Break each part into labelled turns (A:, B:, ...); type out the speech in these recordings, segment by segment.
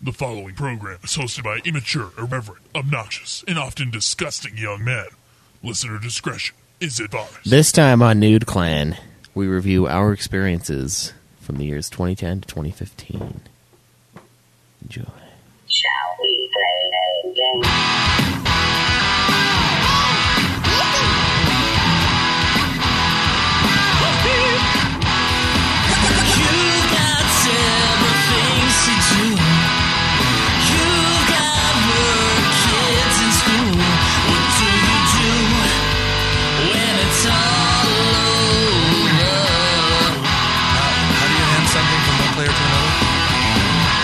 A: The following program is hosted by immature, irreverent, obnoxious, and often disgusting young men. Listener discretion is advised.
B: This time on Nude Clan, we review our experiences from the years 2010 to 2015. Enjoy.
C: Shall we play a game?
D: How do you hand something from one player to another?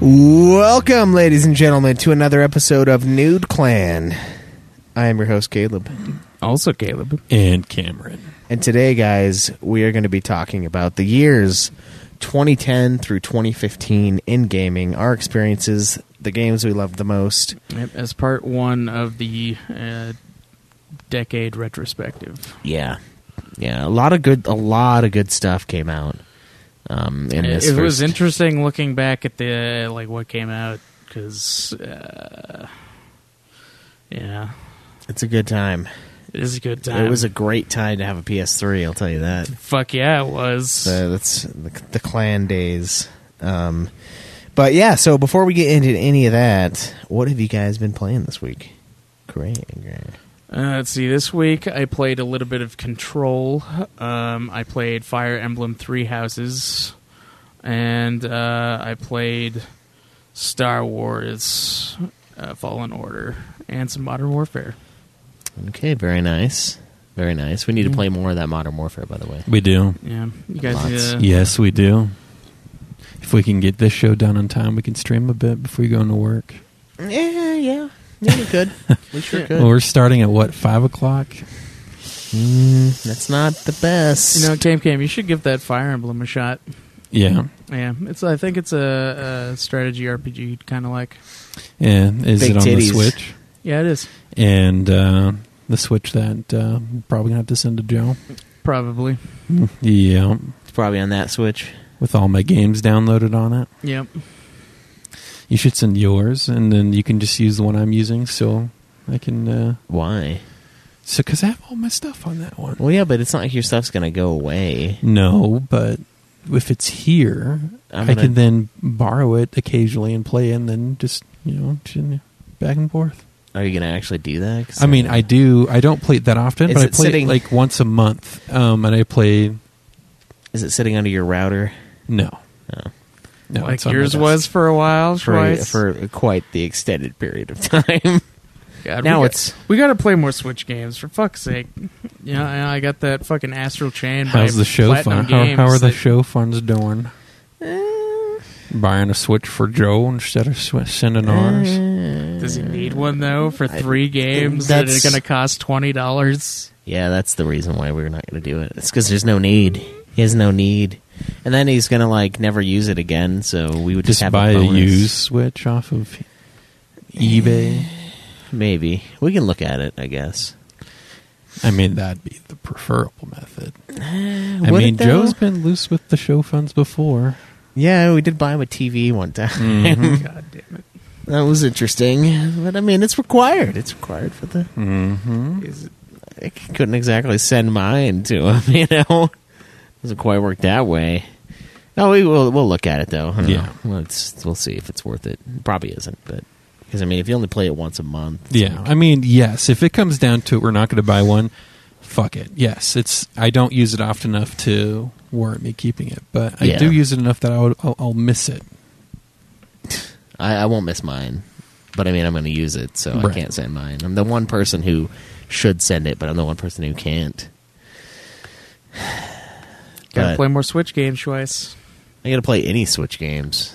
B: Welcome, ladies and gentlemen, to another episode of Nude Clan. I am your host, Caleb. Also, Caleb.
E: and Cameron.
B: And today, guys, we are going to be talking about the years 2010 through 2015 in gaming, our experiences, the games we loved the most.
F: Yep, as part one of the uh, decade retrospective.
B: Yeah. Yeah, a lot of good, a lot of good stuff came out. Um, in
F: It,
B: this
F: it was
B: first-
F: interesting looking back at the uh, like what came out because uh, yeah,
B: It's a good time.
F: it is a good time.
B: It was a great time to have a PS3. I'll tell you that.
F: fuck yeah, it was.
B: So that's the, the clan days. Um, but yeah, so before we get into any of that, what have you guys been playing this week? Great, great.
F: Uh, let's see. This week I played a little bit of Control. Um, I played Fire Emblem Three Houses, and uh, I played Star Wars uh, Fallen Order and some Modern Warfare.
B: Okay, very nice, very nice. We need to play more of that Modern Warfare, by the way.
E: We do.
F: Yeah, you guys uh, need
B: Lots.
F: to
E: Yes, we do. If we can get this show done on time, we can stream a bit before you go into work.
B: Yeah, yeah, yeah. We could. we sure could.
E: Well, we're starting at what five o'clock?
B: Mm, that's not the best.
F: You know, Cam Cam, you should give that Fire Emblem a shot.
E: Yeah,
F: Yeah, it's. I think it's a, a strategy RPG kind of like.
E: yeah. Is
B: Big
E: it on
B: titties.
E: the Switch?
F: Yeah, it is
E: And uh, the Switch that uh, probably gonna have to send to Joe.
F: probably.
E: Yeah,
B: it's probably on that Switch.
E: with all my games downloaded on it.
F: Yep.
E: You should send yours, and then you can just use the one I'm using. So I can. Uh,
B: Why?
E: so because I have all my stuff on that one.
B: Well, yeah, but it's not like your stuff's gonna go away.
E: No, but if it's here,
B: I'm
E: I
B: gonna-
E: can then borrow it occasionally and play, and then just you know chin- back and forth.
B: Are you gonna actually do that? 'Cause,
E: I mean,
B: uh,
E: I do. I don't play it that often,
B: Is
E: but I
B: it
E: play
B: sitting-
E: it like once a month, um, and I play
B: Is it sitting under your router?
E: no,
B: No.
E: no.
F: like
E: it's on my
F: yours
E: desk.
F: was for a while.
B: for,
F: Schweiss.
B: for quite the extended period of time.
F: God,
B: now
F: we got-
B: it's-
F: we got to play more Switch games for fuck's sake. You know, and I got that fucking Astral Chain. by
E: How's the show
F: Platinum
E: fund? How,
F: Games
E: how are the
F: that-
E: show funds doing?
B: Eh.
E: Buying a switch for Joe instead of sw- sending
B: Eh.
E: ours.
F: Does he need one though for three games that
B: that's-
F: are going to cost twenty dollars?
B: Yeah, that's the reason why we're not going to do it. It's because there's no need. He has no need, and then he's going to like never use it again. So we would just,
E: Just
B: have
E: buy
B: a,
E: a
B: bonus.
E: used switch off of eBay.
B: Maybe we can look at it. I guess.
E: I mean, that'd be the preferable method. I
B: Uh, would it,
E: mean,
B: though?
E: Joe's been loose with the show funds before.
B: Yeah, we did buy him a TV one time.
F: God damn
B: that was interesting, but I mean, it's required. It's required for the.
F: it! Is it
B: I c- couldn't exactly send mine to him. You know, doesn't quite work that way. No, we will. We'll look at it though. I don't
E: Yeah.
B: know. let's we'll see if it's worth it. Probably isn't, but because I mean, if you only play it once a month, it's
E: Yeah,
B: like-
E: I mean, yes. If it comes down to it, we're not going to buy one. Fuck it. Yes, it's. I don't use it often enough to warrant me keeping it, but I
B: Yeah.
E: do use it enough that I would, I'll, I'll miss it.
B: I, I won't miss mine. But I mean, I'm going to use it, so I
E: Right.
B: can't send mine. I'm the one person who should send it, but I'm the one person who can't.
F: got
B: But-
F: to play more Switch games, Schweiss.
B: I got to play any Switch games.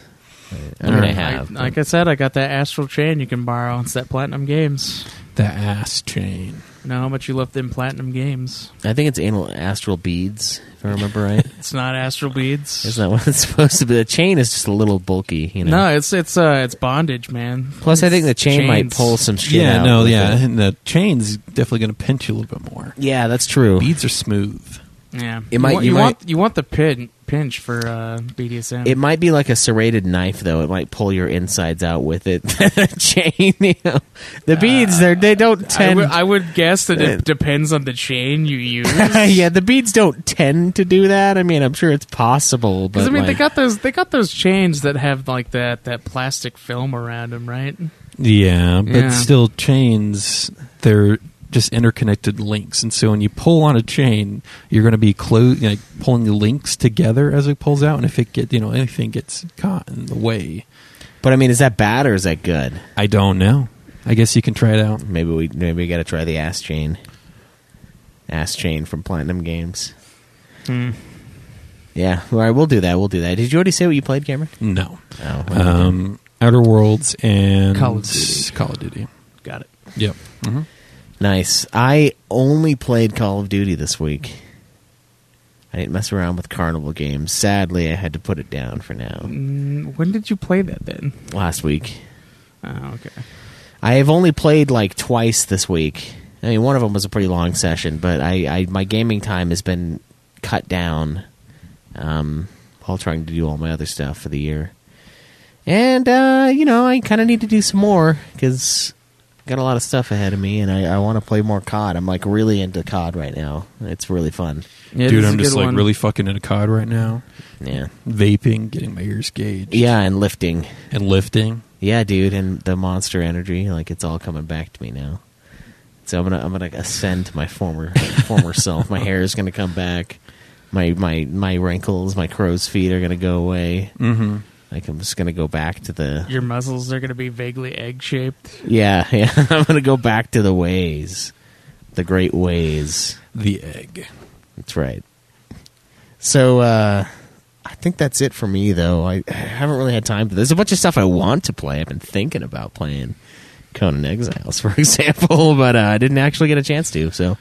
B: I mean, I
E: Alright.
B: have.
F: like I said, I got that Astral Chain you can borrow. It's that Platinum Games.
E: The ass chain.
F: know how much you left in platinum games.
B: I think it's anal astral beads, if I remember right.
F: It's not Astral Beads.
B: Isn't that what it's supposed to be? The chain is just a little bulky, you know.
F: No, it's it's uh it's bondage, man.
B: Plus, I think the chain might
F: Chains.
B: pull some shit
E: yeah,
B: out
E: no,
B: with
E: yeah,
B: it.
E: and the chain's definitely going to pinch you a little bit more.
B: yeah, that's true.
E: Beads are smooth.
F: Yeah,
B: It might-
F: You, want-
B: you
F: you
B: might-
F: want you want the pin, pinch for uh, BDSM.
B: It might be like a serrated knife, though. It might pull your insides out with it. chain, you know, the beads they're, they don't
F: Uh, I
B: tend.
F: would- I would guess that it depends on the chain you use.
B: yeah, the beads don't tend to do that. I mean, I'm sure it's possible, but
F: Because I mean, they
B: like-
F: got those they got those chains that have like that that plastic film around them, right?
E: Yeah, but
F: Yeah.
E: still, chains, they're just interconnected links. And so when you pull on a chain, you're going to be clo- like pulling the links together as it pulls out. And if it get you know, anything gets caught in the way,
B: but I mean, is that bad or is that good?
E: I don't know. I guess you can try it out.
B: Maybe we maybe we got to try the ass chain. Ass chain from Platinum Games.
F: Hmm.
B: Yeah, all right, we'll do that. We'll do that. Did you already say what you played, Cameron?
E: No.
B: Oh,
E: Um, Outer Worlds and
F: Call of Duty.
E: Call of Duty.
F: Got it.
E: Yep.
B: nice. I only played Call of Duty this week. I didn't mess around with carnival games. Sadly, I had to put it down for now.
F: When did you play that then?
B: Last week,
F: Oh, okay.
B: I have only played like twice this week. I mean, one of them was a pretty long session, but I, I my gaming time has been cut down um, while trying to do all my other stuff for the year. And uh, you know, I kind of need to do some more because got a lot of stuff ahead of me, and I, I want to play more COD. I'm like really into COD right now. It's really fun.
F: Yeah,
E: Dude,
F: this is
E: I'm
F: a
E: just
F: good
E: like
F: one.
E: really fucking into COD right now.
B: Yeah,
E: Vaping, getting my ears gauged.
B: yeah, and lifting.
E: And lifting.
B: Yeah, dude, and the monster energy, like it's all coming back to me now. So I'm gonna I'm gonna ascend to my former former self. My hair is gonna come back. My my my wrinkles, my crow's feet are gonna go away.
E: Mm-hmm.
B: Like I'm just gonna go back to the
F: Your muscles are going to be vaguely egg shaped.
B: yeah yeah. I'm gonna go back to the ways, the great ways.
E: The egg.
B: That's right. So uh, I think that's it for me, though. I I haven't really had time. To, there's a bunch of stuff I want to play. I've been thinking about playing Conan Exiles, for example, but uh, I didn't actually get a chance to. So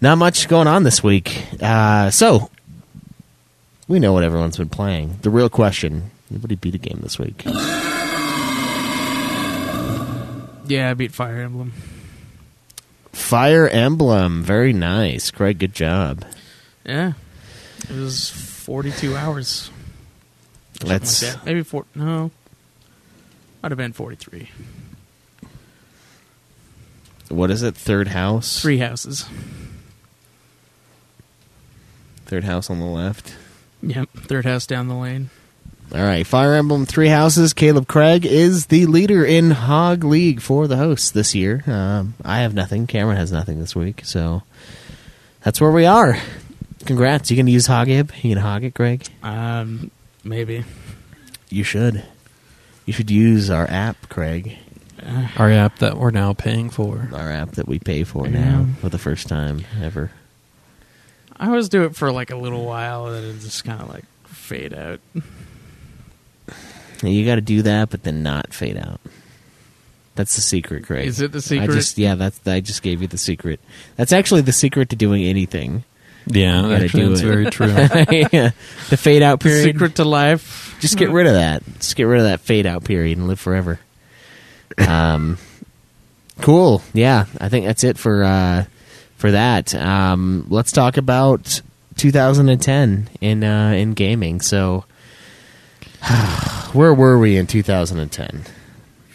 B: not much going on this week. Uh, so we know what everyone's been playing. The real question: Anybody beat a game this week?
F: Yeah, I beat Fire Emblem.
B: Fire Emblem, very nice, Craig. Good job.
F: Yeah, it was 42 hours.
B: That's
F: Something like that. Maybe four. No, I'd have been 43.
B: what is it? Third house.
F: Three houses.
B: Third house on the left.
F: Yep, third house down the lane.
B: All right, Fire Emblem Three Houses. Caleb Craig is the leader in Hog League for the hosts this year. Um, I have nothing. Cameron has nothing this week, so that's where we are. Congrats! You can use Hogib. You can hog it, Greg.
F: Um, maybe.
B: You should. You should use our app, Craig.
E: Our app that we're now paying for.
B: Our app that we pay for
F: Yeah.
B: now for the first time ever.
F: I always do it for like a little while, and then it just kind of like fade out.
B: You got to do that, but then not fade out. That's the secret, Craig.
F: Is it the
B: I
F: secret?
B: just yeah, that's I just gave you the secret. That's actually the secret to doing anything.
E: Yeah,
B: gotta
E: actually,
B: do
E: that's
B: it.
E: very true.
B: yeah. The fade out
F: The
B: period.
F: secret to life.
B: Just get rid of that. Just get rid of that fade out period and live forever. Um, cool. Yeah, I think that's it for uh, for that. Um, let's talk about 2010 in uh, in gaming. So, where were we in 2010?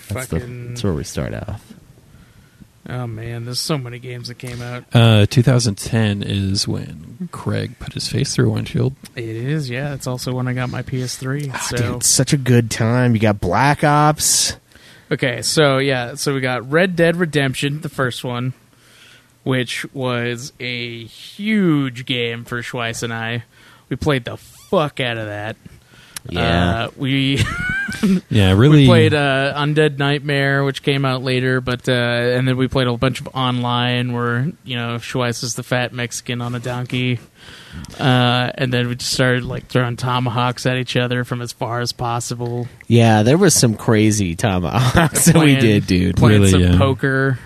B: That's, the,
F: Fucking-
B: that's where we start off.
F: Oh man, there's so many games that came out.
E: Uh, 2010 is when Craig put his face through a windshield.
F: It is, yeah. It's also when I got my PS3. so
B: Dude, it's such a good time. You got Black Ops.
F: Okay, so yeah, so we got Red Dead Redemption, the first one, which was a huge game for Schweiss and I. We played the fuck out of that.
B: Yeah,
F: Uh, we
E: Yeah, really.
F: we played uh, Undead Nightmare, which came out later, but uh, and then we played a bunch of online where you know Schweiss is the fat Mexican on a donkey, uh, and then we just started like throwing tomahawks at each other from as far as possible.
B: yeah. There was some crazy tomahawks that we
F: Playing-
B: did, dude.
F: Playing
E: Really,
F: some
E: yeah.
F: poker.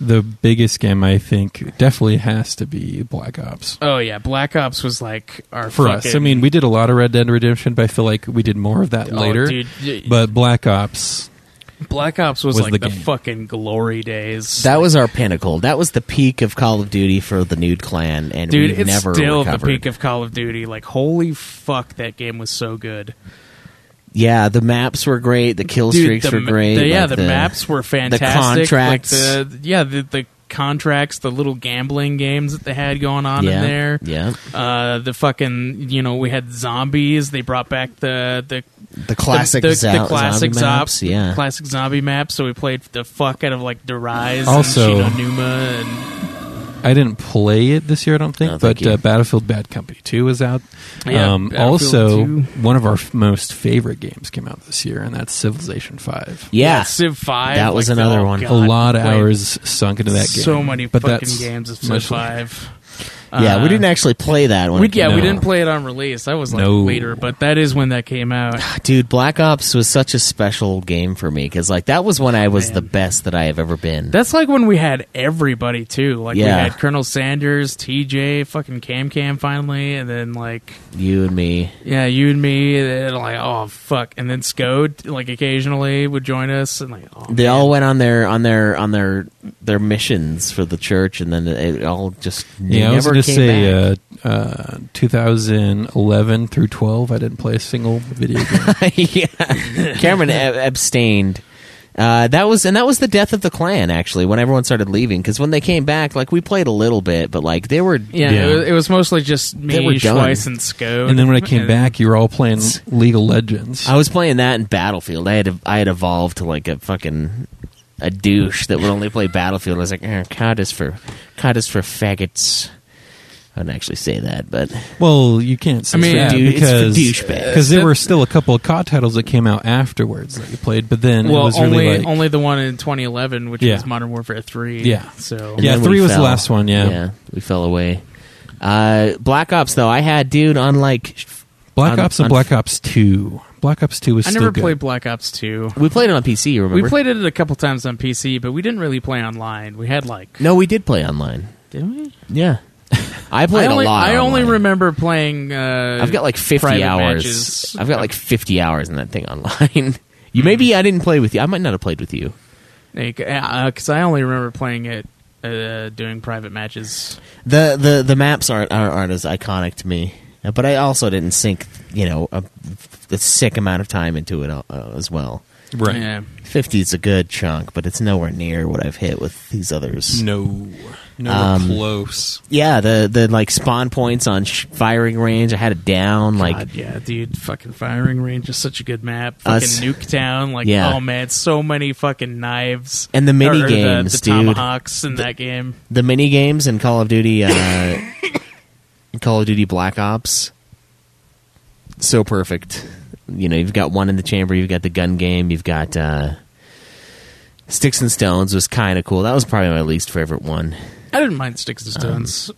E: the biggest game I think definitely has to be Black Ops.
F: Oh yeah, Black Ops was like our
E: For us, I
F: fucking-
E: mean, we did a lot of Red Dead Redemption, but I feel like we did more of that
F: Oh,
E: later.
F: dude, y-
E: But Black Ops,
F: Black Ops was,
E: was
F: like
E: the
F: the,
E: game.
F: fucking glory days.
B: That was our pinnacle. That was the peak of Call of Duty for the Nude Clan, and
F: dude,
B: we've
F: it's
B: never
F: still
B: recovered.
F: the peak of Call of Duty. Like holy fuck, that game was so good.
B: yeah, the maps were great. The kill
F: Dude,
B: streaks
F: the,
B: were
F: ma-
B: great.
F: the- yeah,
B: like
F: the, maps were fantastic.
B: contracts.
F: like the, yeah, the, the contracts, the little gambling games that they had going on
B: yeah,
F: in there.
B: Yeah,
F: Uh, the fucking you know we had zombies. They brought back the the
B: the classic,
F: the, the,
B: zo-
F: the classic
B: zombie maps.
F: zop-
B: Yeah,
F: classic zombie maps. So we played the fuck out of like Derise,
E: Also-
F: and Shinonuma, and
E: I didn't play it this year, I don't think,
B: No, thank
E: but uh,
B: you.
E: Battlefield Bad Company 2 was out.
F: Yeah,
E: um,
F: Battlefield
E: also,
F: 2.
E: one of our f- most favorite games came out this year, and that's Civilization 5.
B: yeah.
F: Civ Five.
B: That was
F: like,
B: another
F: oh,
B: one.
F: God,
E: a lot of
F: played
E: hours sunk into that game.
F: So many
E: but
F: fucking
E: that's
F: games of Civ
E: much
F: Five.
B: Yeah, we
F: Uh,
B: didn't actually play that one.
F: We, yeah, we
E: No.
F: didn't play it on release. That was like
E: No.
F: later, but that is when that came out.
B: Dude, Black Ops was such a special game for me because, like, that was when I was
F: man.
B: the best that I have ever been.
F: That's like when we had everybody too. Like we
B: Yeah.
F: had Colonel Sanders, TJ, fucking Cam Cam finally, and then like
B: you and me.
F: yeah, you and me, and like oh fuck, and then Scode like occasionally would join us, and like oh,
B: They all went on their on their on their their missions for the church, and then it all just
E: Yeah, I was
B: never
E: going
B: came
E: to say
B: back.
E: uh, uh, 2011 through 12, I didn't play a single video game.
B: yeah, Cameron ab- abstained. Uh, that was and that was the death of the clan. Actually, when everyone started leaving, because when they came back, like we played a little bit, but like they were
F: yeah,
E: Yeah.
F: It, was, it was mostly just me,
B: were done.
F: Schweiss, and Scode.
E: and then when I came
F: And-
E: back, you were all playing League of Legends.
B: I was playing that in Battlefield. I had I had evolved to like a fucking a douche that would only play Battlefield. I was like, eh, COD is for COD is for faggots. I didn't actually say that, but
E: Well, you can't say
F: I mean,
E: that
B: dude, it's for
E: because
B: douchebags.
E: because there were still a couple of COD titles that came out afterwards that you played, but then it
F: well,
E: was
F: only
E: really like,
F: only the one in 2011, which
E: Yeah.
F: was Modern Warfare 3.
E: Yeah.
F: so
E: Yeah,
B: then we
E: three was the last one, yeah.
B: we fell away. Uh, Black Ops though, I had dude on like
E: Black
B: on-
E: Ops and
B: on-
E: Black Ops Two. Black Ops Two was
F: I
E: still
F: never
E: good.
F: played Black Ops 2.
B: we played it on PC. You remember?
F: We played it a couple times on PC, but we didn't really play online. We had like
B: No, we did play online.
F: did we?
B: Yeah, I
F: I
B: played
F: only,
B: a lot.
F: I only
B: online.
F: remember playing. Uh,
B: I've got like fifty
F: private
B: hours.
F: matches.
B: I've got like fifty hours in that thing online. you maybe I didn't play with you. I might not have played with you.
F: Like, because I only remember playing it uh, doing private matches.
B: the the the maps aren't aren't, aren't as iconic to me, Uh, but I also didn't sink you know a, a sick amount of time into it al- uh, as well.
E: right.
F: Yeah.
B: Fifty is a good chunk, but it's nowhere near what I've hit with these others.
E: No, no
B: Um,
E: close.
B: Yeah, the the like spawn points on sh- firing range, I had it down. Like
F: God, yeah, dude, fucking firing range is such a good map. Fucking
B: Us-
F: Nuketown, like,
B: Yeah.
F: oh man, so many fucking knives
B: And the mini
F: or
B: games,
F: the, the
B: dude.
F: tomahawks in that game.
B: the mini games in Call of Duty, uh, in Call of Duty Black Ops, so perfect. You know, you've got one in the chamber, you've got the gun game, you've got uh, Sticks and Stones was kind of cool. That was probably my least favorite one.
F: I didn't mind sticks and
B: Um,
F: stones.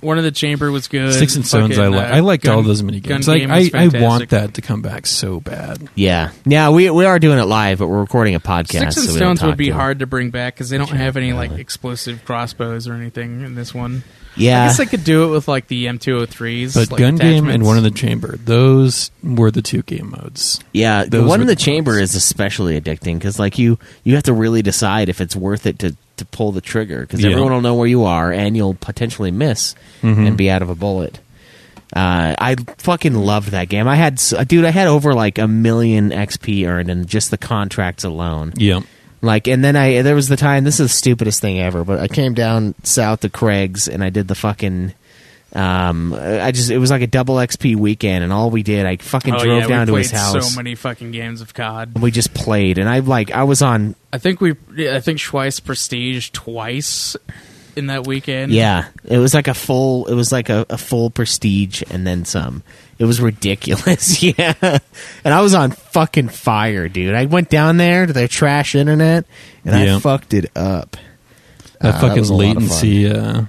F: One of the chamber was good.
E: Sticks and Stones. I
F: Fucking,
E: like.
F: uh,
E: I liked
F: gun-
E: all those mini
F: gun
E: games. Like
F: game
E: I,
F: was
E: I want
F: fantastic.
E: that to come back so bad.
B: Yeah, yeah, we we are doing it live, but we're recording a podcast.
F: Six and
B: so we don't
F: Stones would
B: talk
F: be
B: to-
F: hard to bring back because they don't have any like explosive crossbows or anything in this one.
B: Yeah,
F: I guess I could do it with like the M203s,
E: But
F: like,
E: gun game and
F: attachments.
E: one in the chamber. Those were the two game modes.
B: Yeah, the one
E: Those were
B: in the
E: the
B: chamber
E: cons.
B: is especially addicting because like you you have to really decide if it's worth it to to pull the trigger because
E: Yeah.
B: everyone will know where you are and you'll potentially miss
F: Mm-hmm.
B: and be out of a bullet. Uh, I fucking loved that game. I had s- uh, dude, I had over like a million XP earned in just the contracts alone.
E: Yeah. Ah,
B: Like, and then I there was the time. This is the stupidest thing ever, but I came down south to Craig's and I did the fucking. Um, I just it was like a double XP weekend, and all we did, I fucking
F: oh,
B: drove
F: yeah,
B: down
F: we
B: to his
F: played
B: house.
F: So many fucking games of COD.
B: And we just played and i like i was on
F: I think we, I think Schweiss Prestige twice in that weekend.
B: yeah it was like a full it was like a, a full prestige and then some it was ridiculous yeah and i was on fucking fire dude i went down there to their trash internet and
E: Yeah.
B: i fucked it up
E: That
B: Uh, that
E: fucking
B: was a lot of fun.
E: latency uh,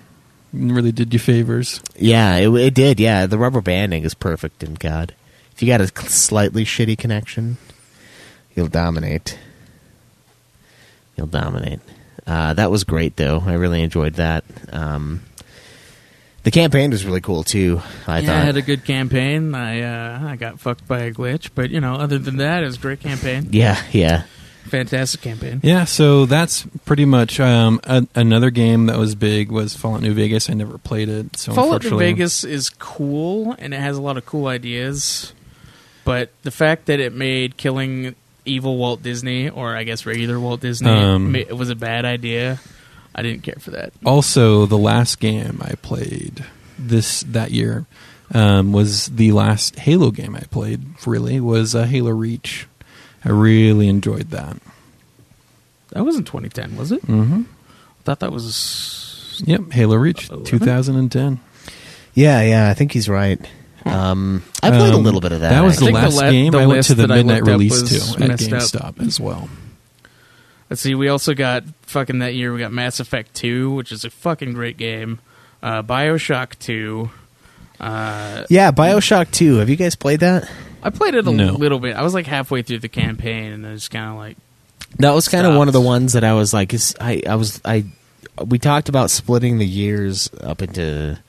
E: really did you favors.
B: yeah it, it did yeah the rubber banding is perfect in god if you got a slightly shitty connection you'll dominate you'll dominate Uh, that was great, though. I really enjoyed that. Um, the campaign was really cool too. I
F: yeah,
B: thought.
F: I had a good campaign. I uh, I got fucked by a glitch, but you know, other than that, it was a great campaign,
B: yeah, yeah.
F: fantastic campaign.
E: Yeah, so that's pretty much um, a, another game that was big was Fallout New Vegas. I never played it, so
F: Fallout New
E: unfortunately,
F: Vegas is cool and it has a lot of cool ideas, but the fact that it made killing evil Walt Disney or I guess regular Walt Disney
E: Um,
F: ma- was a bad idea. I didn't care for that.
E: Also, the last game I played this that year um, was the last Halo game I played. Really, was uh, Halo Reach. I really enjoyed that.
F: That wasn't 2010, was it?
E: Mm-hmm.
F: I thought that was
E: Yep, Halo Reach,
F: Uh-oh.
E: 2010.
B: Yeah, yeah, I think he's right. Um, I played a
E: Um,
B: little bit of that.
E: That was the
B: actually.
F: I think the
E: last
F: la-
E: game
F: the
E: I went to
F: list
E: the
F: that I
E: midnight
F: looked up
E: release
F: was
E: to at
F: messed up.
E: GameStop as well.
F: Let's see. We also got fucking that year. We got Mass Effect Two, which is a fucking great game. Uh, Bioshock Two. Uh,
B: yeah, Bioshock Two. Have you guys played that?
F: I played it a
E: No.
F: little bit. I was like halfway through the campaign, and I was kind of like,
B: That was kind of
F: Stopped.
B: one of the ones that I was like, is, I, I was, I, we talked about splitting the years up into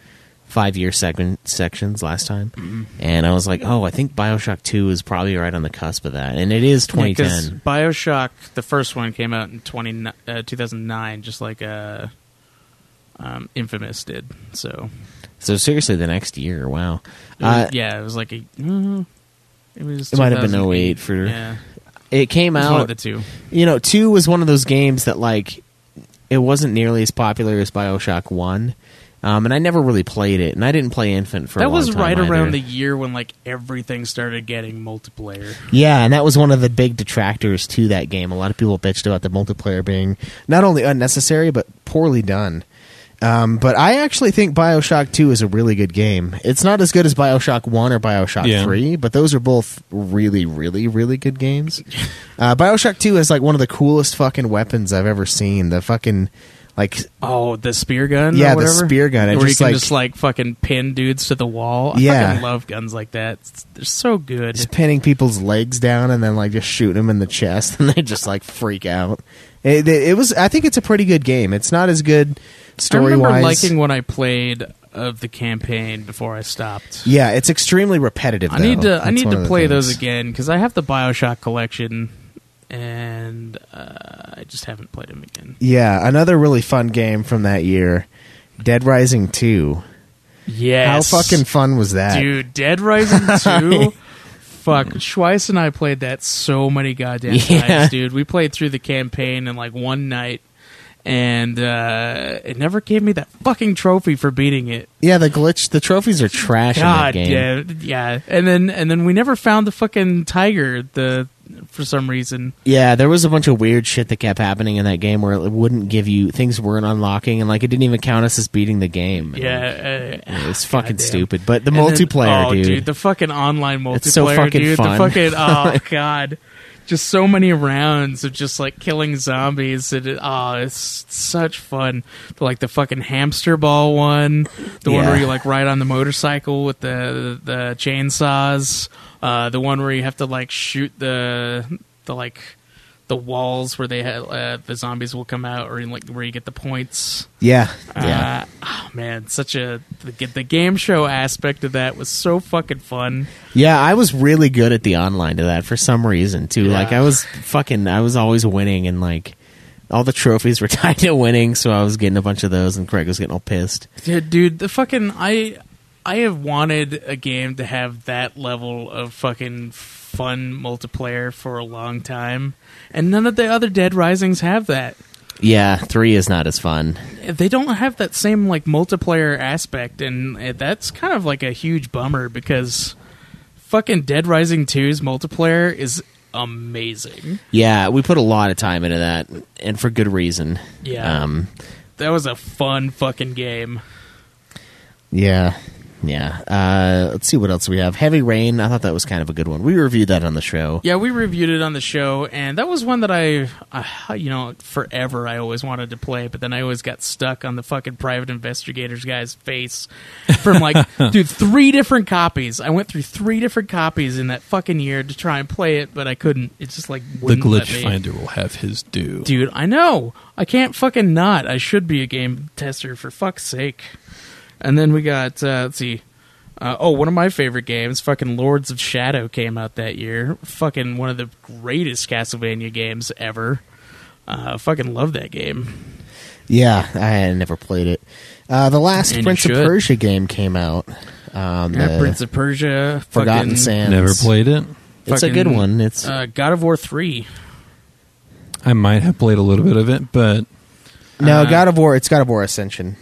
B: five year segment sections last time,
F: Mm-hmm.
B: and I was like, oh, I think Bioshock Two is probably right on the cusp of that, and it is
F: 'cause
B: 2010.
F: Bioshock, the first one, came out in 20, uh, 2009, just like uh, um, Infamous did. So
B: so seriously, the next year, wow. Uh,
F: yeah, it was like a. mm, it was.
B: It might have been
F: 2008.
B: 08 for-
F: Yeah,
B: It came
F: it was
B: out
F: one of the two.
B: you know, two was one of those games that like it wasn't nearly as popular as Bioshock One, um, and I never really played it, and I didn't play Infant for a
F: That
B: long
F: was
B: time
F: right around the
B: either.
F: year when like everything started getting multiplayer.
B: yeah, and that was one of the big detractors to that game. A lot of people bitched about the multiplayer being not only unnecessary but poorly done. Um, but I actually think Bioshock Two is a really good game. It's not as good as Bioshock One or Bioshock
E: Yeah.
B: Three, but those are both really, really, really good games. Uh, Bioshock Two has like one of the coolest fucking weapons I've ever seen. The fucking like
F: Oh, the spear gun.
B: Yeah,
F: or
B: the
F: whatever?
B: spear gun. It
F: Where
B: just,
F: you can
B: like-
F: just like fucking pin dudes to the wall. I
B: Yeah.
F: fucking love guns like that. It's- they're so good.
B: just pinning people's legs down and then like just shooting them in the chest and they just like freak out. It, it, it was. I think it's a pretty good game. It's not as good story
F: I remember
B: wise.
F: liking when I played of the campaign before I stopped.
B: yeah, it's extremely repetitive.
F: I
B: though.
F: need to
B: That's
F: I need
B: one of
F: to
B: the
F: play those
B: things.
F: again because I have the Bioshock collection and uh, I just haven't played them again.
B: Yeah, another really fun game from that year, Dead Rising Two.
F: Yes.
B: How fucking fun was that?
F: dude? Dead Rising Two. Fuck, Schweiss and I played that so many goddamn
B: Yeah.
F: times, dude. We played through the campaign in like one night, and uh, it never gave me that fucking trophy for beating it.
B: Yeah, the glitch. The trophies are trash
F: God,
B: in that game.
F: yeah, yeah. And then and then we never found the fucking tiger. The for some reason,
B: Yeah, there was a bunch of weird shit that kept happening in that game where it wouldn't give you things weren't unlocking and like it didn't even count us as beating the game. And,
F: yeah, uh,
B: It was fucking
F: Goddamn.
B: stupid. But the
F: And then-
B: multiplayer,
F: oh,
B: dude.
F: The fucking online multiplayer,
B: It's so fucking
F: dude.
B: fun.
F: The fucking oh god, just so many rounds of just like killing zombies. And it, oh, it's such fun. But, like the fucking hamster ball one, the one
B: Yeah.
F: where you like ride on the motorcycle with the the chainsaws. Uh, the one where you have to like shoot the the like the walls where they have uh, the zombies will come out, or in, like where you get the points.
B: yeah. Yeah.
F: Uh, oh man, such a the, g- the game show aspect of that was so fucking fun.
B: yeah, I was really good at the online to that for some reason too.
F: Yeah.
B: Like I was fucking I was always winning and like all the trophies were tied to winning, so I was getting a bunch of those and Craig was getting all pissed.
F: Yeah, dude, the fucking I I have wanted a game to have that level of fucking fun multiplayer for a long time, and none of the other Dead Risings have that.
B: Yeah, 3 is not as fun.
F: They don't have that same like multiplayer aspect, and uh, that's kind of like a huge bummer because fucking Dead Rising 2's multiplayer is amazing.
B: Yeah, we put a lot of time into that and for good reason.
F: Yeah.
B: Um
F: That was a fun fucking game.
B: yeah. Yeah. Uh, let's see what else we have. Heavy Rain. I thought that was kind of a good one. We reviewed that on the show.
F: Yeah, we reviewed it on the show, and that was one that I, I, you know, forever I always wanted to play, but then I always got stuck on the fucking private investigators guy's face from like, dude, three different copies. I went through three different copies in that fucking year to try and play it, but I couldn't. It just like
E: The
F: wouldn't let
E: glitch
F: me.
E: finder will have his due.
F: Dude, I know. I can't fucking not. I should be a game tester for fuck's sake. And then we got uh, let's see. Uh, oh, one of my favorite games, fucking Lords of Shadow, came out that year. Fucking one of the greatest Castlevania games ever. Uh, fucking love that game.
B: Yeah, I had never played it. Uh, the last
F: And you
B: Prince of
F: should.
B: Persia game came out. Um,
F: Yeah,
B: the
F: Prince of Persia,
B: Forgotten
F: fucking,
B: Sands.
E: Never played it.
B: It's a
F: fucking,
B: good one. It's
F: Uh, God of War three.
E: I might have played a little bit of it, but
B: no
F: uh,
B: God of War. It's God of War Ascension,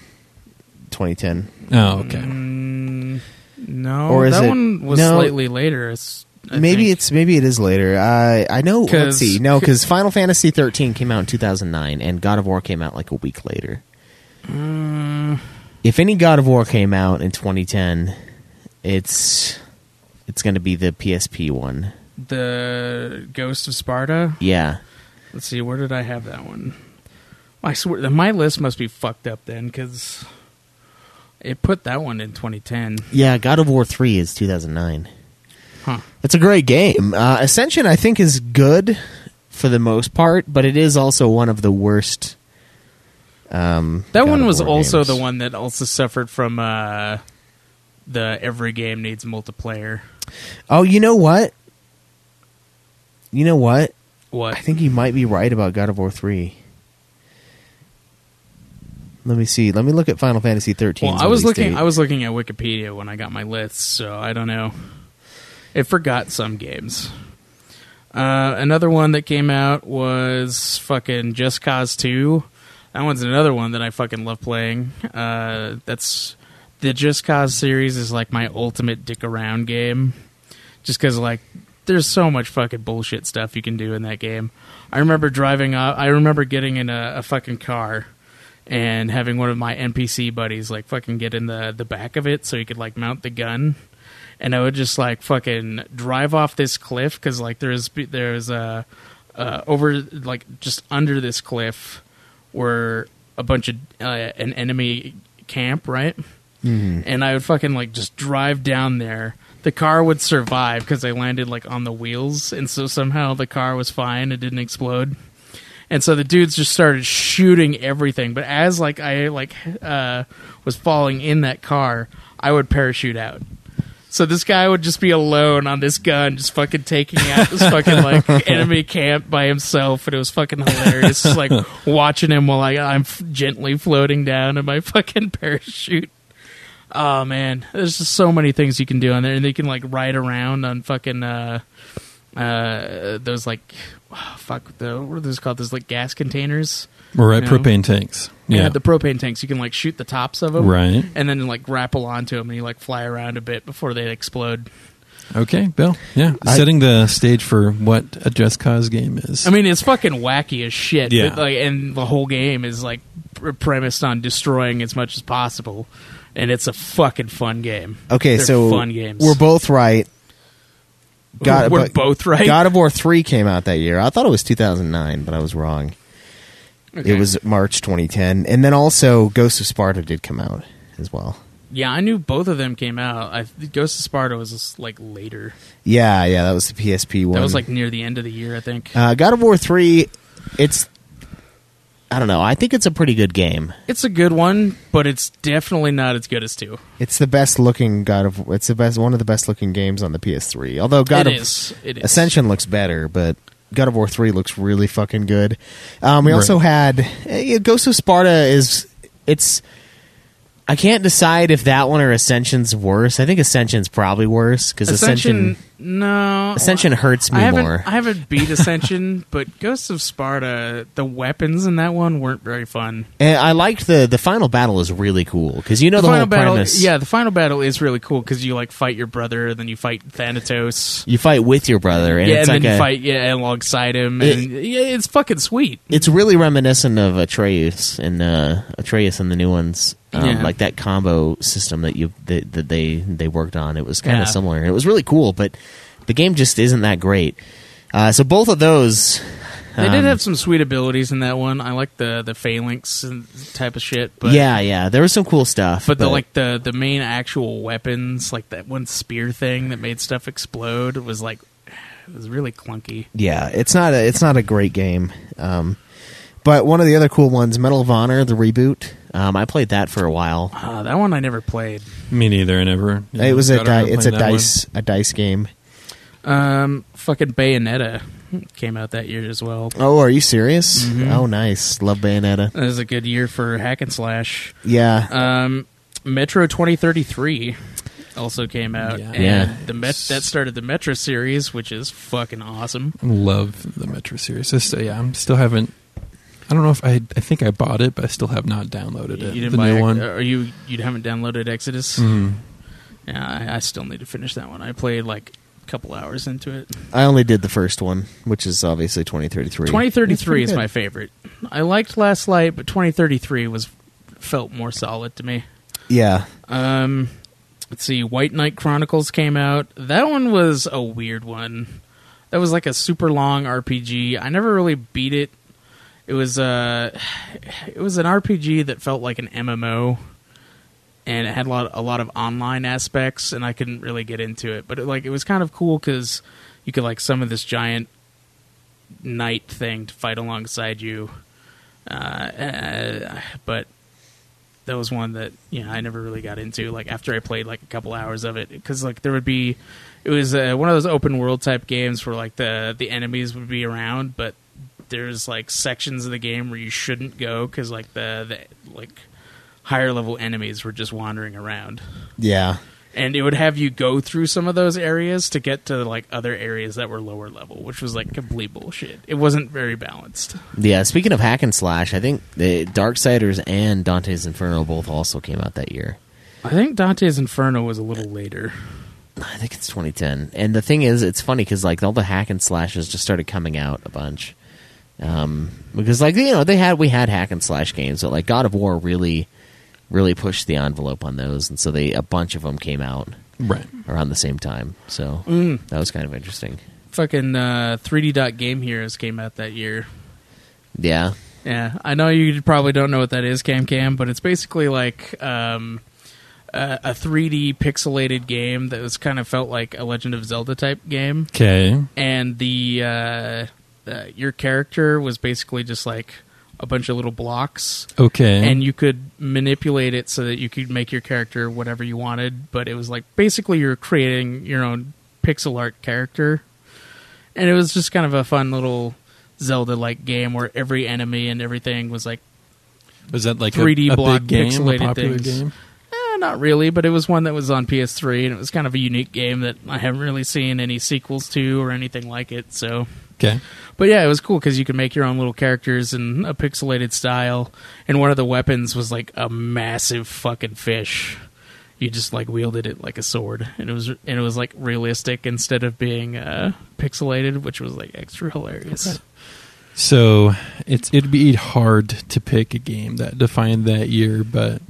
B: 2010.
E: oh, okay.
F: Mm, no,
B: Or is
F: that
B: it-
F: one was
B: no.
F: slightly later. It's, I
B: maybe
F: think.
B: it's maybe it is later. I I know.
F: 'Cause-
B: Let's see. No, because Final Fantasy 13 came out in 2009, and God of War came out like a week later.
F: Uh,
B: If any God of War came out in 2010, it's it's going to be the PSP one.
F: the Ghost of Sparta.
B: Yeah.
F: Let's see, where did I have that one? I swear, that my list must be fucked up then, because it put that one in 2010.
B: Yeah, God of War 3 is 2009.
F: Huh.
B: It's a great game. Uh, Ascension, I think, is good for the most part, but it is also one of the worst. Um,
F: That
B: God
F: one
B: of
F: was
B: War
F: also
B: games.
F: the one that also suffered from uh, the every game needs multiplayer.
B: Oh, you know what? You know what?
F: What?
B: I think you might be right about God of War 3. Let me see. Let me look at Final Fantasy 13.
F: well, I was looking. I was looking at Wikipedia when I got my list, so I don't know. It forgot some games. Uh, another one that came out was fucking Just Cause Two. That one's another one that I fucking love playing. Uh, that's the Just Cause series is like my ultimate dick around game, just because like there's so much fucking bullshit stuff you can do in that game. I remember driving up. I remember getting in a, a fucking car and having one of my NPC buddies like fucking get in the the back of it so he could like mount the gun, and I would just like fucking drive off this cliff because like there's there's a uh, over like just under this cliff were a bunch of uh, an enemy camp right, and I would fucking like just drive down there. The car would survive because I landed like on the wheels, and so somehow the car was fine. It didn't explode and so the dudes just started shooting everything but as like i like uh was falling in that car i would parachute out so this guy would just be alone on this gun just fucking taking out this fucking like enemy camp by himself and it was fucking hilarious just like watching him while I, i'm f- gently floating down in my fucking parachute oh man there's just so many things you can do on there and they can like ride around on fucking uh uh those like oh, fuck the what are those called those like gas containers
E: We're at
F: No.
E: propane tanks. Yeah.
F: yeah the propane tanks you can like shoot the tops of them
E: Right.
F: and then like grapple onto them and you like fly around a bit before they explode
E: okay, Bill. Yeah.
B: I-
E: Setting the stage for what a Just Cause game is.
F: i mean it's fucking wacky as shit but,
E: Yeah.
F: like and the whole game is like pre- premised on destroying as much as possible and it's a fucking fun game
B: Okay,
F: They're
B: so
F: fun games
B: we're both right.
F: We're
B: but
F: both right?
B: God of War 3 came out that year. I thought it was 2009, but I was wrong.
F: Okay.
B: It was March 2010. And then also Ghost of Sparta did come out as well.
F: yeah i knew both of them came out i ghost of sparta was just, like later
B: Yeah, yeah, that was the PSP one.
F: that was like near the end of the year i think
B: uh, God of War 3, it's I don't know. I think it's a pretty good game.
F: it's a good one but it's definitely not as good as two
B: It's the best looking God of it's the best one of the best looking games on the PS3. Although God
F: It
B: of
F: is. It is.
B: Ascension looks better, but God of War Three looks really fucking good. Um, we also had eh, Ghost of Sparta is it's. I can't decide if that one or Ascension's worse. I think Ascension's probably worse because Ascension,
F: Ascension, No,
B: Ascension hurts me
F: I haven't,
B: more.
F: I haven't beat Ascension, but Ghosts of Sparta, the weapons in that one weren't very fun.
B: And I liked the the final battle is really cool because you know the,
F: final
B: whole
F: battle,
B: premise.
F: yeah, the final battle is really cool because you like fight your brother, then you fight Thanatos,
B: you fight with your brother, and
F: yeah,
B: it's
F: and
B: like
F: then
B: a,
F: you fight yeah alongside him,
B: It-
F: and yeah, it's fucking sweet.
B: it's really reminiscent of Atreus and uh, Atreus and the new ones, um,
F: Yeah.
B: like that combo system that you that, that they they worked on. It was kind
F: Yeah.
B: of similar, and it was really cool. But the game just isn't that great. Uh, so both of those,
F: They
B: um,
F: did have some sweet abilities in that one. I like the the phalanx and type of shit, but
B: yeah, yeah, there was some cool stuff,
F: But the like the the main actual weapons, like that one spear thing that made stuff explode, was like it was really clunky.
B: yeah, it's not a it's not a great game. Um, but one of the other cool ones, Medal of Honor, the reboot. Um, I played that for a while.
F: Uh, that one I never played.
E: Me neither. I never. you
B: it
E: know,
B: was a
E: got around
B: di-
E: to
B: it's a
E: playing that one.
B: dice a dice game.
F: Um, fucking Bayonetta came out that year as well.
B: Oh, are you serious?
F: Mm-hmm.
B: Oh, nice. Love Bayonetta.
F: That was a good year for hack and slash.
B: Yeah.
F: Um, Metro twenty thirty three also came out,
E: Yeah.
F: and
B: Yeah.
F: the Met- that started the Metro series, which is fucking awesome.
E: Love the Metro series. This, yeah, I'm still haven't. I don't know if I. I think I bought it, but I still have not downloaded it.
F: You didn't
E: the
F: buy
E: new
F: Ex-
E: one.
F: Or you you haven't downloaded Exodus?
E: Mm.
F: Yeah, I, I still need to finish that one. I played like a couple hours into it.
B: I only did the first one, which is obviously 2033.
F: Twenty thirty three
B: It's
F: is
B: pretty
F: my favorite. I liked Last Light, but twenty thirty three was felt more solid to me.
B: good. Yeah.
F: Um, let's see, White Knight Chronicles came out. That one was a weird one. That was like a super long RPG. I never really beat it. It was uh it was an RPG that felt like an MMO, and it had a lot a lot of online aspects, and I couldn't really get into it. But it, like it was kind of cool because you could like summon this giant knight thing to fight alongside you. Uh, uh, but that was one that you know I never really got into. Like after I played like a couple hours of it, because like there would be, it was uh, one of those open world type games where like the the enemies would be around, but there's like sections of the game where you shouldn't go because like the, the like higher level enemies were just wandering around,
B: Yeah.
F: and it would have you go through some of those areas to get to like other areas that were lower level, which was like complete bullshit. It wasn't very balanced.
B: Yeah. Speaking of hack and slash, I think the Darksiders and Dante's Inferno both also came out that year.
F: I think Dante's Inferno was a little later.
B: I think it's 2010. And the thing is, it's funny because like all the hack and slashes just started coming out a bunch. Um, because like you know they had we had hack and slash games, but like God of War really, really pushed the envelope on those, and so they a bunch of them came out
E: Right.
B: around the same time. So
F: Mm.
B: that was kind of interesting.
F: fucking uh, 3D dot Game Heroes came out that year.
B: Yeah,
F: Yeah, I know you probably don't know what that is, Cam Cam, but it's basically like um, a, a 3D pixelated game that was kind of felt like a Legend of Zelda type game,
E: Okay.
F: and the uh, uh, your character was basically just like a bunch of little blocks.
E: Okay.
F: And you could manipulate it so that you could make your character whatever you wanted, but it was like basically you're creating your own pixel art character. And it was just kind of a fun little Zelda like game where every enemy and everything was like
E: was that like
F: 3D
E: a, a
F: block
E: big game, a
F: pixelated
E: popular
F: things.
E: game?
F: Eh, not really, but it was one that was on PS3, and it was kind of a unique game that I haven't really seen any sequels to or anything like it. So,
E: Okay.
F: but yeah, it was cool because you could make your own little characters in a pixelated style, and one of the weapons was like a massive fucking fish. You just like wielded it like a sword, and it was and it was like realistic instead of being uh, pixelated, which was like extra hilarious.
E: So it's it'd be hard to pick a game that defined that year, but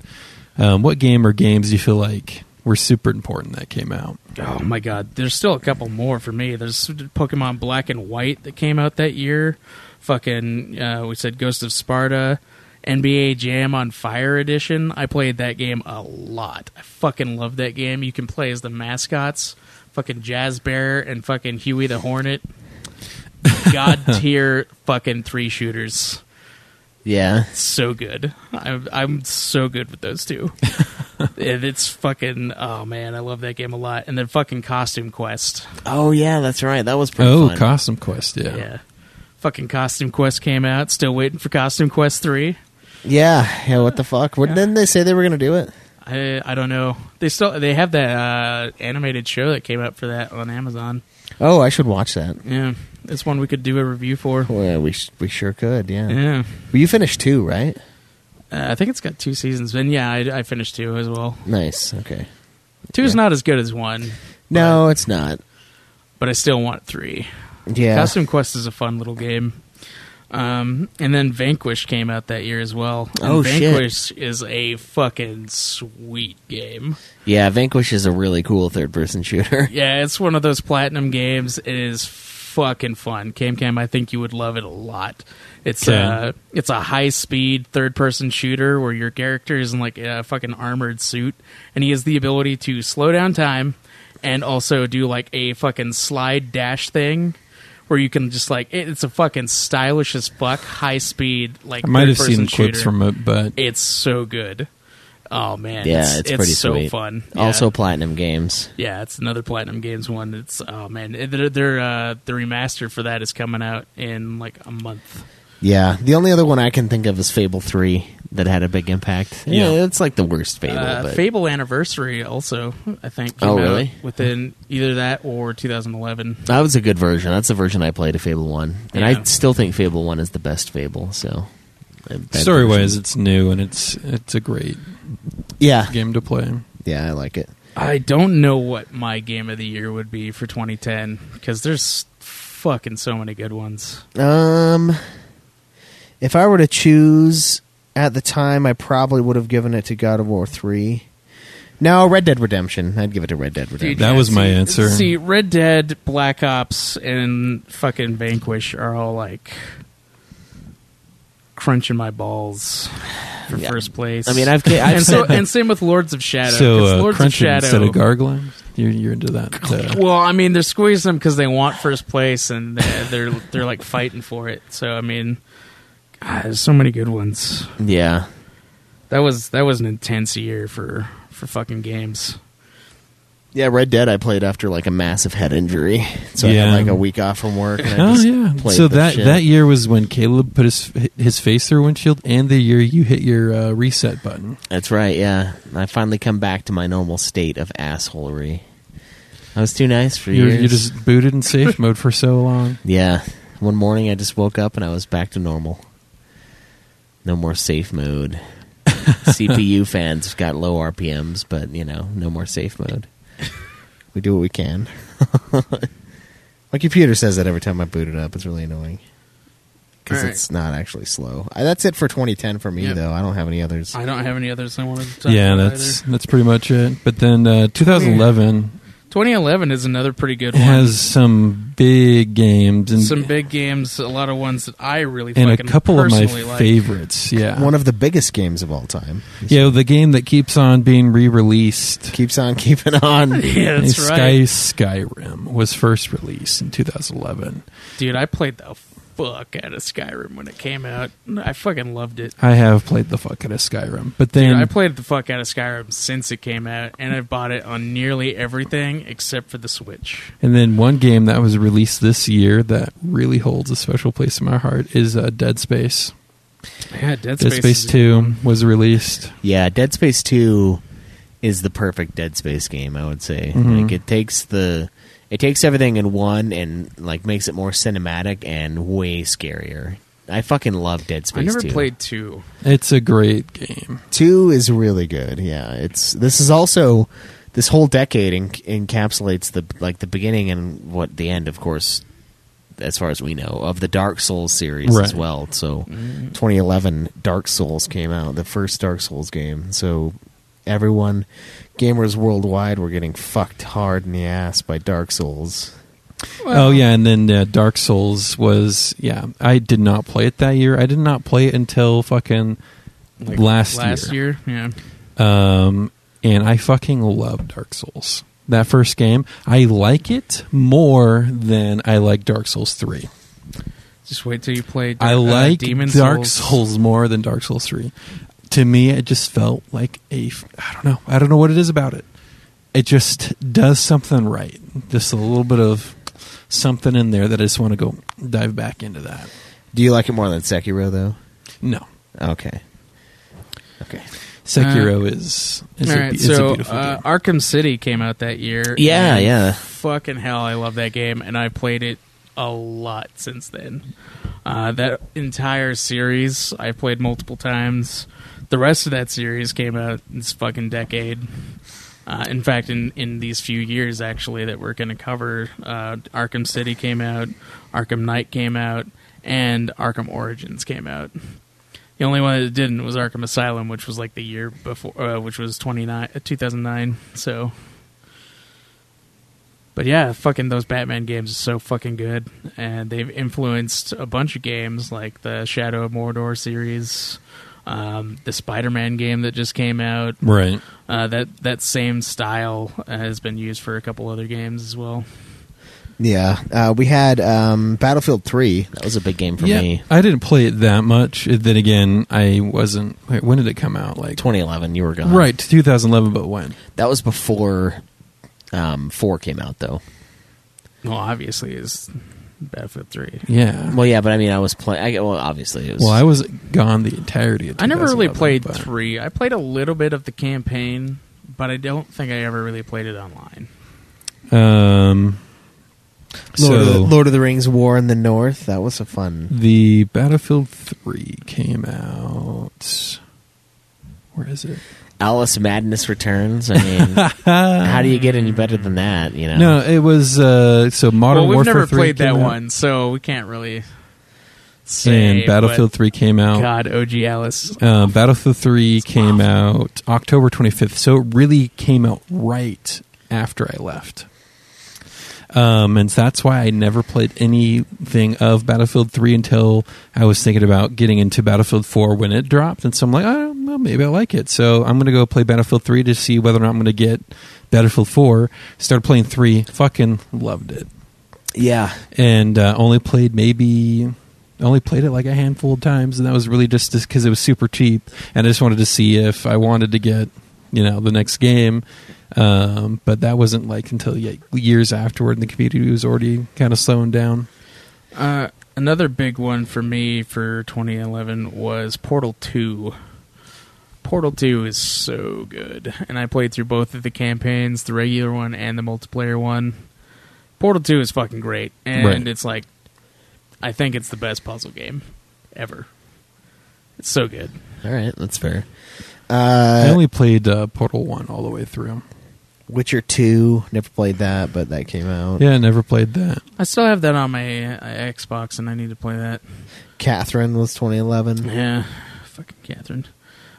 E: um, what game or games do you feel like were super important that came out?
F: Oh my god, there's still a couple more for me. There's Pokemon Black and White that came out that year. Fucking, uh, we said Ghost of Sparta, NBA Jam on Fire Edition. I played that game a lot. I fucking love that game. You can play as the mascots, fucking Jazz Bear and fucking Huey the Hornet. God tier fucking three shooters.
B: yeah.
F: So good. I'm, I'm so good with those two. And it's fucking, oh man, I love that game a lot. And then fucking Costume Quest.
B: Oh yeah, that's right. That was pretty.
E: Oh,
B: fun.
E: Costume Quest, yeah.
F: Yeah. Fucking Costume Quest came out. Still waiting for Costume Quest 3.
B: yeah, yeah. What the fuck? What, Didn't they say they were gonna do it?
F: I I don't know. They still they have that uh, animated show that came out for that on Amazon.
B: Oh, I should watch that.
F: Yeah, it's one we could do a review for.
B: Well, yeah, we sh- we sure could. Yeah.
F: Yeah,
B: Well, you finished two, right?
F: uh, I think it's got two seasons. And yeah, I, I finished two as well.
B: Nice. Okay.
F: Two is
B: Yeah.
F: not as good as one,
B: No, it's not.
F: but I still want three.
B: Yeah.
F: Costume Quest is a fun little game. Um, and then Vanquish came out that year as well. And
B: Oh, shit.
F: Vanquish is a fucking sweet game.
B: Yeah, Vanquish is a really cool third-person shooter.
F: Yeah, it's one of those platinum games. It is fucking fun. Cam Cam, I think you would love it a lot. It's
E: Okay.
F: uh it's a high speed third person shooter where your character is in like a fucking armored suit and he has the ability to slow down time and also do like a fucking slide dash thing where you can just like it- it's a fucking stylish as fuck high speed like
E: I might have
F: third-person
E: seen clips
F: shooter.
E: from it, but
F: it's so good. Oh man,
B: Yeah,
F: it's,
B: it's, pretty
F: so
B: sweet.
F: fun.
B: Also,
F: Yeah.
B: platinum games.
F: Yeah, it's another Platinum Games one. It's oh man, their their uh, the remaster for that is coming out in like a month.
B: Yeah, the only other one I can think of is Fable Three that had a big impact. Yeah,
E: Yeah.
B: it's like the worst Fable.
F: Uh,
B: but
F: Fable Anniversary also, I think. Came
B: Oh,
F: out
B: really?
F: Within either that or 2011.
B: that was a good version. That's the version I played of Fable One, and
F: Yeah.
B: I still think Fable One is the best Fable. So,
E: story wise, it's new and it's it's a great
B: yeah,
E: game to play.
B: yeah, I like it.
F: I don't know what my game of the year would be for 2010 because there's fucking so many good ones.
B: Um, if I were to choose at the time, I probably would have given it to God of War Three. No, Red Dead Redemption. I'd give it to Red Dead Redemption.
E: That was my
F: see-
E: answer.
F: See, Red Dead, Black Ops, and fucking Vanquish are all like crunching my balls for
B: Yeah.
F: first place.
B: I mean, I've, ca- I've
F: and so
B: said-
F: and same with Lords of Shadow.
E: so
F: 'cause
E: uh,
F: Lords of
E: crunching
F: Shadow.
E: instead of gargling, you're, you're into that. uh,
F: well, I mean, they're squeezing them because they want first place, and they're, they're they're like fighting for it. So I mean, God, there's so many good ones.
B: yeah,
F: That was that was an intense year for for fucking games.
B: Yeah, Red Dead I played after like a massive head injury, so I
E: Yeah.
B: had like a week off from work. And I
E: Oh
B: just
E: yeah!
B: played
E: So
B: the
E: that
B: shit.
E: that year was when Caleb put his his face through a windshield, and the year you hit your uh, reset button.
B: that's right. Yeah, I finally come back to my normal state of assholery. I was too nice for
E: You're,
B: years.
E: you're just booted in safe mode for so long.
B: yeah. One morning I just woke up and I was back to normal. No more safe mode. CPU fans have got low RPMs, but you know, no more safe mode. We do what we can. my computer says that every time I boot it up. It's really annoying because
F: All right.
B: it's not actually slow. I, that's it for 2010 for me,
F: Yep.
B: though. I don't have any others.
F: I don't have any others I wanted to talk
E: Yeah,
F: about
E: that's
F: either.
E: that's pretty much it. But then uh, 2011
F: 2011 is another pretty good one.
E: has some big games and
F: Some big games, a lot of ones that I really
E: and a
F: fucking
E: couple of my
F: personally like.
E: favorites. Yeah,
B: One of the biggest games of all time
E: you know, the game that keeps on being re-released.
B: keeps on keeping on.
F: Yeah, that's
E: is
F: right.
E: Sky Skyrim was first released in 2011.
F: Dude, I played the fuck out of Skyrim when it came out. I fucking loved it.
E: I have played the fuck out of Skyrim, but
F: Dude,
E: then
F: I played the fuck out of Skyrim since it came out, and I've bought it on nearly everything except for the Switch.
E: And then one game that was released this year that really holds a special place in my heart is uh, Dead Space.
F: Yeah, Dead
E: Dead Space Two was released.
B: Yeah, Dead Space 2 is the perfect Dead Space game, I would say.
F: Mm-hmm.
E: Mhm.
B: Like it takes the it takes everything in one and like makes it more cinematic and way scarier. I fucking love Dead Space
F: I never
B: 2.
F: played two.
E: It's a great game.
B: 2 is really good. Yeah, it's this is also this whole decade en- encapsulates the like the beginning and what the end of course as far as we know of the Dark Souls series as
E: Right.
B: well. So 2011 Dark Souls came out, the first Dark Souls game. So everyone gamers worldwide were getting fucked hard in the ass by Dark Souls.
E: oh yeah, and then uh, Dark Souls was yeah. I did not play it that year. I did not play it until fucking
F: Like,
E: last,
F: last year. yeah.
E: Um, and I fucking love Dark Souls. That first game, I like it more than I like Dark Souls three.
F: Just wait till you play.
E: I
F: uh,
E: like
F: Demon
E: Dark
F: Souls.
E: Souls. more than Dark Souls 3. To me, it just felt like a. f- I don't know. I don't know what it is about it. It just does something right. Just a little bit of something in there that I just want to go dive back into that.
B: Do you like it more than Sekiro though?
E: No.
B: Okay. Okay.
E: Sekiro is is,
F: All
E: a,
F: right,
E: be- is a
F: Uh, so
E: beautiful
F: uh,
E: game.
F: Arkham City came out that year.
B: Yeah,
F: and
B: yeah.
F: Fucking hell, I love that game, and I played it a lot since then. Uh, that entire series I played multiple times. The rest of that series came out this fucking decade. Uh, in fact, in, in these few years, actually, that we're going to cover, uh, Arkham City came out, Arkham Knight came out, and Arkham Origins came out. The only one that didn't was Arkham Asylum, which was like the year before, uh, which was 29, uh, 2009. So, but yeah, fucking those Batman games are so fucking good, and they've influenced a bunch of games like the Shadow of Mordor series, um, the Spider-Man game that just came out.
E: right.
F: Uh, that that same style uh, has been used for a couple other games as well.
B: Yeah, uh, we had um, Battlefield Three. That was a big game for
E: yeah,
B: me.
E: I didn't play it that much. Uh, Then again, I wasn't. Wait, when did it come out? Like
B: 2011, you were gone.
E: right, 2011. But when?
B: That was before um, Four came out, though.
F: Well, obviously, is Battlefield Three.
E: Yeah.
B: Well, yeah, but I mean, I was playing. Well, obviously, it was.
E: Well, I was gone the entirety of.
F: I never really
E: 2011,
F: played
E: but-
F: three. I played a little bit of the campaign, but I don't think I ever really played it online.
E: Um,
B: Lord, of the,
E: so
B: Lord of the Rings: War in the North. That was a fun.
E: the Battlefield Three came out. Where is it?
B: Alice Madness Returns. I mean, how do you get any better than that? You know.
E: No, it was uh, so Modern
F: well, we've
E: Warfare
F: never
E: 3
F: played that
E: came out,
F: one, so we can't really. Say,
E: and Battlefield Three came
F: but
E: out.
F: God, OG Alice.
E: Uh, Battlefield 3 came out October 25th, so it really came out right after I left. Um, and so that's why I never played anything of Battlefield 3 until I was thinking about getting into Battlefield 4 when it dropped. And so I'm like, oh, well, maybe I like it. So I'm going to go play Battlefield 3 to see whether or not I'm going to get Battlefield 4. Started playing 3, fucking loved it
B: Yeah.
E: and uh, only played maybe only played it like a handful of times and that was really just because it was super cheap and i just wanted to see if i wanted to get you know the next game um, but that wasn't like until ye- years afterward and the community was already kind of slowing down
F: Uh, another big one for me for 2011 was Portal 2. Portal 2 is so good, and I played through both of the campaigns, the regular one and the multiplayer one. Portal 2 is fucking great, and
E: Right.
F: it's like, I think it's the best puzzle game ever. It's so good.
B: All right, that's fair. Uh,
E: i only played uh, portal 1 all the way through
B: Witcher Two. Never played that, but that came out.
E: yeah I never played that
F: I still have that on my uh, Xbox, and I need to play that.
B: Catherine was 2011.
F: Yeah, fucking Catherine.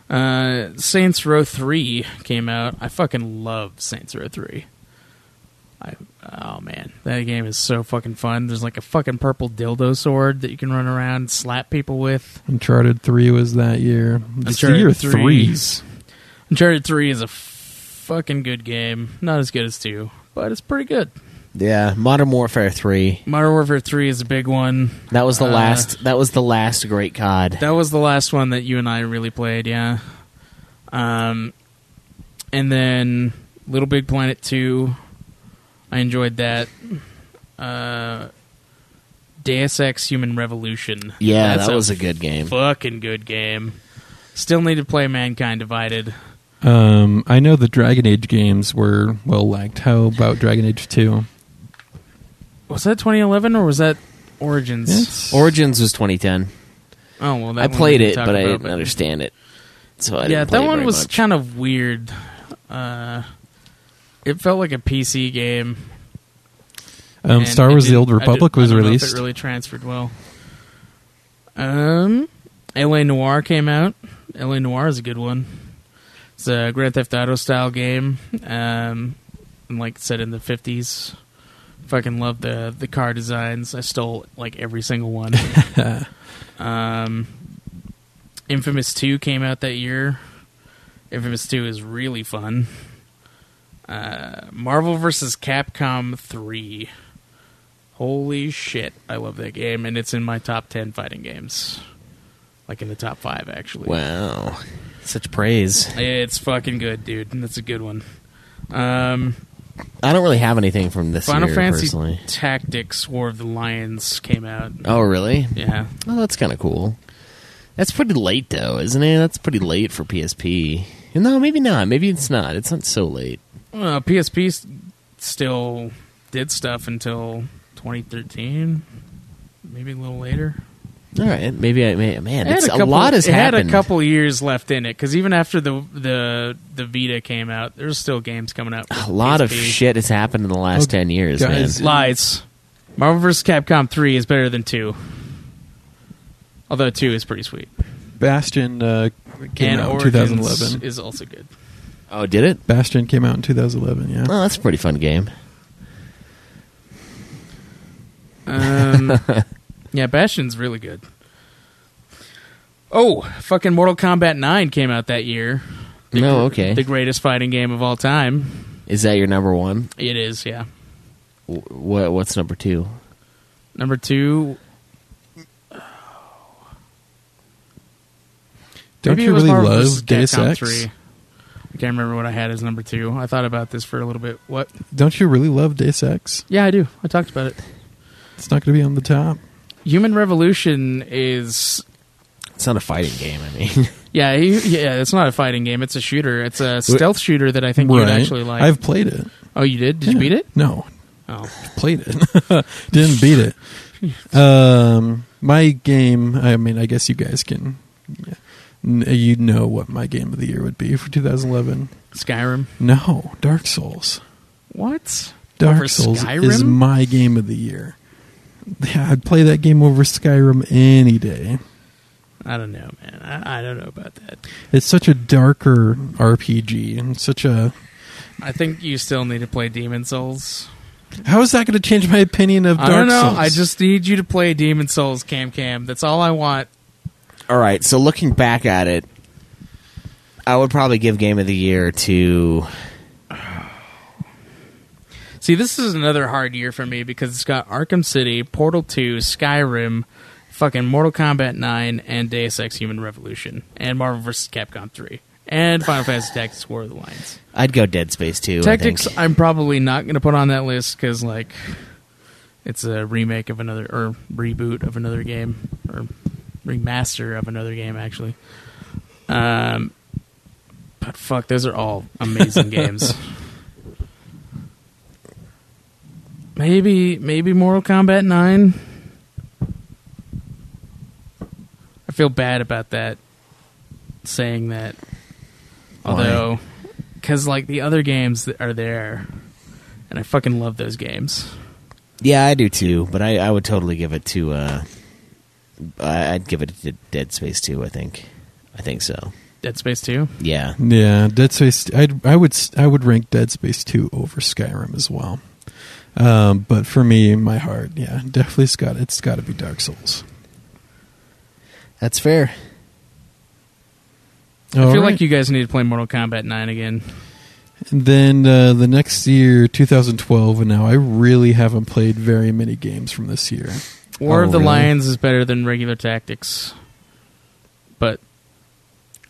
F: Uh, Saints Row Three came out. I fucking love Saints Row Three. I oh man, that game is so fucking fun. There's like a fucking purple dildo sword that you can run around and slap people with.
E: uncharted 3 was that year it's the year 3s
F: Uncharted Three is a fucking good game. Not as good as two, but it's pretty good.
B: Yeah, Modern Warfare Three.
F: Modern Warfare Three is a big one.
B: That was the
F: Uh,
B: last. That was the last great COD.
F: That was the last one that you and I really played, yeah. Um, and then Little Big Planet two, I enjoyed that. Uh, Deus Ex Human Revolution,
B: yeah,
F: That's
B: that was a good game.
F: fucking good game. Still need to play Mankind Divided.
E: um, i know the dragon age games were well liked how about dragon age 2
F: Was that 2011 or was that Origins?
B: Origins was 2010.
F: Oh well, that
B: I
F: one we
B: played
F: didn't
B: it,
F: talk
B: but I
F: about,
B: didn't understand it. So I didn't
F: yeah,
B: play
F: that
B: it
F: one
B: very
F: was
B: much.
F: kind of weird. Uh, it felt like a PC game.
E: Um,
F: and
E: Star
F: it
E: Wars: The
F: didn't-
E: Old
F: I
E: Republic
F: don't- I
E: was
F: don't know if
E: released.
F: it really transferred well. Um, L.A. Noir came out. L.A. Noir is a good one. It's a Grand Theft Auto style game. Um, and like set in the fifties. Fucking love the the car designs. I stole like every single one. um, Infamous Two came out that year. Infamous Two is really fun. Uh, Marvel vs. Capcom Three. Holy shit! I love that game, and it's in my top ten fighting games. Like in the top five, actually.
B: wow, such praise.
F: It's fucking good, dude. That's a good one. Um,
B: I don't really have anything from this
F: Final
B: year
F: Fantasy
B: personally.
F: Tactics: War of the Lions came out.
B: Oh, really?
F: Yeah,
B: Oh, that's kind of cool. That's pretty late, though, isn't it? That's pretty late for PSP. No, maybe not. Maybe it's not. It's not so late.
F: Uh, PSP s- still did stuff until 2013, maybe a little later.
B: All right, maybe I may. Man,
F: It
B: it's,
F: had
B: a, lot has
F: it
B: happened.
F: had a couple years left in it because even after the the the Vita came out, there's still games coming out.
B: A lot of
F: PSP.
B: shit has happened in the last
E: Oh,
B: ten years,
E: guys.
B: man.
F: Lies. Marvel vs. Capcom 3 is better than 2. Although 2 is pretty sweet.
E: Bastion uh, came
F: and
E: out in
F: Origins
E: 2011.
F: is also good.
B: Oh, did it?
E: Bastion came out in 2011. Yeah.
B: Oh, that's a pretty fun game.
F: Um, yeah, Bastion's really good. Oh, fucking Mortal Kombat 9 came out that year.
B: No,
E: Oh,
F: gr-
B: okay.
F: The greatest fighting game of all time.
B: Is that your number one?
F: It is, yeah.
B: Wh- What What's number two?
F: Number 2,
E: Don't
F: maybe it
E: you
F: was
E: really
F: Marvel vs.
E: love Deus
F: Capcom
E: Ex?
F: 3. I can't remember what I had as number 2. I thought about this for a little bit. What?
E: Don't you really love Deus Ex?
F: Yeah, I do. I talked about it.
E: It's not going to be on the top.
F: Human Revolution is
B: It's not a fighting game. I mean,
F: yeah he- yeah. It's not a fighting game. It's a shooter. It's a stealth shooter that I think you'd actually like.
E: I've played it.
F: oh, you did? Did you
E: Yeah.
F: beat it?
E: No,
F: Oh,
E: played it. Didn't beat it. Um, my game. I mean, I guess you guys can. Yeah, N- you know what my game of the year would be for 2011?
F: Skyrim.
E: No, Dark Souls.
F: What?
E: Dark
F: Over
E: Souls
F: Skyrim?
E: is my game of the year. Yeah, I'd play that game over Skyrim any day.
F: I don't know, man. I, I don't know about that.
E: It's such a darker RPG and such a.
F: I think you still need to play Demon Souls.
E: How is that going to change my opinion of Dark
F: I don't know.
E: Souls?
F: I just need you to play Demon Souls, Cam Cam. That's all I want.
B: all right. So looking back at it, I would probably give Game of the Year to.
F: See, this is another hard year for me because it's got Arkham City, Portal 2, Skyrim, fucking Mortal Kombat 9, and Deus Ex Human Revolution, and Marvel vs. Capcom 3, and Final Fantasy Tactics War of the Lions.
B: I'd go Dead Space too.
F: Tactics,
B: I think.
F: I'm probably not going to put on that list because, like, it's a remake of another, or reboot of another game, or remaster of another game, actually. Um, but fuck, those are all amazing games. Maybe, maybe Mortal Kombat 9. I feel bad about that, saying that.
B: Why?
F: Although, because, like, the other games that are there, and I fucking love those games.
B: Yeah, I do too. But I, I would totally give it to. Uh, I- I'd give it to Dead Space too. I think. I think so.
F: Dead Space 2?
B: Yeah.
E: Yeah, Dead Space. I'd, I would s- I would rank Dead Space two over Skyrim as well. Um, but for me, in my heart, yeah, definitely it's got it's got to be Dark Souls.
B: That's fair.
F: I feel like you guys need to play Mortal Kombat 9 again.
E: And then uh, the next year, 2012, and now I really haven't played very many games from this year.
F: War
B: Oh,
F: of the
B: really?
F: Lions is better than regular tactics, but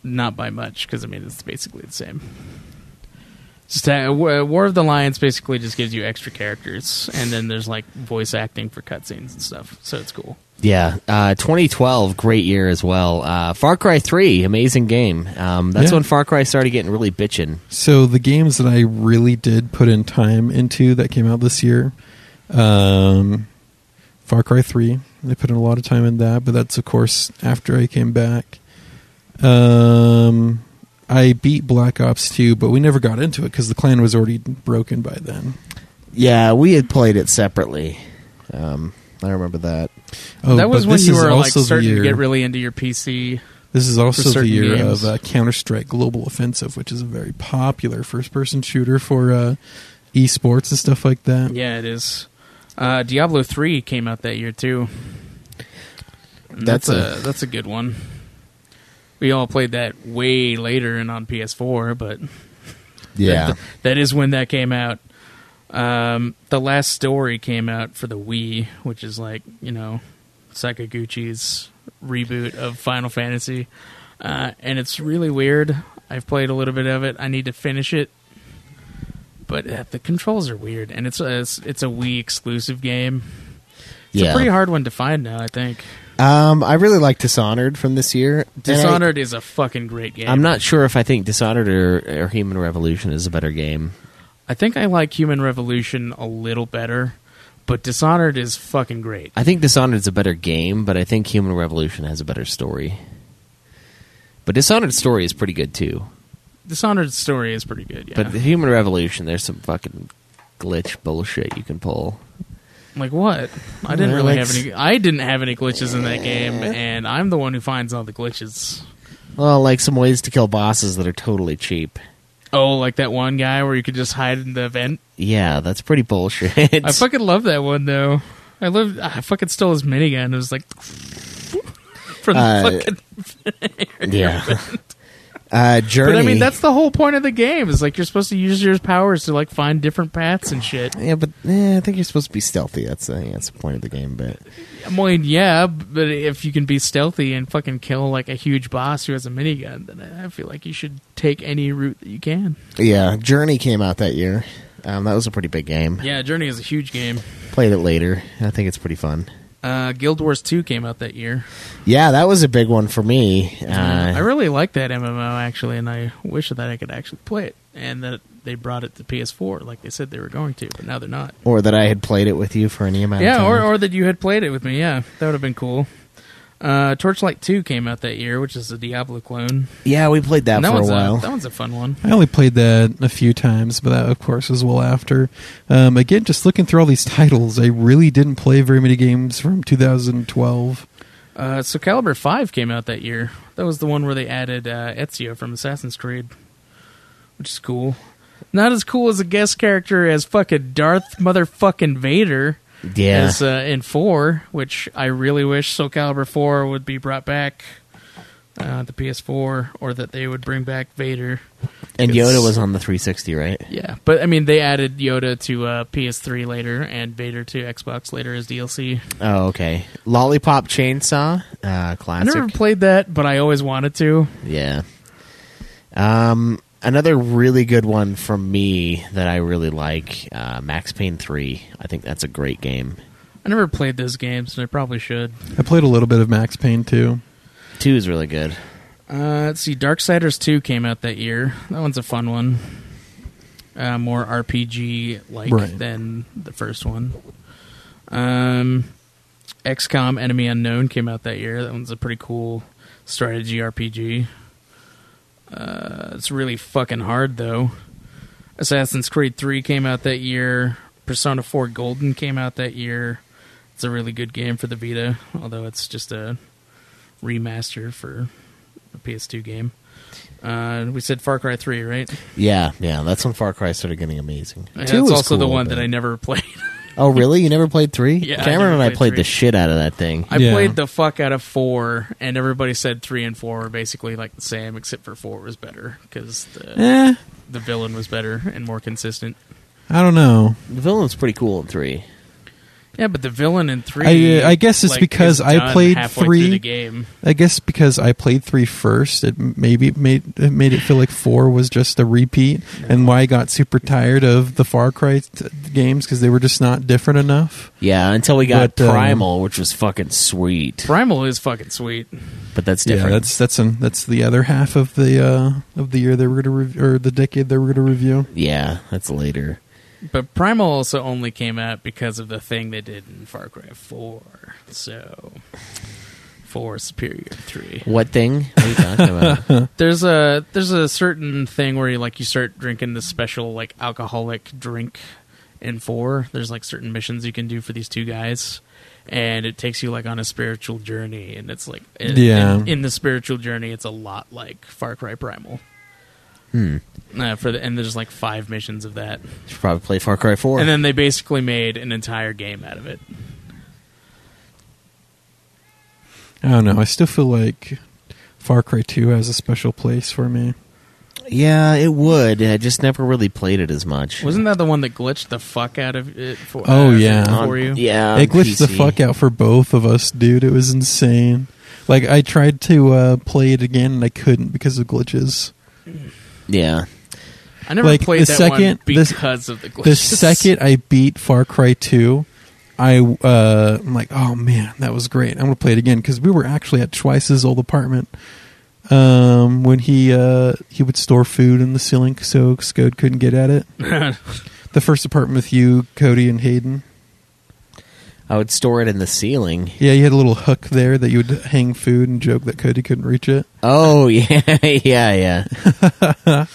F: not by much because I mean it's basically the same. Just ta- Wa- War of the Lions basically just gives you extra characters, and then there's like voice acting for cutscenes and stuff, so it's cool.
B: Yeah, uh, 2012, great year as well. Uh, Far Cry 3, amazing game. Um, that's
E: Yeah.
B: when Far Cry started getting really bitchin'.
E: So the games that I really did put in time into that came out this year, um, Far Cry Three. I put in a lot of time in that, but that's of course after I came back. Um, I beat Black Ops Two, but we never got into it because the clan was already broken by then.
B: Yeah, we had played it separately. Um, I remember that.
E: Oh,
F: that was
E: but
F: when
E: this
F: you
E: is
F: were like
E: also the
F: starting to
E: year-
F: get really into your PC.
E: This is also the
F: certain
E: year
F: games.
E: of uh, Counter Strike Global Offensive, which is a very popular first-person shooter for uh, esports and stuff like that.
F: Yeah, it is. Uh, Diablo three came out that year too. And
B: That's
F: that's, a, that's a good one. We all played that way later and on PS4, but That- that is when that came out. Um, the last story came out for the Wii, which is like you know Sakaguchi's reboot of Final Fantasy, uh, and it's really weird. I've played a little bit of it. I need to finish it, but uh, the controls are weird, and it's a it's, it's a Wii exclusive game. It's
B: yeah.
F: a pretty hard one to find now. I think
B: Um, I really like Dishonored from this year. And I-
F: Dishonored is a fucking great game.
B: I'm not sure if I think Dishonored or, or Human Revolution is a better game.
F: I think I like Human Revolution a little better, but Dishonored is fucking great.
B: I think Dishonored is a better game, but I think Human Revolution has a better story. But Dishonored story is pretty good too.
F: Dishonored's story is pretty good. Yeah.
B: But the Human Revolution, there's some fucking glitch bullshit you can pull.
F: like what? I didn't
B: Well,
F: really
B: it's-
F: have any. I didn't have any glitches in that game, and I'm the one who finds all the glitches.
B: Well, like some ways to kill bosses that are totally cheap.
F: Oh, like that one guy where you could just hide in the vent.
B: Yeah, that's pretty bullshit.
F: I fucking love that one though. I love. I fucking stole his minigun. It was like from the
B: Uh,
F: fucking.
B: yeah. Uh, Journey.
F: But I mean, that's the whole point of the game. Is like you're supposed to use your powers to like find different paths and shit.
B: yeah, but eh, I think you're supposed to be stealthy. That's I think that's the point of the game. But
F: I mean, yeah, but if you can be stealthy and fucking kill like a huge boss who has a minigun, then I I feel like you should take any route that you can.
B: yeah, Journey came out that year. Um, that was a pretty big game.
F: Yeah, Journey is a huge game.
B: Played it later. I think it's pretty fun.
F: Uh, Guild Wars 2 came out that year.
B: Yeah, that was a big one for me. Uh,
F: I really like that MMO actually, and I wish that I could actually play it. And that they brought it to PS4, like they said they were going to, but now they're not.
B: or that I had played it with you for any amount of
F: Yeah,
B: time.
F: or, or that you had played it with me. Yeah, that would have been cool. Uh, Torchlight 2 came out that year, which is a Diablo clone.
B: yeah, we played that,
F: And that,
B: for a
F: one's
B: while.
F: that one's a fun one.
E: I only played that a few times, but that, of course, was well after. Um, again, just looking through all these titles, I really didn't play very many games from 2012.
F: Uh, so Calibur Five came out that year. That was the one where they added uh, Ezio from Assassin's Creed, which is cool. Not as cool as a guest character as fucking Darth motherfucking Vader
B: yeah,
F: as uh, in four, which I really wish Soul Calibur Four would be brought back uh, to PS4, or that they would bring back Vader.
B: and
F: it's-
B: Yoda was on the 360, right?
F: Yeah, but I mean they added Yoda to uh, PS3 later and Vader to Xbox later as DLC.
B: Oh, okay. Lollipop Chainsaw, uh,
F: I
B: classic.
F: never played that, but I always wanted to.
B: Yeah. Um, another really good one from me that I really like, uh, Max Payne 3. I think that's a great game.
F: I never played those games, and I probably should.
E: I played a little bit of Max Payne too.
B: Two is really good.
F: Uh, let's see, Darksiders 2 came out that year. That one's a fun one. Uh, more RPG like
E: Right.
F: than the first one. Um, XCOM Enemy Unknown came out that year. That one's a pretty cool strategy RPG. Uh, it's really fucking hard though. Assassin's Creed 3 came out that year. Persona 4 Golden came out that year. It's a really good game for the Vita, although it's just a remaster for a PS2 game. Uh, we said Far Cry 3, right?
B: Yeah, yeah. That's when Far Cry started getting amazing.
F: Yeah,
B: Two
F: That's
B: is
F: also the
B: cool,
F: one
B: but-
F: that I never played.
B: Oh, really? You never played three?
F: Yeah, I
B: Cameron
F: never
B: and I
F: played
B: played
F: three.
B: the shit out of that thing.
F: I
E: Yeah.
F: played the fuck out of 4, and everybody said 3 and 4 were basically like the same, except for 4 was better, because the,
E: Eh,
F: the villain was better and more consistent.
E: I don't know.
B: The villain's pretty cool in three.
F: Yeah, but the villain in 3...
E: I guess it's
F: like,
E: because
F: is
E: I
F: done
E: played
F: halfway
E: three.
F: through the game.
E: I guess because I played three first, it m- maybe it made it made it feel like four was just a repeat, and why I got super tired of the Far Cry t- games because they were just not different enough.
B: Yeah, until we got
E: But, um,
B: Primal, which was fucking sweet.
F: Primal is fucking sweet.
B: But that's different.
E: Yeah, that's that's an, that's the other half of the uh, of the year they were going to re- or the decade they were going to review.
B: Yeah, that's later.
F: But Primal also only came out because of the thing they did in Far Cry 4. So, 4 is superior to 3.
B: What thing? What are you talking about?
F: There's a there's a certain thing where you like you start drinking this special like alcoholic drink in 4. There's like certain missions you can do for these two guys and it takes you like on a spiritual journey and it's like in-
E: Yeah.
F: in, in the spiritual journey it's a lot like Far Cry Primal. Hmm. Uh, for the, and there's like five missions of that.
B: Should probably play Far Cry Four.
F: And then they basically made an entire game out of it.
E: I don't know. I still feel like Far Cry Two has a special place for me.
B: yeah, it would. I just never really played it as much.
F: Wasn't that the one that glitched the fuck out of it for
E: Oh,
F: uh,
E: yeah.
F: for you?
B: Yeah,
E: it glitched the fuck out for both of us, dude. It was insane. Like I tried to uh, play it again and I couldn't because of glitches.
B: Yeah,
F: I never
E: Like,
F: played
E: the
F: that
E: second-
F: one
E: this-
F: because of the glitches.
E: The second I beat Far Cry Two, I uh, I'm like, oh man, that was great. I'm gonna play it again because we were actually at Schweiss's old apartment um, when he uh, he would store food in the ceiling so Scode couldn't get at it. the first apartment with you, Cody, and Hayden.
B: I would store it in the ceiling.
E: Yeah, you had a little hook there that you would hang food and joke that Cody couldn't reach it.
B: Oh yeah, yeah, yeah.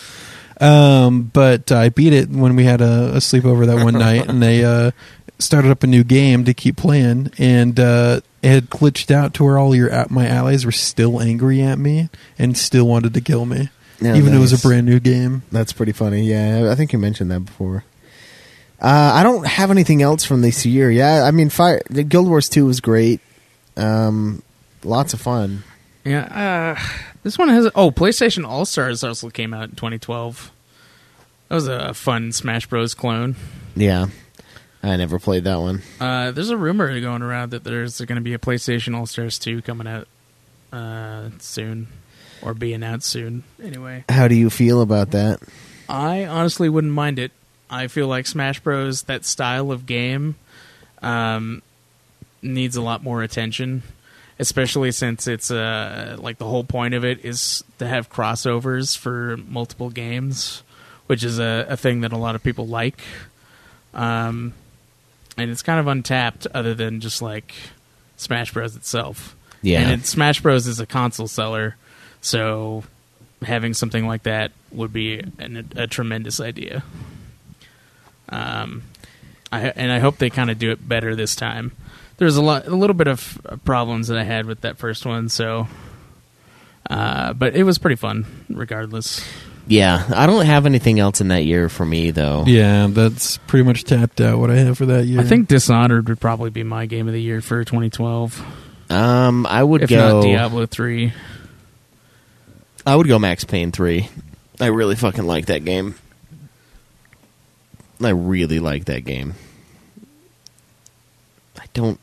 E: Um, but I beat it when we had a, a sleepover that one night, and they uh, started up a new game to keep playing, and uh, it had glitched out to where all your a- my allies were still angry at me and still wanted to kill me,
B: Yeah,
E: even though it was a
B: nice.
E: brand new game.
B: That's pretty funny. Yeah, I think you mentioned that before. Uh, I don't have anything else from this year. Yeah, I mean, Fire the Guild Wars Two was great. Um, lots of fun.
F: Yeah, uh, this one has. Oh, PlayStation All Stars also came out in 2012. That was a fun Smash Bros. clone.
B: Yeah, I never played that one.
F: Uh, there's a rumor going around that there's going to be a PlayStation All Stars 2 coming out uh, soon, or be announced soon. Anyway,
B: How do you feel about that?
F: I honestly wouldn't mind it. I feel like Smash Bros. That style of game um, needs a lot more attention, especially since it's uh, like the whole point of it is to have crossovers for multiple games, which is a, a thing that a lot of people like. Um, and it's kind of untapped, other than just like Smash Bros. itself.
B: Yeah.
F: and it, Smash Bros. is a console seller, so having something like that would be an, a tremendous idea. Um, I, and I hope they kind of do it better this time. There's a lot, a little bit of uh, problems that I had with that first one, so. Uh, but it was pretty fun, regardless.
B: Yeah, I don't have anything else in that year for me though.
E: Yeah, that's pretty much tapped out what I have for that year.
F: I think Dishonored would probably be my game of the year for 2012,
B: Um, I would
F: if
B: go.
F: not Diablo 3.
B: I would go Max Payne three. I really fucking like that game. I really like that game. I don't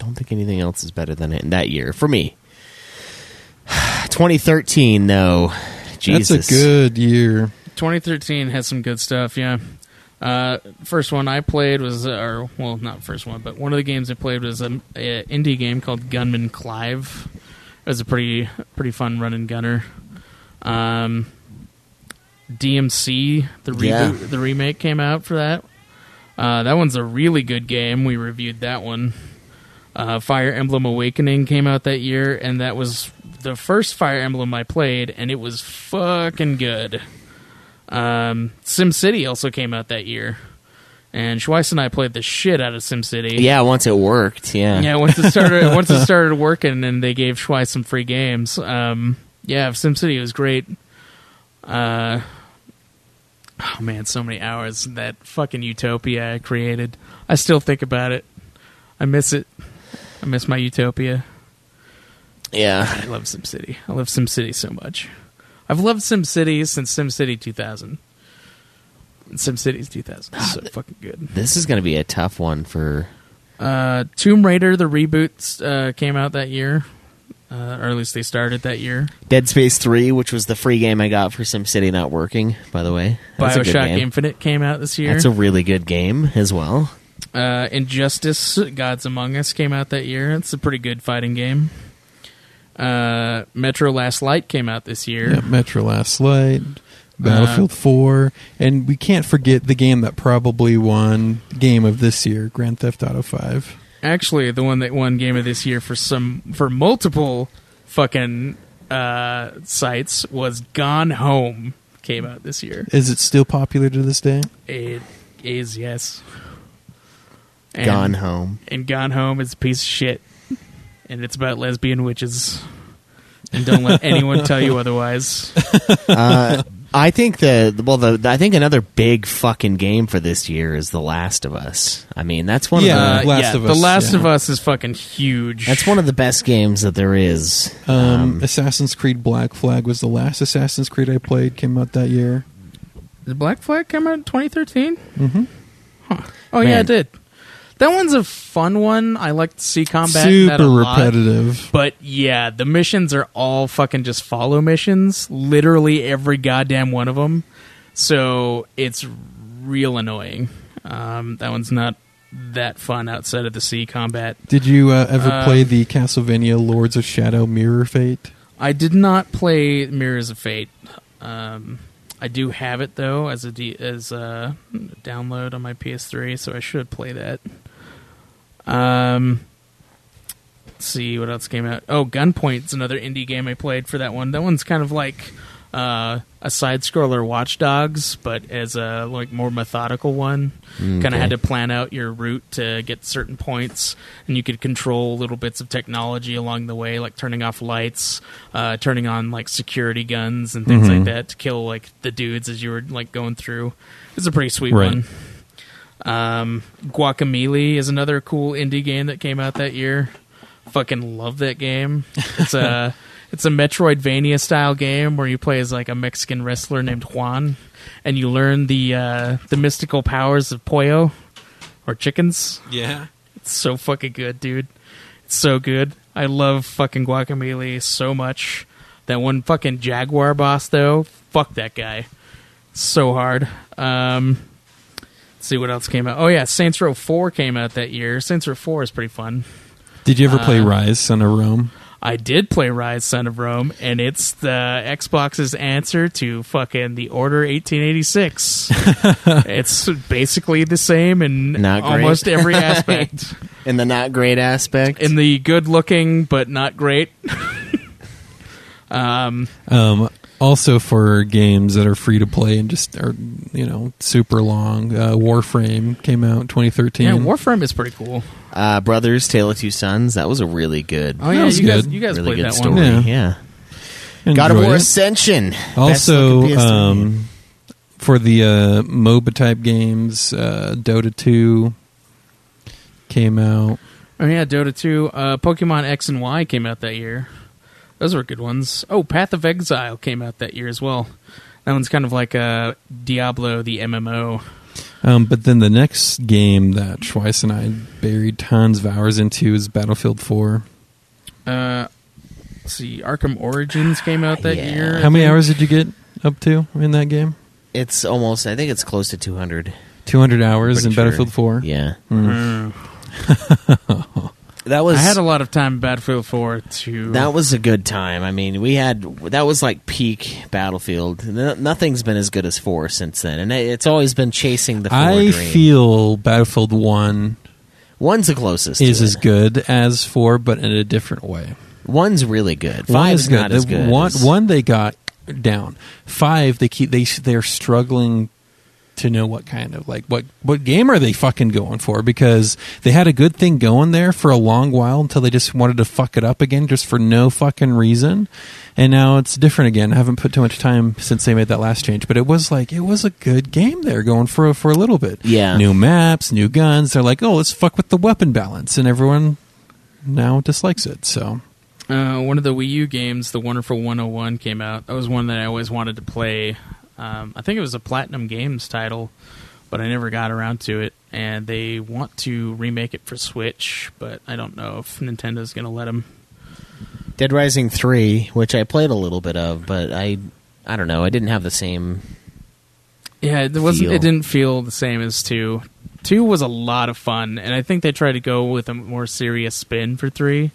B: don't think anything else is better than it in that year for me. 2013 though. Jesus.
E: that's a good year.
F: 2013 has some good stuff. Yeah. Uh, first one I played was, uh, or well, not first one, but one of the games I played was an indie game called Gunman Clive. It was a pretty pretty fun run and gunner. Um, DMC the reboot
B: Yeah.
F: the remake came out for that. Uh, that one's a really good game. We reviewed that one. Uh, Fire Emblem Awakening came out that year, and that was the first Fire Emblem I played, and it was fucking good. Um, SimCity also came out that year, and Schweiss and I played the shit out of SimCity.
B: Yeah, once it worked, yeah.
F: yeah. Once it started, once it started working, and they gave Schweiss some free games. Um, yeah, SimCity was great. Uh, oh man, so many hours in that fucking utopia I created. I still think about it. I miss it. I miss my utopia.
B: Yeah.
F: I love SimCity. I love SimCity so much. I've loved SimCity since SimCity 2000. And SimCity's 2000 is so fucking good.
B: This is going to be a tough one for
F: Uh, Tomb Raider, the reboots uh, came out that year, uh, or at least they started that year.
B: Dead Space 3, which was the free game I got for SimCity not working, by the way. That's a good
F: Bioshock
B: game.
F: Infinite came out this year.
B: That's a really good game as well.
F: uh, Injustice: Gods Among Us came out that year. It's a pretty good fighting game. Uh, Metro: Last Light came out this year.
E: Yeah, Metro Last Light, Battlefield 4, and we can't forget the game that probably won game of this year, Grand Theft Auto 5.
F: actually the one that won game of this year for some for multiple fucking uh sites was gone home came out this year
E: Is it still popular to this day?
F: it is yes and,
B: Gone Home.
F: and gone home is a piece of shit and it's about lesbian witches and don't let anyone tell you otherwise
B: I think the well, the, the- I think another big fucking game for this year is The Last of Us. I mean, that's one
E: Yeah.
B: of the,
E: Last
F: Uh, yeah,
E: of
F: the
E: Us,
F: last
E: yeah.
F: of us is fucking huge
B: that's one of the best games that there is.
E: Um, Assassin's Creed Black Flag was the last Assassin's Creed I played. Came out that year.
F: Did Black Flag come out in 2013? Mm-hmm. Huh. Oh yeah,
B: Man.
F: it did. That one's a fun one. I like to see combat. in that a
E: Super
F: lot.
E: repetitive.
F: But yeah, the missions are all fucking just follow missions. Literally every goddamn one of them. So it's real annoying. Um, that one's not that fun outside of the sea combat.
E: Did you uh, ever
F: Uh,
E: play the Castlevania Lords of Shadow Mirror Fate?
F: I did not play Mirrors of Fate. Um, I do have it though as a D- as a download on my PS3, so I should play that. Um, let's see what else came out. Oh, Gunpoint's another indie game I played for that one. That one's kind of like uh, a side scroller Watch Dogs, but as a like more methodical one. Kind of had to plan out your route to get certain points, and you could control little bits of technology along the way, like turning off lights, uh, turning on like security guns and things like that to kill like the dudes as you were like going through. It's a pretty sweet
E: Right.
F: one. Um, Guacamole is another cool indie game that came out that year. Fucking love that game. It's a it's a Metroidvania style game where you play as like a Mexican wrestler named Juan, and you learn the uh, the mystical powers of pollo or chickens.
E: Yeah.
F: It's so fucking good, dude. It's so good. I love fucking Guacamole so much. That one fucking Jaguar boss though, fuck that guy. So hard. Um let's see what else came out. Oh yeah, Saints Row 4 came out that year. Saints Row 4 is pretty fun.
E: Did you ever
F: uh,
E: play Rise, Son of Rome?
F: I did play Rise Son of Rome and it's the Xbox's answer to fucking The Order 1886. it's basically the same in
B: Not great.
F: almost every aspect.
B: in the not great aspect.
F: in the good looking but not great. um,
E: Um, also for games that are free to play and just are you know super long. Uh, Warframe came out in 2013.
F: yeah, Warframe is pretty cool.
B: uh, Brothers, Tale of Two Sons. That was a really good.
F: Oh yeah,
E: was
F: you guys,
E: good.
F: you guys
B: really
F: played
B: good
F: that
B: story.
F: one.
E: Yeah.
B: Yeah. God of
E: Enjoyed
B: War
E: it.
B: Ascension. Best
E: Also,
B: looking PS3 game.
E: um, for the uh, MOBA type games, uh, Dota 2 came out.
F: Oh yeah, Dota two, uh, Pokemon X and Y came out that year. Those were good ones. Oh, Path of Exile came out that year as well. That one's kind of like uh, Diablo, the MMO.
E: Um, but then the next game that Schweiss and I buried tons of hours into is Battlefield 4.
F: Uh, let's see, Arkham Origins came out that
B: Yeah.
F: year.
E: How many hours did you get up to in that game?
B: it's almost. I think it's close to two hundred.
E: 200 hours in
B: Pretty sure.
E: Battlefield 4.
B: Yeah,
F: Mm.
B: that was.
F: I had a lot of time in Battlefield Four to
B: that was a good time. I mean, we had that was like peak Battlefield. No- nothing's been as good as four since then, and it's always been chasing the. Four
E: I
B: dream.
E: feel Battlefield 1
B: one's the closest.
E: is
B: to
E: as
B: it.
E: good as 4, but in a different way.
B: One's really good.
E: One is
B: Five's
E: good.
B: not as
E: The
B: good.
E: One,
B: as-
E: one they got down. Five, they keep they they're struggling to know what kind of like what what game are they fucking going for because they had a good thing going there for a long while until they just wanted to fuck it up again just for no fucking reason. And now it's different again. I haven't put too much time since they made that last change, but it was like it was a good game there going for a- for a little bit.
B: Yeah.
E: New maps, new guns. They're like, "Oh, let's fuck with the weapon balance." And everyone now dislikes it. So,
F: Uh, one of the Wii U games, The Wonderful 101, came out. That was one that I always wanted to play. Um, I think it was a Platinum Games title, but I never got around to it. And they want to remake it for Switch, but I don't know if Nintendo's going to let them.
B: Dead Rising three, which I played a little bit of, but I, I don't know. I didn't have the same.
F: Yeah, it wasn't.
B: Feel.
F: It didn't feel the same as two. Two was a lot of fun, and I think they tried to go with a more serious spin for three,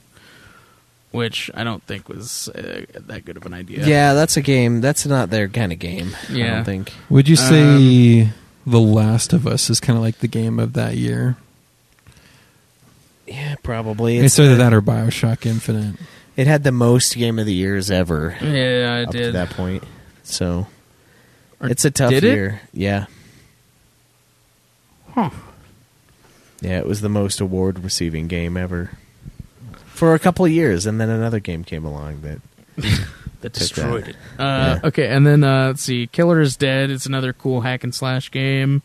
F: which I don't think was uh, that good of an idea.
B: that's a game. That's not their kind of game.
F: Yeah.
B: think.
E: Would you say The Last of Us is kind of like the game of that year?
B: Yeah, probably. uh,
E: It's, either that or Bioshock Infinite.
B: It had the most game of the years ever
F: yeah, I
B: up to
F: did.
B: that point. So
F: Or
B: it's a tough
F: did it?
B: year. Yeah.
F: Huh.
B: Yeah, it was the most award receiving game ever. For a couple of years, and then another game came along that Took
F: that destroyed
B: that.
F: it. Uh,
B: Yeah.
F: Okay, and then uh, let's see. Killer is Dead. It's another cool hack and slash game.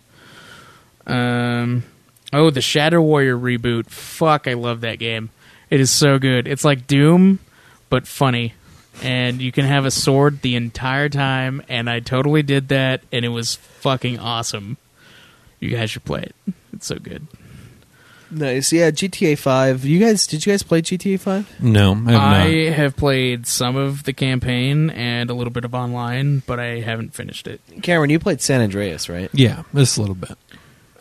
F: Um, oh, the Shadow Warrior reboot. Fuck, I love that game. It is so good. It's like Doom, but funny. And you can have a sword the entire time, and I totally did that, and it was fucking awesome. You guys should play it. It's so good.
B: Nice. Yeah, GTA five. You guys did you guys play GTA five?
E: No, I have
F: I
E: not.
F: have played some of the campaign and a little bit of online, but I haven't finished it.
B: Cameron, you played San Andreas, right?
E: Yeah, just a little bit.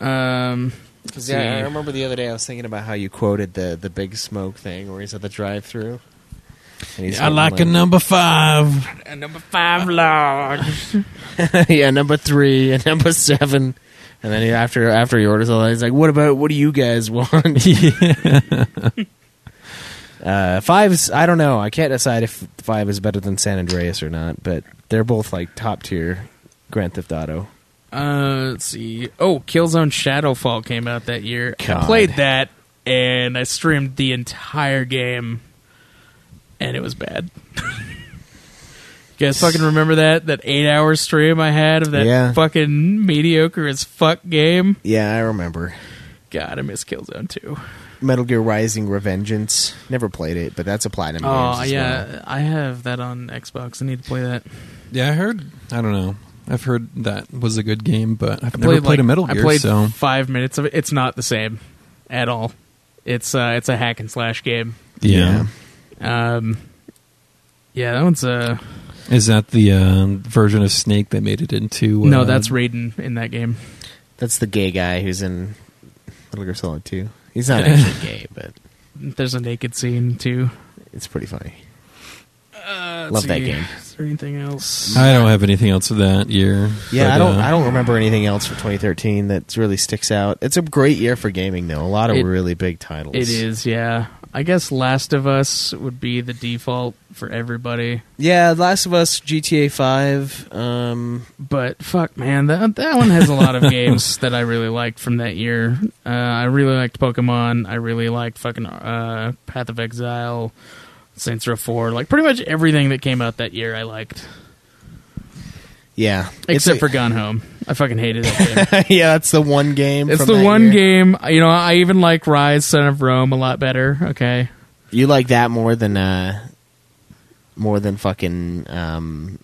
F: Um,
B: Because I remember the other day I was thinking about how you quoted the the big smoke thing where he's at the drive through.
E: I like a number five.
F: number five large.
B: yeah, number three and number seven. And then he, after after he orders all that, he's like, "What about what do you guys want?" uh, five's I don't know. I can't decide if five is better than San Andreas or not, but they're both like top tier Grand Theft Auto.
F: Uh, let's see. Oh, Killzone Shadowfall came out that year.
B: God.
F: I played that and I streamed the entire game, and it was bad. you guys fucking remember that that eight hour stream I had of that
B: Yeah.
F: fucking mediocre as fuck game?
B: Yeah, I remember
F: God, I miss Killzone too.
B: Metal Gear Rising: Revengeance. Never played it, but that's a platinum.
F: Oh
B: games as
F: yeah,
B: well.
F: I have that on Xbox. I need to play that.
E: Yeah, I heard. I don't know. I've heard that was a good game, but I've
F: I
E: never played
F: like,
E: a Metal Gear.
F: I played
E: so
F: five minutes of it. It's not the same at all. It's uh, it's a hack and slash game.
E: yeah.
F: Um, yeah, that one's uh
E: is that the um, version of Snake they made it into?
F: no.
E: uh,
F: That's Raiden in that game.
B: that's the gay guy who's in Metal Gear Solid Two. He's not actually gay, but
F: There's a naked scene too.
B: it's pretty funny.
F: Uh, let's
B: Love that
F: see.
B: game.
F: Is there anything else?
E: I don't have anything else of that year.
B: Yeah,
E: but,
B: I don't.
E: uh,
B: I don't remember anything else for 2013 that really sticks out. It's a great year for gaming, though. A lot of
F: It-
B: really big titles.
F: It is, yeah. I guess Last of Us would be the default for everybody.
B: Yeah, Last of Us, GTA 5. Um,
F: But fuck, man, that that one has a lot of games that I really liked from that year. Uh, I really liked Pokemon. I really liked fucking uh, Path of Exile, Saints Row Four. Like pretty much everything that came out that year, I liked,
B: yeah, It's
F: except
B: a-
F: for Gone Home. I fucking hated that game.
B: yeah, that's the one game.
F: It's
B: from
F: the
B: that year.
F: one game. You know, I even like Rise, Son of Rome, a lot better. Okay,
B: you like that more than uh, more than fucking. Um,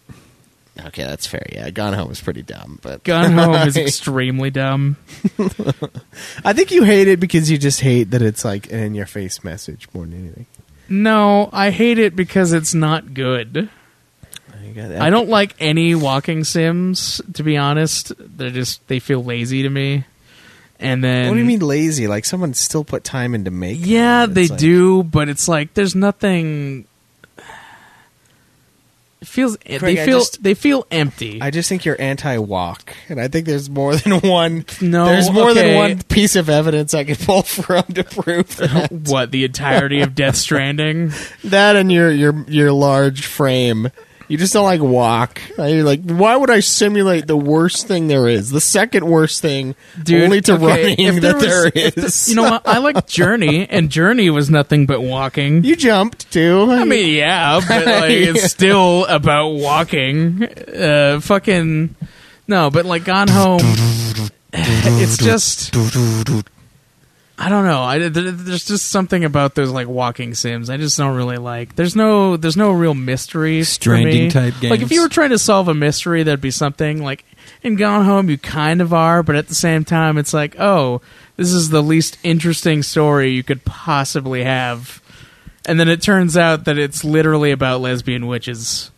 B: okay, that's fair. Yeah, Gone Home was pretty dumb, but
F: Gun Home is extremely dumb.
B: I think you hate it because you just hate that it's like an in-your-face message more than anything.
F: No, I hate it because it's not good. I don't like any walking sims. To be honest, they're just they feel lazy to me. And then
B: What do you mean lazy? Like someone still put time into making. it.
F: Yeah,
B: It's
F: they
B: like-
F: do, but it's like there's nothing. It feels
B: Craig, I
F: they feel
B: just-
F: they feel empty.
B: I just think you're anti-walk, and I think there's more than one.
F: No,
B: there's more than
F: okay.
B: one piece of evidence I could pull from to prove that.
F: what the entirety of Death Stranding?
B: that and your your your large frame. You just don't like walk. Uh, You're like, why would I simulate the worst thing there is, the second worst thing,
F: Dude,
B: only to
F: okay,
B: running
F: if there
B: that there
F: was-
B: is?
F: You know what? I like Journey, and Journey was nothing but walking.
B: you jumped too.
F: I mean, yeah, but like it's still about walking. Uh, fucking no, but like Gone Home, it's just I don't know. I, there- there's just something about those like walking sims. I just don't really like. There's no there's no real mystery. for
E: Stranding
F: me.
E: type
F: Like if
E: games.
F: you were trying to solve a mystery, that'd be something. Like in Gone Home, you kind of are, but at the same time, it's like oh. This is the least interesting story you could possibly have and then it turns out that it's literally about lesbian witches.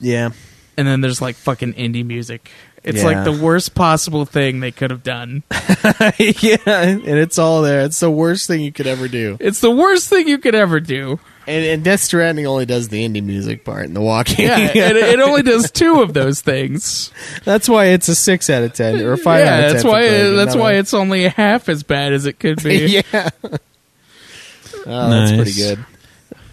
B: yeah,
F: And then there's like fucking indie music. It's
B: Yeah.
F: like the worst possible thing they could have done.
B: yeah, and it's all there. It's the worst thing you could ever do.
F: It's the worst thing you could ever do.
B: And, and Death Stranding only does the indie music part and the walking.
F: Yeah, it, it only does two of those things.
B: That's why it's a six out of ten or a five
F: yeah,
B: out of ten.
F: that's
B: for
F: why.
B: Craig,
F: that's
B: not
F: why
B: a-
F: it's only half as bad as it could be.
B: yeah. oh, that's pretty
E: Nice.
B: good.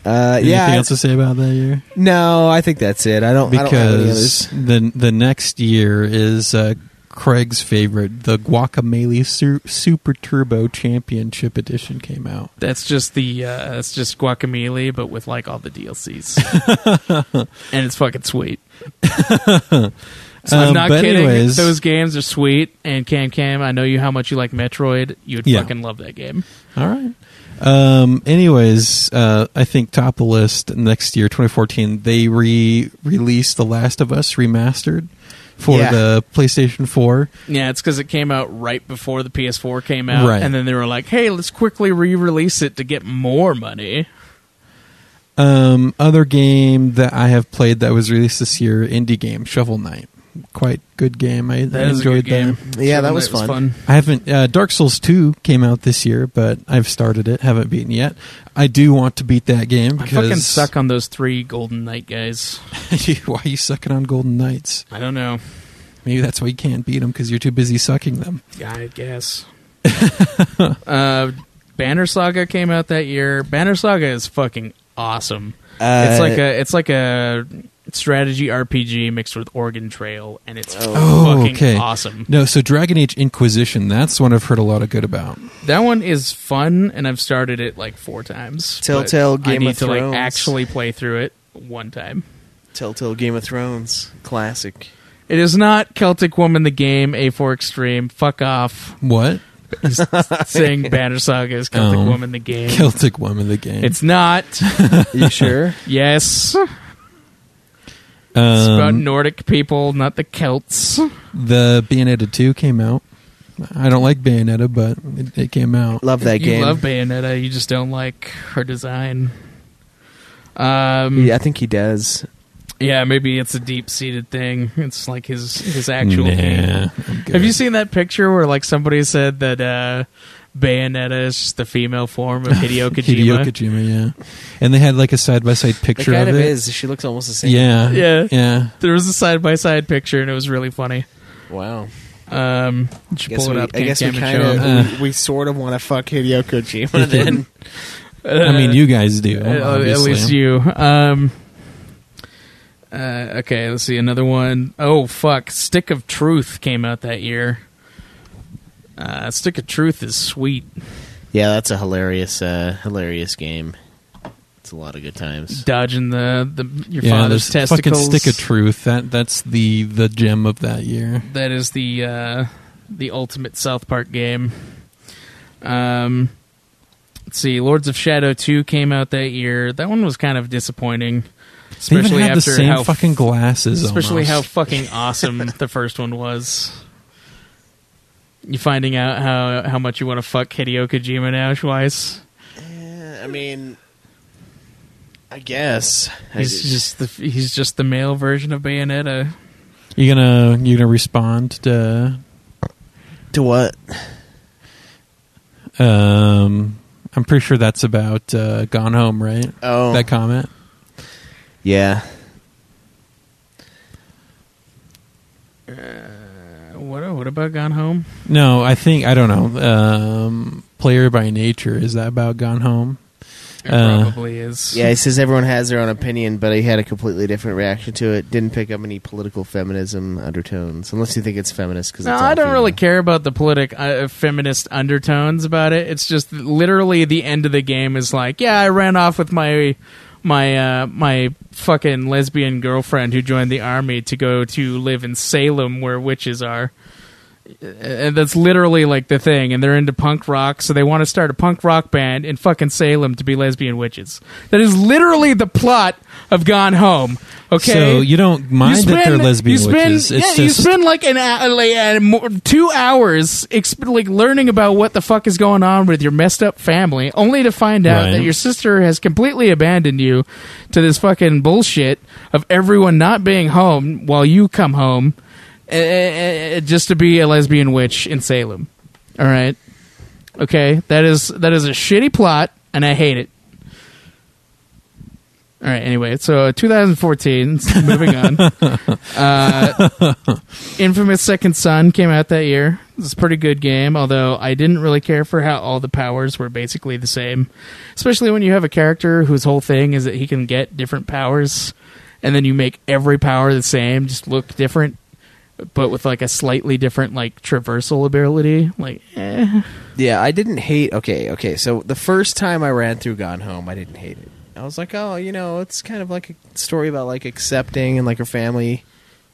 B: Uh,
E: Anything
B: yeah.
E: else to say about that year?
B: No, I think that's it. I don't I don't have any
E: Because
B: others.
E: the the next year is uh, Craig's favorite, the Guacamole Su- Super Turbo Championship Edition came out.
F: That's just the. Uh, that's just Guacamole, but with like all the DLCs, and it's fucking sweet. So I'm
E: Um,
F: not
E: but
F: kidding.
E: anyways-
F: Those games are sweet. And Cam Cam, I know you how much you like Metroid. You would
E: Yeah.
F: fucking love that game.
E: All right. Um, anyways, uh, I think top of the list next year, 2014, they re released The Last of Us Remastered for
B: Yeah.
E: the PlayStation 4.
F: Yeah, it's because it came out right before the PS4 came out,
E: Right.
F: and then they were like, "Hey, let's quickly re-release it to get more money."
E: Um, other game that I have played that was released this year, indie game, Shovel Knight. quite good game. I, I
F: That is a
E: enjoyed
F: good game.
E: that.
B: Yeah, that
F: Certainly
B: was
F: it
B: fun.
E: I haven't. Uh, Dark Souls Two came out this year, but I've started it. Haven't beaten yet. I do want to beat that game
F: I
E: because
F: fucking suck on those three Golden Knight guys.
E: why are you sucking on Golden Knights?
F: I don't know.
E: Maybe that's why you can't beat them because you're too busy sucking them.
F: I guess. uh, Banner Saga came out that year. Banner Saga is fucking awesome.
B: Uh,
F: it's like a it's like a strategy RPG mixed with Oregon Trail, and it's
E: Oh,
F: fucking
E: okay.
F: awesome.
E: No, so Dragon Age Inquisition. That's one I've heard a lot of good about.
F: That one is fun, and I've started it like four times. but
B: Telltale
F: I
B: Game
F: need
B: of
F: to
B: Thrones.
F: like actually play through it one time.
B: Telltale Game of Thrones classic.
F: It is not Celtic Woman the game A4 Extreme. Fuck off.
E: What
F: Saying Banner Saga is Celtic
E: Oh.
F: Woman the game.
E: Celtic woman? The game.
F: it's not.
B: You sure?
F: Yes. It's about
E: um,
F: Nordic people, not the Celts.
E: the Bayonetta Two came out. I don't like Bayonetta, but it, it came out.
B: Love that
F: you
B: game.
F: love Bayonetta, you just don't like her design. Um,
B: Yeah,
F: yeah.
B: I think he does.
F: maybe it's a deep seated thing. It's like his his actual.
E: Nah,
F: game.
E: I'm good.
F: Have you seen that picture where like somebody said that uh, Bayonetta is just the female form of Hideo Kojima?
E: Hideo Kojima, yeah. And they had like a side by side picture
B: it kind
E: of
B: of
E: it.
B: is. She looks almost the same.
E: Yeah,
F: Yeah.
E: yeah.
F: There was a side by side picture and it was really funny.
B: Wow.
F: Um, you should
B: Guess
F: pull
B: we,
F: it up.
B: I
F: Can't-
B: guess we
F: can't even
B: kind of
F: show it.
E: Uh.
B: we, we sort of want to fuck Hideo Kojima. Then
E: I mean, you guys do.
F: Uh, at
E: obviously.
F: least you. Um, uh, okay, let's see another one. Oh fuck, Stick of Truth came out that year. Uh, Stick of Truth is sweet.
B: yeah, that's a hilarious, uh, hilarious game. It's a lot of good times.
F: Dodging the, the your
E: Yeah,
F: father's
E: there's
F: testicles.
E: fucking stick of truth. That that's the the gem of that year.
F: That is the uh, the ultimate South Park game. Um, let's see, Lords of Shadow Two came out that year. That one was kind of disappointing,
E: They even
F: especially
E: had
F: after
E: the same
F: how
E: fucking glasses.
F: especially
E: almost.
F: how fucking awesome the first one was. You finding out how how much you want to fuck Hideo Kojima now, Schweiss?
B: Uh, I mean, I guess
F: He's just the he's just the male version of Bayonetta.
E: you gonna you gonna respond to.
B: to what?
E: Um, I'm pretty sure that's about uh, Gone Home, right?
B: Oh.
E: that comment.
B: Yeah,
F: What what about Gone Home?
E: No, I think I don't know. Um, Player by Nature is that about Gone Home?
F: It
E: Uh,
F: probably is.
B: yeah. He says everyone has their own opinion, but he had a completely different reaction to it. Didn't pick up any political feminism undertones, unless you think it's feminist. Because
F: No, I don't really care about the politic uh, feminist undertones about it. It's just literally the end of the game is like, yeah, I ran off with my my uh, my fucking lesbian girlfriend who joined the army to go to live in Salem where witches are. Uh, And that's literally like the thing, and they're into punk rock, so they want to start a punk rock band in fucking Salem to be lesbian witches. That is literally the plot of Gone Home. Okay,
E: So you don't mind that they're lesbian
F: you spend,
E: witches.
F: Yeah,
E: It's
F: you
E: just
F: spend like an hou- like, uh, mo- two hours exp- like learning about what the fuck is going on with your messed up family, only to find out
E: Right.
F: that your sister has completely abandoned you to this fucking bullshit of everyone not being home while you come home, uh, uh, uh, just to be a lesbian witch in Salem. All right, okay, that is that is a shitty plot, and I hate it. All right. Anyway, so 2014. Moving on. Uh, Infamous Second Son came out that year. This is a pretty good game, although I didn't really care for how all the powers were basically the same. Especially when you have a character whose whole thing is that he can get different powers, and then you make every power the same, just look different, but with like a slightly different like traversal ability. Like, eh.
B: Yeah, I didn't hate. Okay, okay. So the first time I ran through Gone Home, I didn't hate it. I was like, oh, you know, it's kind of like a story about like accepting and like her family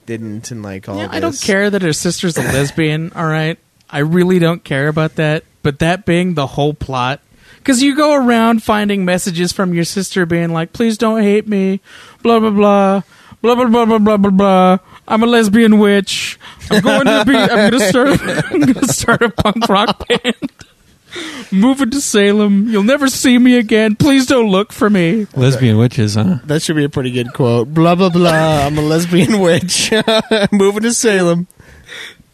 B: didn't and like all.
F: Yeah,
B: this.
F: I don't care that her sister's a lesbian. All right, I really don't care about that. But that being the whole plot, because you go around finding messages from your sister being like, "Please don't hate me," blah blah blah, blah blah blah blah blah blah. blah. I'm a lesbian witch. I'm going to be. I'm going to start. I'm going to start a punk rock band. Moving to Salem. You'll never see me again. Please don't look for me.
E: Lesbian witches, huh?
B: That should be a pretty good quote. Blah blah blah. I'm a lesbian witch. Moving to Salem.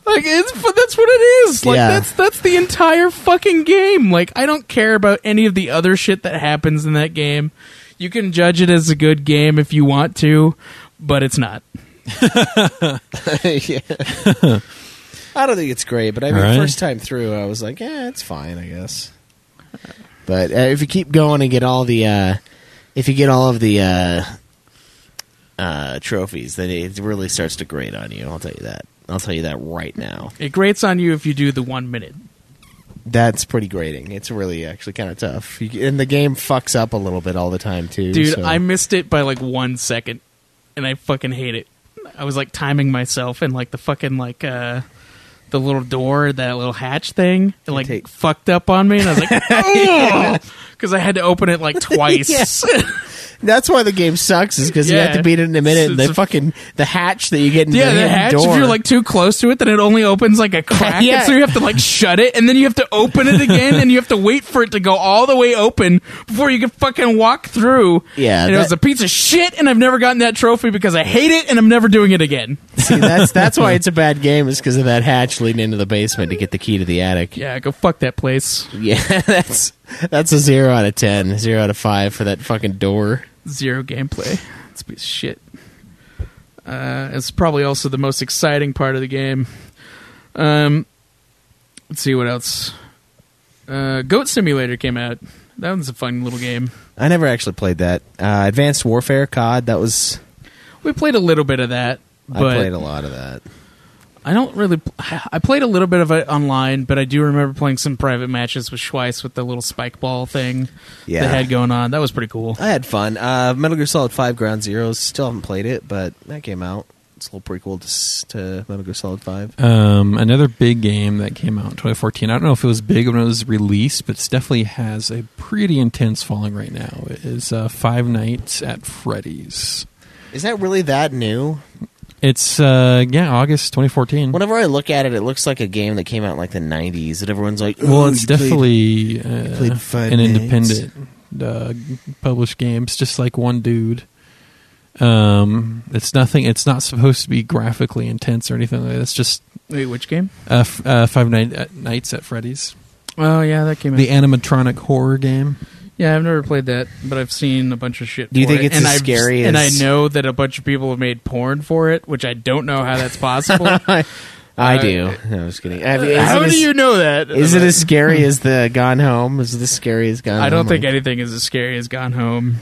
F: Like it's but that's what it is. Like
B: Yeah.
F: that's that's the entire fucking game. Like I don't care about any of the other shit that happens in that game. You can judge it as a good game if you want to, but it's not.
B: Yeah. I don't think it's great, but I mean,
E: All right.
B: first time through, I was like, yeah, it's fine, I guess. But uh, if you keep going and get all the, uh, if you get all of the uh, uh, trophies, then it really starts to grate on you. I'll tell you that. I'll tell you that right now.
F: It grates on you if you do the one minute.
B: That's pretty grating. It's really actually kind of tough, you, and the game fucks up a little bit all the time too.
F: Dude,
B: so-
F: I missed it by like one second, and I fucking hate it. I was like timing myself, and like the fucking like uh the little door, that little hatch thing, it like
B: take-
F: fucked up on me, and I was like, because I had to open it like twice.
B: That's why the game sucks, is because you
F: Yeah.
B: have to beat it in a minute. And
F: It's
B: the
F: a-
B: fucking the hatch that you get in
F: Yeah,
B: the
F: the
B: hidden
F: hatch.
B: door.
F: If you're like too close to it, then it only opens like a crack,
B: Yeah.
F: and so you have to like shut it, and then you have to open it again, and you have to wait for it to go all the way open before you can fucking walk through.
B: Yeah,
F: and it
B: that-
F: was a piece of shit, and I've never gotten that trophy because I hate it, and I'm never doing it again.
B: See, that's that's why it's a bad game, is because of that hatch leading into the basement to get the key to the attic.
F: Yeah, go fuck that place.
B: Yeah, that's that's a zero out of ten, zero out of five for that fucking door.
F: Zero gameplay. It's a piece of shit. Uh, it's probably also the most exciting part of the game. Um, let's see what else. Uh, Goat Simulator came out. That one's a fun little game.
B: I never actually played that. Uh, Advanced Warfare COD. That was
F: We played a little bit of that, but
B: I played a lot of that.
F: I don't really. I played a little bit of it online, but I do remember playing some private matches with Schweiss with the little spike ball thing
B: Yeah.
F: they had going on. That was pretty cool.
B: I had fun. Uh, Metal Gear Solid Five Ground Zeroes. Still haven't played it, but that came out. It's a little prequel to, s- to Metal Gear Solid Five.
E: Um, another big game that came out in 2014. I don't know if it was big when it was released, but it definitely has a pretty intense following right now. Is uh, Five Nights at Freddy's.
B: Is that really that new?
E: It's uh, yeah, August 2014.
B: Whenever I look at it, it looks like a game that came out in like the '90s, and everyone's like,
E: well,
B: "Ooh,
E: it's
B: you played
E: definitely uh,
B: played Five
E: an
B: Nights.
E: independent uh, published game. It's just like one dude. Um, it's nothing. It's not supposed to be graphically intense or anything like that. It's just
F: Wait, which game?
E: uh, f- uh, Five Night- uh, Nights at Freddy's,
F: Oh yeah, that came out.
E: the animatronic horror game.
F: yeah, I've never played that, but I've seen a bunch of shit.
B: Do you
F: for
B: think
F: it,
B: it's
F: and
B: as
F: I've-
B: scary
F: And I
B: as-
F: know that a bunch of people have made porn for it, which I don't know how that's possible.
B: I
F: Uh,
B: do. No, I'm just kidding. I mean, is
F: how
B: it
F: do
B: as-
F: you know that?
B: Is it as scary as the Gone Home? Is it as scary as Gone?
F: I don't
B: Home?
F: think
B: Like-
F: anything is as scary as Gone Home.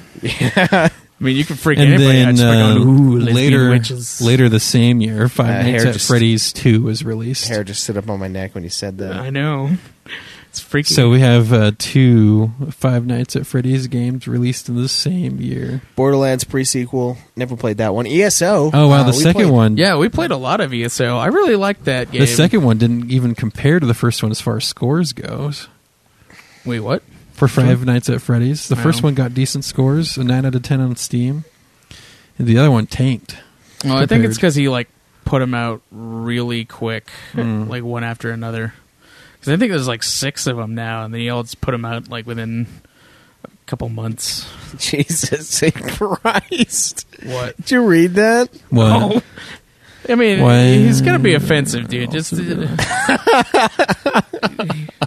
F: I mean, you can freak
E: and
F: anybody out
E: then
F: just by
E: uh,
F: going, ooh, lesbian
E: later,
F: witches.
E: later the same year, Five
B: Uh,
E: Nights
B: hair
E: at
B: just-
E: Freddy's Two was released.
B: hair just stood up on my neck when you said that.
F: I know. It's freaky.
E: So we have uh, two Five Nights at Freddy's games released in the same year.
B: Borderlands prequel. Never played that one. ESO.
E: Oh wow,
B: uh,
E: the
B: we
E: second
B: played-
E: one.
F: yeah, we played a lot of ESO. I really liked that game.
E: The second one didn't even compare to the first one as far as scores goes.
F: Wait, what?
E: For Five Nights at Freddy's, the first
F: Wow.
E: one got decent scores, a nine out of ten on Steam, and the other one tanked.
F: Well, I think
E: Compared.
F: it's because he like put them out really quick, like one after another. Because I think there's like six of them now, and they all just put them out like within a couple months.
B: Jesus Christ!
F: What?
B: Did you read that?
E: Well,
F: Oh. I mean,
E: Well,
F: he's gonna be offensive, dude. Just uh,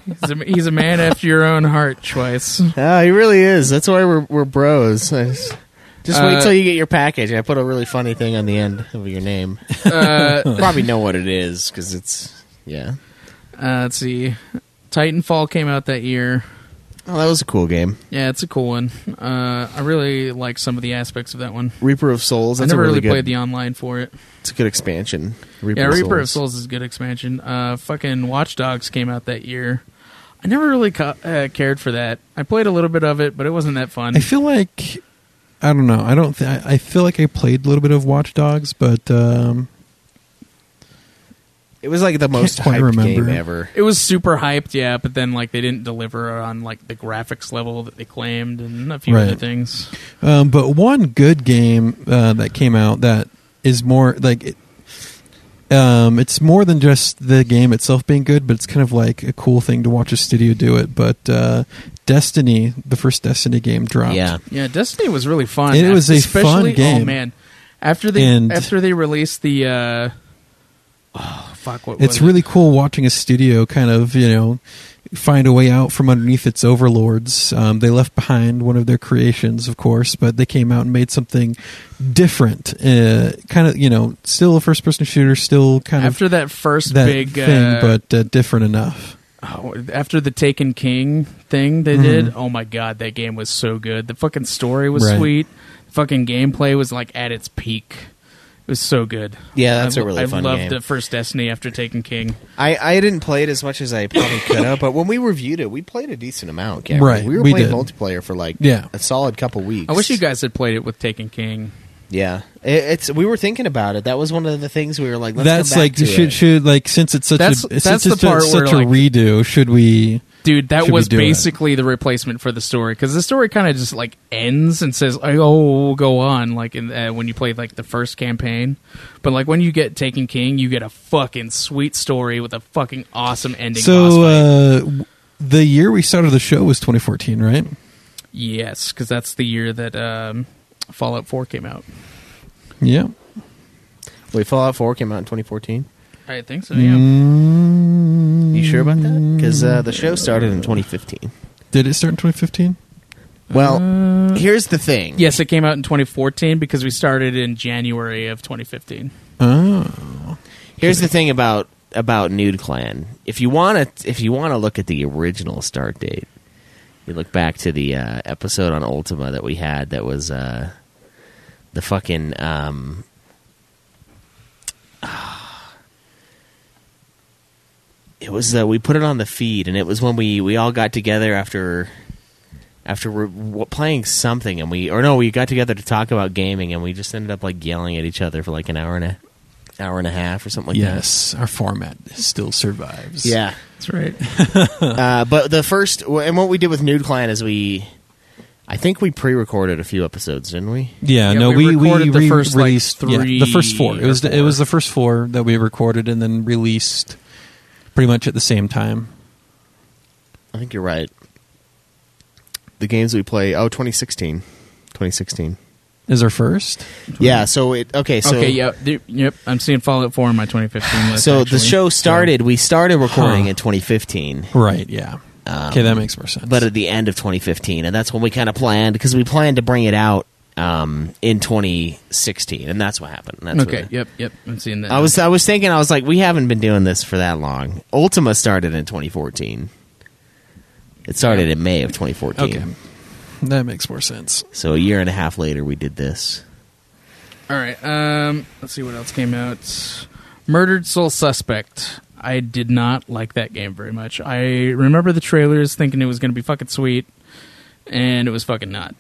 F: he's, a, he's a man after your own heart, twice.
B: Oh, he really is. That's why we're we're bros. I just just wait
F: Uh,
B: till you get your package. I put a really funny thing on the end of your name. Probably know what it is because it's yeah.
F: Uh, let's see. Titanfall came out that year.
B: Oh, that was a cool game.
F: Yeah, it's a cool one. Uh, I really like some of the aspects of that one.
B: Reaper of Souls. That's
F: I never
B: a
F: really,
B: really, good,
F: played the online for it.
B: It's a good expansion. Reaper
F: yeah, Reaper of Souls is a good expansion. Uh, fucking Watch Dogs came out that year. I never really ca- uh, cared for that. I played a little bit of it, but it wasn't that fun.
E: I feel like I don't know. I don't. Th- I I feel like I played a little bit of Watch Dogs, but um,
B: It was like the most
E: quite
B: hyped game
E: remember.
B: ever.
F: it was super hyped, yeah, but then like they didn't deliver on like the graphics level that they claimed and a few
E: Right.
F: other things.
E: Um, but one good game uh, that came out that is more like it, Um, it's more than just the game itself being good, but it's kind of like a cool thing to watch a studio do it. But uh, Destiny, the first Destiny game dropped.
B: Yeah.
F: Yeah, Destiny was really fun.
E: It was a
F: Especially-
E: fun
F: Oh
E: game.
F: man, after they
E: And-
F: after they released the, uh, oh fuck, what was
E: It's
F: it?
E: really cool watching a studio kind of, you know, find a way out from underneath its overlords. Um, they left behind one of their creations, of course, but they came out and made something different. Uh, kind of, you know, still a first person shooter, still kind
F: after
E: of
F: that first
E: that
F: big
E: thing,
F: uh,
E: but uh, different enough.
F: oh, after the Taken King thing
E: Mm-hmm.
F: they did. Oh my god, that game was so good. The fucking story was
E: Right.
F: sweet. fucking gameplay was like at its peak. It was so good.
B: Yeah, that's
F: I,
B: a really
F: I
B: fun
F: loved
B: game.
F: the first Destiny after Taken King.
B: I, I didn't play it as much as I probably could have, but when we reviewed it, we played a decent amount. Cameron.
E: Right,
B: we were
E: we
B: playing
E: did.
B: multiplayer for like
E: Yeah.
B: a solid couple weeks.
F: I wish you guys had played it with Taken King.
B: Yeah, it, it's we were thinking about it. That was one of the things we were like. Let's
E: that's
B: come back
E: like
B: to
E: should
B: it.
E: should like since it's such
F: That's-
E: a since
F: that's
E: it's
F: the part
E: such
F: where,
E: a
F: like-
E: redo, should we?
F: Dude, that
E: Should we
F: was
E: do it?
F: basically the replacement for the story because the story kind of just like ends and says, like, "Oh, we'll go on." Like in, uh, when you play like the first campaign, but like when you get Taken King, you get a fucking sweet story with a fucking awesome ending. boss
E: So
F: fight.
E: uh, w- the year we started the show was 2014, right?
F: yes, because that's the year that um, Fallout Four came out.
E: Yeah.
B: Wait, Fallout Four came out in 2014.
F: I think so. Yeah,
B: Mm.
E: Mm.
B: You sure about that? Because uh, the show started in 2015.
E: Did it start in 2015?
B: Well,
E: Uh,
B: here's the thing.
F: yes, it came out in 2014 because we started in January of 2015.
E: Ah.
B: Here's the thing about about Nude Clan. If you want to, if you want to look at the original start date, you look back to the uh, episode on Ultima that we had. That was uh, the fucking um, it was uh, we put it on the feed, and it was when we we all got together after after we're w- playing something, and we or no, we got together to talk about gaming, and we just ended up like yelling at each other for like an hour and a hour and a half or something like that.
E: yes, our format still survives.
B: Yeah.
F: That's right.
B: Uh, but the first, and what we did with Nude Clan is we, I think we pre-recorded a few episodes, didn't we?
E: Yeah,
F: Yeah,
E: no,
F: we
E: we, we,
F: recorded the
E: re-
F: first, like,
E: released yeah,
F: three
E: the first four. It was
F: or
E: the, it was
F: four.
E: the first four that we recorded and then released pretty much at the same time.
B: I think you're right. The games we play, oh, 2016. 2016.
E: Is our first?
B: Yeah, so it, okay, so.
F: okay, yeah, th- yep. I'm seeing Fallout Four in my 2015 list.
B: So
F: actually.
B: the show started, we started recording
E: Huh.
B: in 2015,
E: Right, yeah. okay,
F: Um,
E: that makes more sense.
B: but at the end of 2015, and that's when we kind of planned, because we planned to bring it out um, in 2016, and that's what happened. That's
F: okay,
B: what-
F: yep, yep. I'm seeing that.
B: I was I was thinking I was like we haven't been doing this for that long. Ultima started in 2014. It started in May of 2014.
E: okay. That makes more sense.
B: So a year and a half later we did this.
F: All right. Um, let's see what else came out. Murdered Soul Suspect. I did not like that game very much. I remember the trailers thinking it was going to be fucking sweet, and it was fucking not.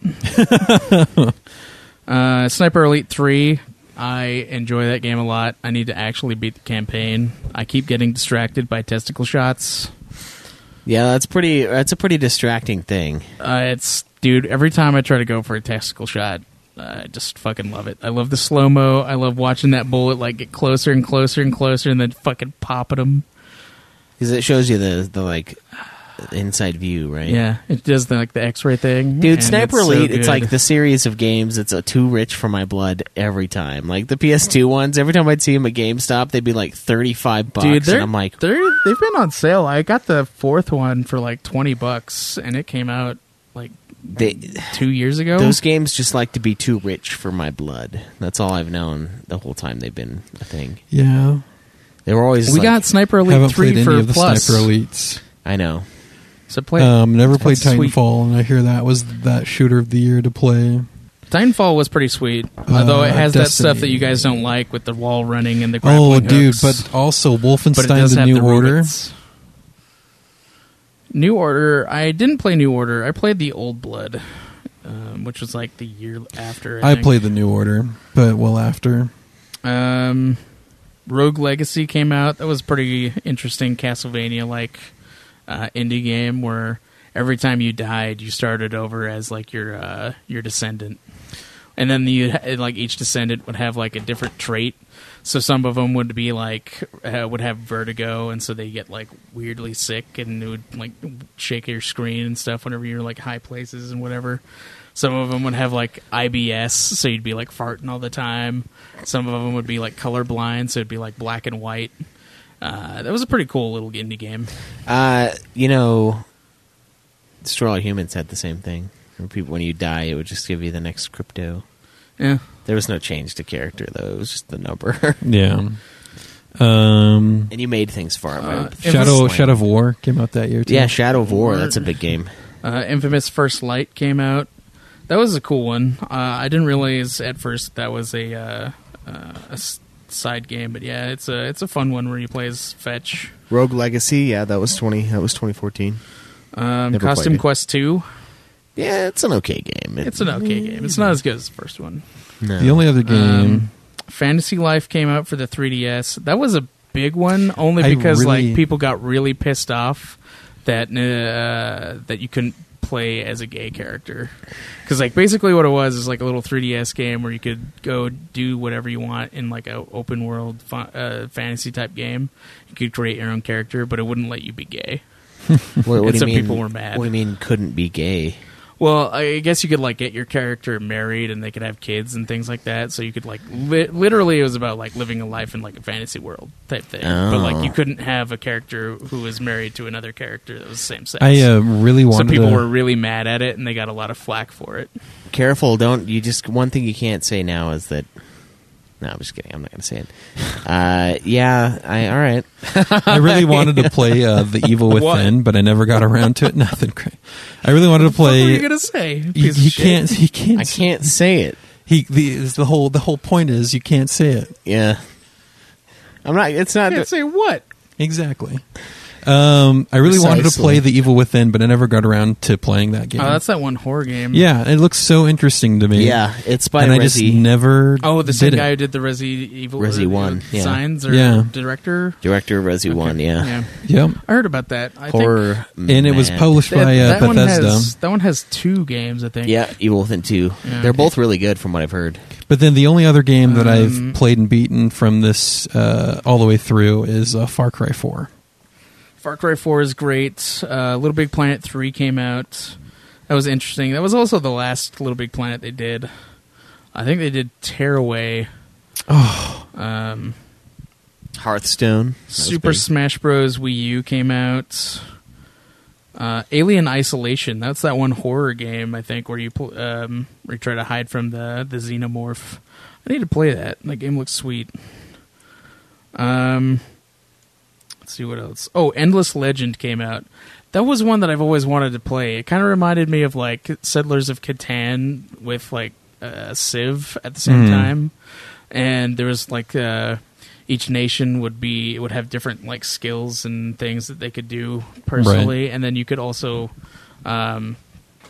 F: uh, Sniper Elite 3. I enjoy that game a lot. I need to actually beat the campaign. I keep getting distracted by testicle shots.
B: Yeah, that's pretty that's a pretty distracting thing.
F: Uh, it's dude. Every time I try to go for a tactical shot, uh, I just fucking love it. I love the slow mo. I love watching that bullet like get closer and closer and closer, and then fucking popping them.
B: Cuz it shows you the the like inside view, right?
F: Yeah, it does the, like the X ray thing.
B: Dude,
F: and
B: Sniper
F: it's so
B: Elite, it's
F: good.
B: like the series of games that's uh too rich for my blood every time. Like the PS2 ones, every time I'd see them at GameStop, they'd be like 35 bucks
F: dude. They're,
B: and I'm like,
F: they're they've been on sale. I got the fourth one for like twenty bucks, and it came out like
B: they,
F: two years ago.
B: Those games just like to be too rich for my blood. That's all I've known the whole time they've been a thing.
E: Yeah.
B: They were always
F: we
B: like-
F: got Sniper Elite
E: Haven't
F: three
E: played
F: for
E: any of the
F: plus.
E: sniper elites.
B: I know.
F: So play it.
E: Um, never played
F: That's sweet.
E: Titanfall, and I hear that was that shooter of the year to play.
F: Titanfall was pretty sweet, although it has that
E: Destiny.
F: stuff that you guys don't like with the wall running and the
E: Oh,
F: grappling
E: dude!
F: hooks.
E: But also
F: But it
E: Wolfenstein:
F: does
E: The
F: have
E: New
F: the
E: Order.
F: rivets. New Order. I didn't play New Order. I played the Old Blood, um, which was like the year after. I,
E: I
F: think.
E: played the New Order, but well after.
F: Um, Rogue Legacy came out. That was pretty interesting Castlevania like uh, indie game where every time you died, you started over as like your uh, your descendant. and then you and, like each descendant would have like a different trait. So some of them would be like uh, would have vertigo, and so they get like weirdly sick, and it would like shake your screen and stuff whenever you're like high places and whatever. Some of them would have like IBS, so you'd be like farting all the time. Some of them would be like colorblind, so it'd be like black and white. Uh, that was a pretty cool little indie game.
B: Uh, you know, Destroy All Humans had the same thing. Where people, when you die, it would just give you the next crypto.
F: Yeah.
B: There was no change to character though; it was just the number.
E: Yeah. Um,
B: and you made things for him.
F: Uh,
B: right?
E: Uh, Shadow
B: Slam.
E: Shadow of War came out that year too.
B: Yeah, Shadow of War. That's a big game.
F: Uh, Infamous First Light came out. That was a cool one. Uh, I didn't realize at first that was a, uh, uh, a s- side game, but yeah, it's a it's a fun one where you play as Fetch.
B: Rogue Legacy. Yeah, that was twenty. That was twenty fourteen.
F: Um,
B: Never
F: Costume
B: played it.
F: Quest Two.
B: Yeah, it's an okay game. It-
F: It's an okay game. It's not as good as the first one.
B: no.
E: The only other game
F: Um, Fantasy Life came out for the 3DS. That was a big one, only
E: I
F: because
E: really-
F: like people got really pissed off that uh, that you couldn't play as a gay character. Because like basically what it was is like a little 3DS game where you could go do whatever you want in like a open world fa- uh, fantasy type game. You could create your own character, but it wouldn't let you be gay.
B: What, what
F: and
B: do you
F: some
B: mean-
F: people were mad.
B: What do you mean couldn't be gay?
F: Well, I guess you could like get your character married and they could have kids and things like that. So you could like li- literally it was about like living a life in like a fantasy world type thing. But
B: Oh.
F: like you couldn't have a character who was married to another character that was the same sex.
E: I uh, really
F: so
E: wanted.
F: people
E: to,
F: were really mad at it and they got a lot of flack for it.
B: Careful, don't you just one thing you can't say now is that. No, I'm just kidding. I'm not going to say it. Uh, yeah, I all right.
E: I really wanted to play uh, the Evil Within, but I never got around to it. Nothing. Great. I really wanted to
F: What were you
E: play.
F: gonna say?
E: You,
F: piece of
E: you
F: shit?
E: can't. You can't.
B: I can't say it.
E: He the, is the whole the whole point is you can't say it
B: Yeah, I'm not. It's not.
F: Can't say what?
E: exactly. Um, I really wanted to
B: Precisely.
E: play the Evil Within, but I never got around to playing that game.
F: Oh, that's that one horror game.
E: yeah, it looks so interesting to me.
B: yeah, it's by
E: and I just
B: Resi.
E: never.
F: Oh, the same
E: did it.
F: guy who did the Resi Evil
B: Resi
F: uh,
B: One, yeah.
F: designs or
E: Yeah.
F: director.
B: Director of Resi One. Yeah,
F: Yeah.
E: Yep.
F: I heard about that. I think
B: horror,
E: And it was
B: man.
E: published
F: That-
E: by uh,
F: that one
E: Bethesda.
F: has that one has two games, I think.
B: Yeah, Evil Within Two.
F: Yeah.
B: They're both really good, from what I've heard.
E: But then the only other game that
F: Um,
E: I've played and beaten from this uh, all the way through is uh, Far Cry 4.
F: Far Cry Four is great. Uh, Little Big Planet Three came out. That was interesting. That was also the last Little Big Planet they did. I think they did Tearaway. Oh. Um,
B: Hearthstone, That was
F: Super
B: big.
F: Smash Bros. Wii U came out. Uh, Alien Isolation. That's that one horror game I think where you pl- um, where you try to hide from the the xenomorph. I need to play that. That game looks sweet. Um, let's see what else. Oh, Endless Legend came out. That was one that I've always wanted to play. It kind of reminded me of like Settlers of Catan with like uh, Civ at the same
E: Mhm.
F: time, and there was like uh, each nation would be would have different like skills and things that they could do personally, and then you could also um,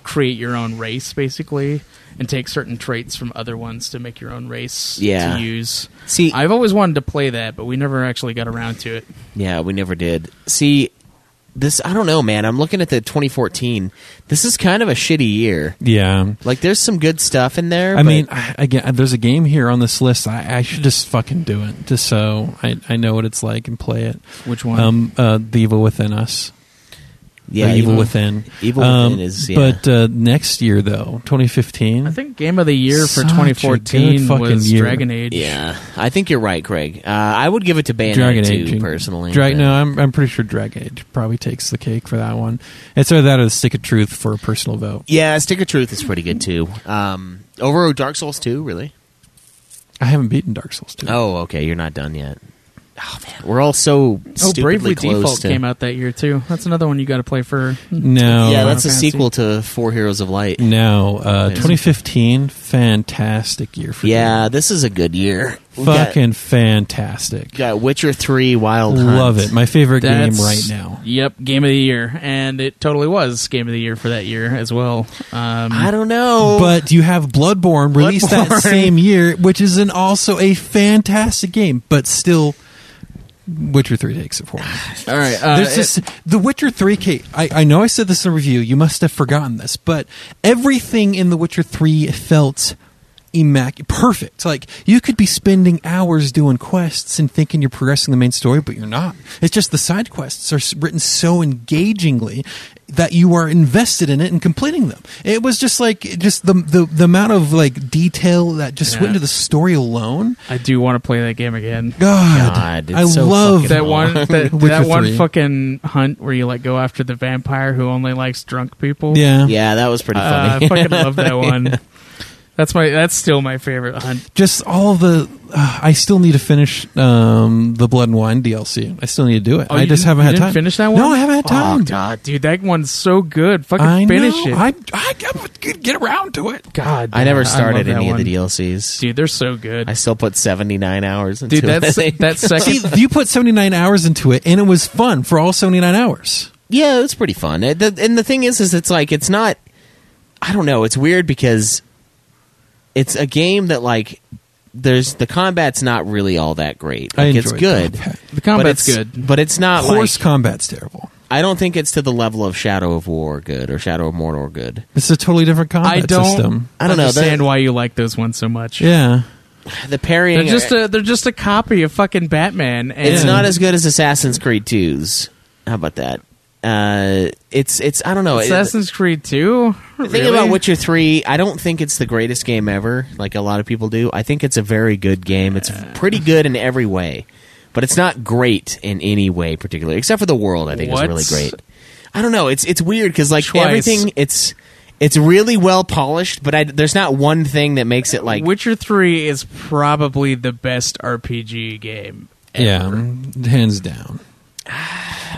F: create your own race basically and take certain traits from other ones to make your own race
B: Yeah.
F: to use.
B: See,
F: I've always wanted to play that, but we never actually got around to it.
B: Yeah, we never did. See, this I don't know, man. I'm looking at the 2014. This is kind of a shitty year.
E: Yeah.
B: Like, there's some good stuff in there.
E: I
B: but-
E: mean, I, again, there's a game here on this list. I, I should just fucking do it just so I, I know what it's like and play it.
F: Which one?
E: Um, uh, the Evil Within Us.
B: yeah,
E: Or Evil,
B: even-
E: Within.
B: Evil
E: Um,
B: Within is yeah.
E: But uh, next year, though, 2015.
F: I think game of the year for
E: Such a
F: 2014
E: good fucking
F: was
E: year.
F: Dragon Age.
B: yeah, I think you're right, Craig. Uh, I would give it to Bayonetta
E: Dragon
B: 2,
E: Age and-
B: personally.
E: Drag,
B: but-
E: no, I'm, I'm pretty sure Dragon Age probably takes the cake for that one. It's either that or the Stick of Truth for a personal vote.
B: Yeah, Stick of Truth is pretty good too. Um, over Dark Souls 2, really?
E: I haven't beaten Dark Souls 2.
B: Oh, okay, you're not done yet. Oh man, we're all so
F: Oh,
B: stupidly
F: Bravely
B: close
F: Default
B: to-
F: came out that year too. That's another one you got to play for.
E: No.
B: Yeah, that's a
F: Final Fantasy.
B: sequel to Four Heroes of Light.
E: No, uh,
B: There's-
E: 2015, fantastic year for
B: Yeah, this is a good year.
E: you.
B: We've got-
E: fucking fantastic.
B: Got Witcher Three Wild Hunt.
E: Love it. My favorite
F: That's,
E: game right now.
F: Yep, game of the year, and it totally was game of the year for that year as well. Um,
B: I don't know,
E: But you have Bloodborne released that
F: Bloodborne.
E: same year, which is an also a fantastic game, but still, Witcher Three takes it for me.
F: all right, uh,
E: There's just The Witcher 3 K. I, I know I said this in a review. You must have forgotten this, but everything in The Witcher 3 felt immaculate, perfect. Like you could be spending hours doing quests and thinking you're progressing the main story, but you're not. It's just the side quests are s- written so engagingly that you are invested in it and completing them. It was just like it just the the, the amount of like detail that just
F: Yeah.
E: went into the story alone.
F: I do want to play that game again.
E: God,
B: God, it's
E: I
B: so
E: love
B: fucking
F: That one, that,
E: Witcher
F: that one
E: three.
F: fucking hunt where you like go after the vampire who only likes drunk people.
E: Yeah.
B: Yeah, that was pretty
F: Uh,
B: funny.
F: I fucking love that one. That's my. That's still my favorite hunt.
E: just all the. Uh, I still need to finish um, the Blood and Wine DLC. I still need to do it.
F: Oh,
E: I
F: you
E: just
F: didn't-
E: haven't
F: you
E: had
F: didn't
E: time.
F: finish that one?
E: No, I haven't had time.
B: oh God,
F: Dude, that onene's so good. Fucking
E: I
F: finish
E: know.
F: it.
E: I, I, I could get around to it.
F: God,
B: I never
F: love
B: started
F: that
B: any of
F: one.
B: the DLCs.
F: Dude, they're so good.
B: I still put seventy nine hours into
F: Dude, that's
B: it.
F: that
E: See,
F: second.
E: you put 79 hours into it, and it was fun for all 79 hours.
B: Yeah, it's pretty fun. It, the, and the thing is, is it's like it's not. I don't know. It's weird because it's a game that like there's the combat's not really all that great.
E: I
B: Like, it's
E: enjoyed
B: good.
E: combat.
F: The
B: but
F: combat's
B: it's-
F: good.
B: but it's not
E: Horse
B: like
E: combat's terrible.
B: I don't think it's to the level of Shadow of War good or Shadow of Mordor good.
E: It's a totally different combat
F: I don't.
E: system.
B: I don't know, they're-
F: understand why you like those ones so much.
E: Yeah.
B: The parrying,
F: They're just a they're just a copy of fucking Batman. And
B: it's
E: Yeah.
B: not as good as Assassin's Creed 2's. How about that? Uh, it's it's I don't know. It-
F: Assassin's Creed Two.
B: The thing about Witcher Three, I don't think it's the greatest game ever, like a lot of people do. I think it's a very good game. It's pretty good in every way, but it's not great in any way particularly, except for the world. I think is
F: What?
B: really great. I don't know. It's it's weird because like
F: Twice.
B: everything, it's it's really well polished, but I, there's not one thing that makes it like
F: Witcher Three is probably the best RPG game.
E: Yeah. Hands down.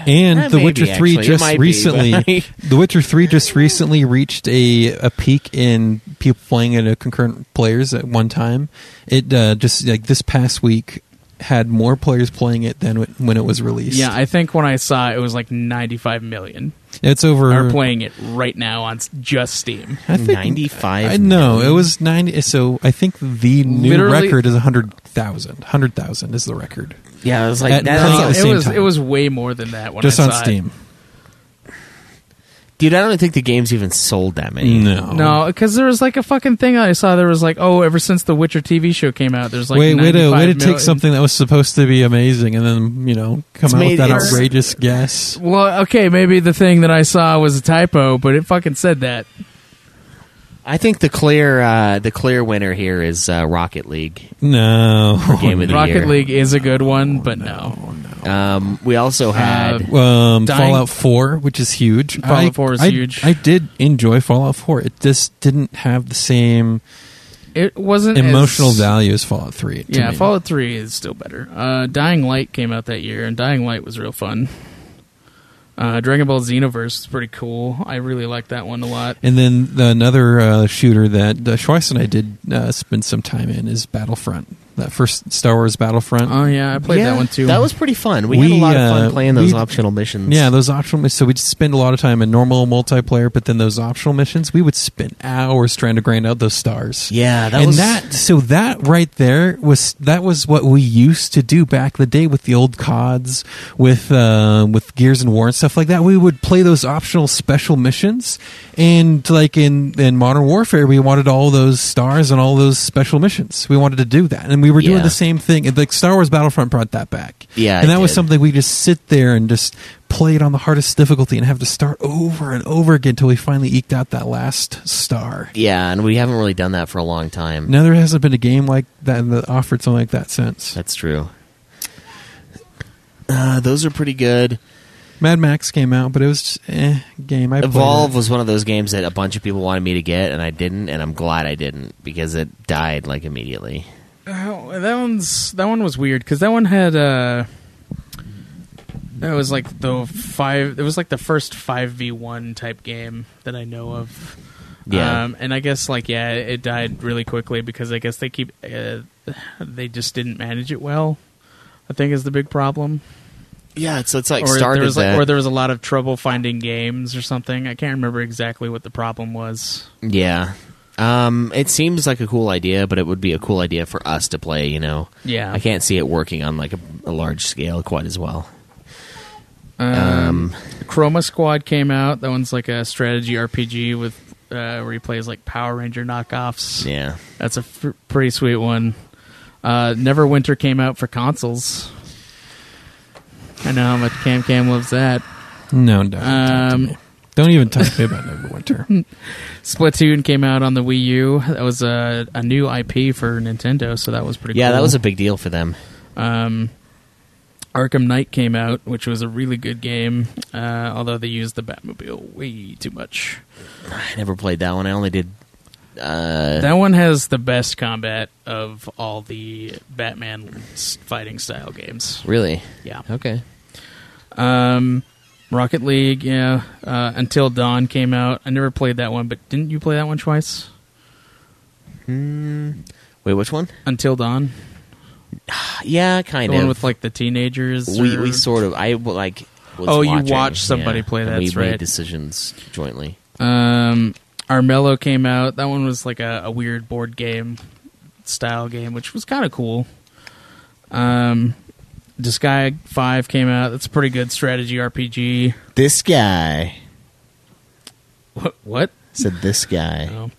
E: And
B: Eh,
E: The
B: maybe,
E: Witcher Three
B: actually. It might
E: just
B: be,
E: recently,
B: but-
E: The Witcher Three just recently reached a, a peak in people playing it at concurrent players at one time. It uh, just like this past week had more players playing it than wh- when it was released.
F: Yeah, I think when I saw it, it was like ninety five million
E: it's over.
F: are playing it right now on s- just Steam.
E: I think-
B: 95
E: I know it was ninety. So I think the new
F: Literally-
E: record is hundred thousand. Hundred thousand is the record
B: yeah. I was like
E: At
B: that's
E: playing
B: not-
E: at the
F: it
E: same
F: was
E: time.
F: it was way more than that when
E: just
F: I
E: on
F: saw it.
E: Steam.
B: dude. I don't think the game's even sold that many.
E: No,
F: No, because there was like a fucking thing I saw. There was like, oh, ever since the Witcher TV show came out, there's like
E: Wait, way to
F: 95
E: way to
F: million-
E: take something that was supposed to be amazing and then you know come
B: It's
E: out
B: made-
E: with that
B: it's-
E: outrageous guess.
F: Well, okay, maybe the thing that I saw was a typo, but it fucking said that.
B: I think the clear uh, the clear winner here is uh, Rocket League
E: No,
B: game of the
F: Rocket
B: year.
F: League is a good one, but no.
B: Um, we also had
E: um,
F: Dying-
E: Fallout Four, which is huge.
F: Fallout
E: I-
F: 4 is
E: I-
F: huge.
E: I did enjoy Fallout Four. It just didn't have the same
F: It wasn't as-
E: emotional value as Fallout Three. to
F: Yeah,
E: me.
F: Fallout Three is still better. Uh, Dying Light came out that year, and Dying Light was real fun. Uh, Dragon Ball Xenoverse is pretty cool. I really like that one a lot.
E: And then the, another uh, shooter that uh, Schweiss and I did uh, spend some time in is Battlefront. That first Star Wars Battlefront.
F: Oh yeah, I played
B: Yeah,
F: that one too.
B: That was pretty fun. We, had
E: We,
B: a lot of
E: uh,
B: fun playing those
E: we-
B: optional missions.
E: Yeah, those optional missions. So we'd spend a lot of time in normal multiplayer, but then those optional missions, we would spend hours trying to grind out those stars.
B: yeah, that
E: and
B: was
E: that so that right there was that was what we used to do back in the day with the old cods with uh, with gears and war and stuff like that we would play those optional special missions and like in in modern warfare we wanted all those stars and all those special missions we wanted to do that and we were doing
B: Yeah.
E: the same thing and like star wars battlefront brought that back
B: Yeah,
E: and
B: it
E: that was
B: did.
E: something we just sit there and just play it on the hardest difficulty and have to start over and over again until we finally eked out that last star
B: Yeah, and we haven't really done that for a long time.
E: no, there hasn't been a game like that that offered something like that since.
B: That's true. Uh, those are pretty good.
E: Mad Max came out, but it was just eh game. I played
B: Evolve
E: it.
B: was one of those games that a bunch of people wanted me to get, and I didn't, and I'm glad I didn't because it died like immediately.
F: Oh, that one's that one was weird because that one had uh, it was like the five. It was like the first five v one type game that I know of.
B: Yeah.
F: um, and I guess like yeah, it died really quickly because I guess they keep uh, they just didn't manage it well. I think is the big problem.
B: Yeah, so it's like
F: or
B: started
F: there was like,
B: that.
F: or there was a lot of trouble finding games or something. I can't remember exactly what the problem was.
B: yeah. Um, it seems like a cool idea, but it would be a cool idea for us to play. You know,
F: Yeah,
B: I can't see it working on like a, a large scale quite as well.
F: Um, Chroma Squad came out. That one's like a strategy RPG with uh, where he plays like Power Ranger knockoffs.
B: Yeah.
F: That's a f- pretty sweet one. Uh, Neverwinter came out for consoles. I know how much Cam Cam loves that.
E: No, don't. talk to
F: Um,
E: me. Don't even talk to me about Neverwinter.
F: Splatoon came out on the Wii U. That was a, a new IP for Nintendo, so that was pretty
B: Yeah,
F: cool.
B: that was a big deal for them.
F: Um, Arkham Knight came out, which was a really good game, uh, although they used the Batmobile way too much.
B: I never played that one. I only did.
F: that one has the best combat of all the Batman s- fighting style games.
B: Really?
F: Yeah.
B: Okay.
F: Um, Rocket League, yeah. Uh, Until Dawn came out. I never played that one, but didn't you play that one twice?
B: Wait, which one?
F: Until Dawn,
B: Yeah, kind
F: the
B: of.
F: one with like the teenagers.
B: we
F: or-
B: we sort of. I well, like. Was
F: Oh, you
B: watching,
F: watched somebody play,
B: and
F: that's
B: we made
F: right.
B: decisions jointly.
F: Um, Armello came out. That one was like a, a weird board game style game, which was kind of cool. Um, Disgaea Five came out. That's a pretty good strategy RPG.
B: This guy
F: What? what?
B: said. This guy.
F: No.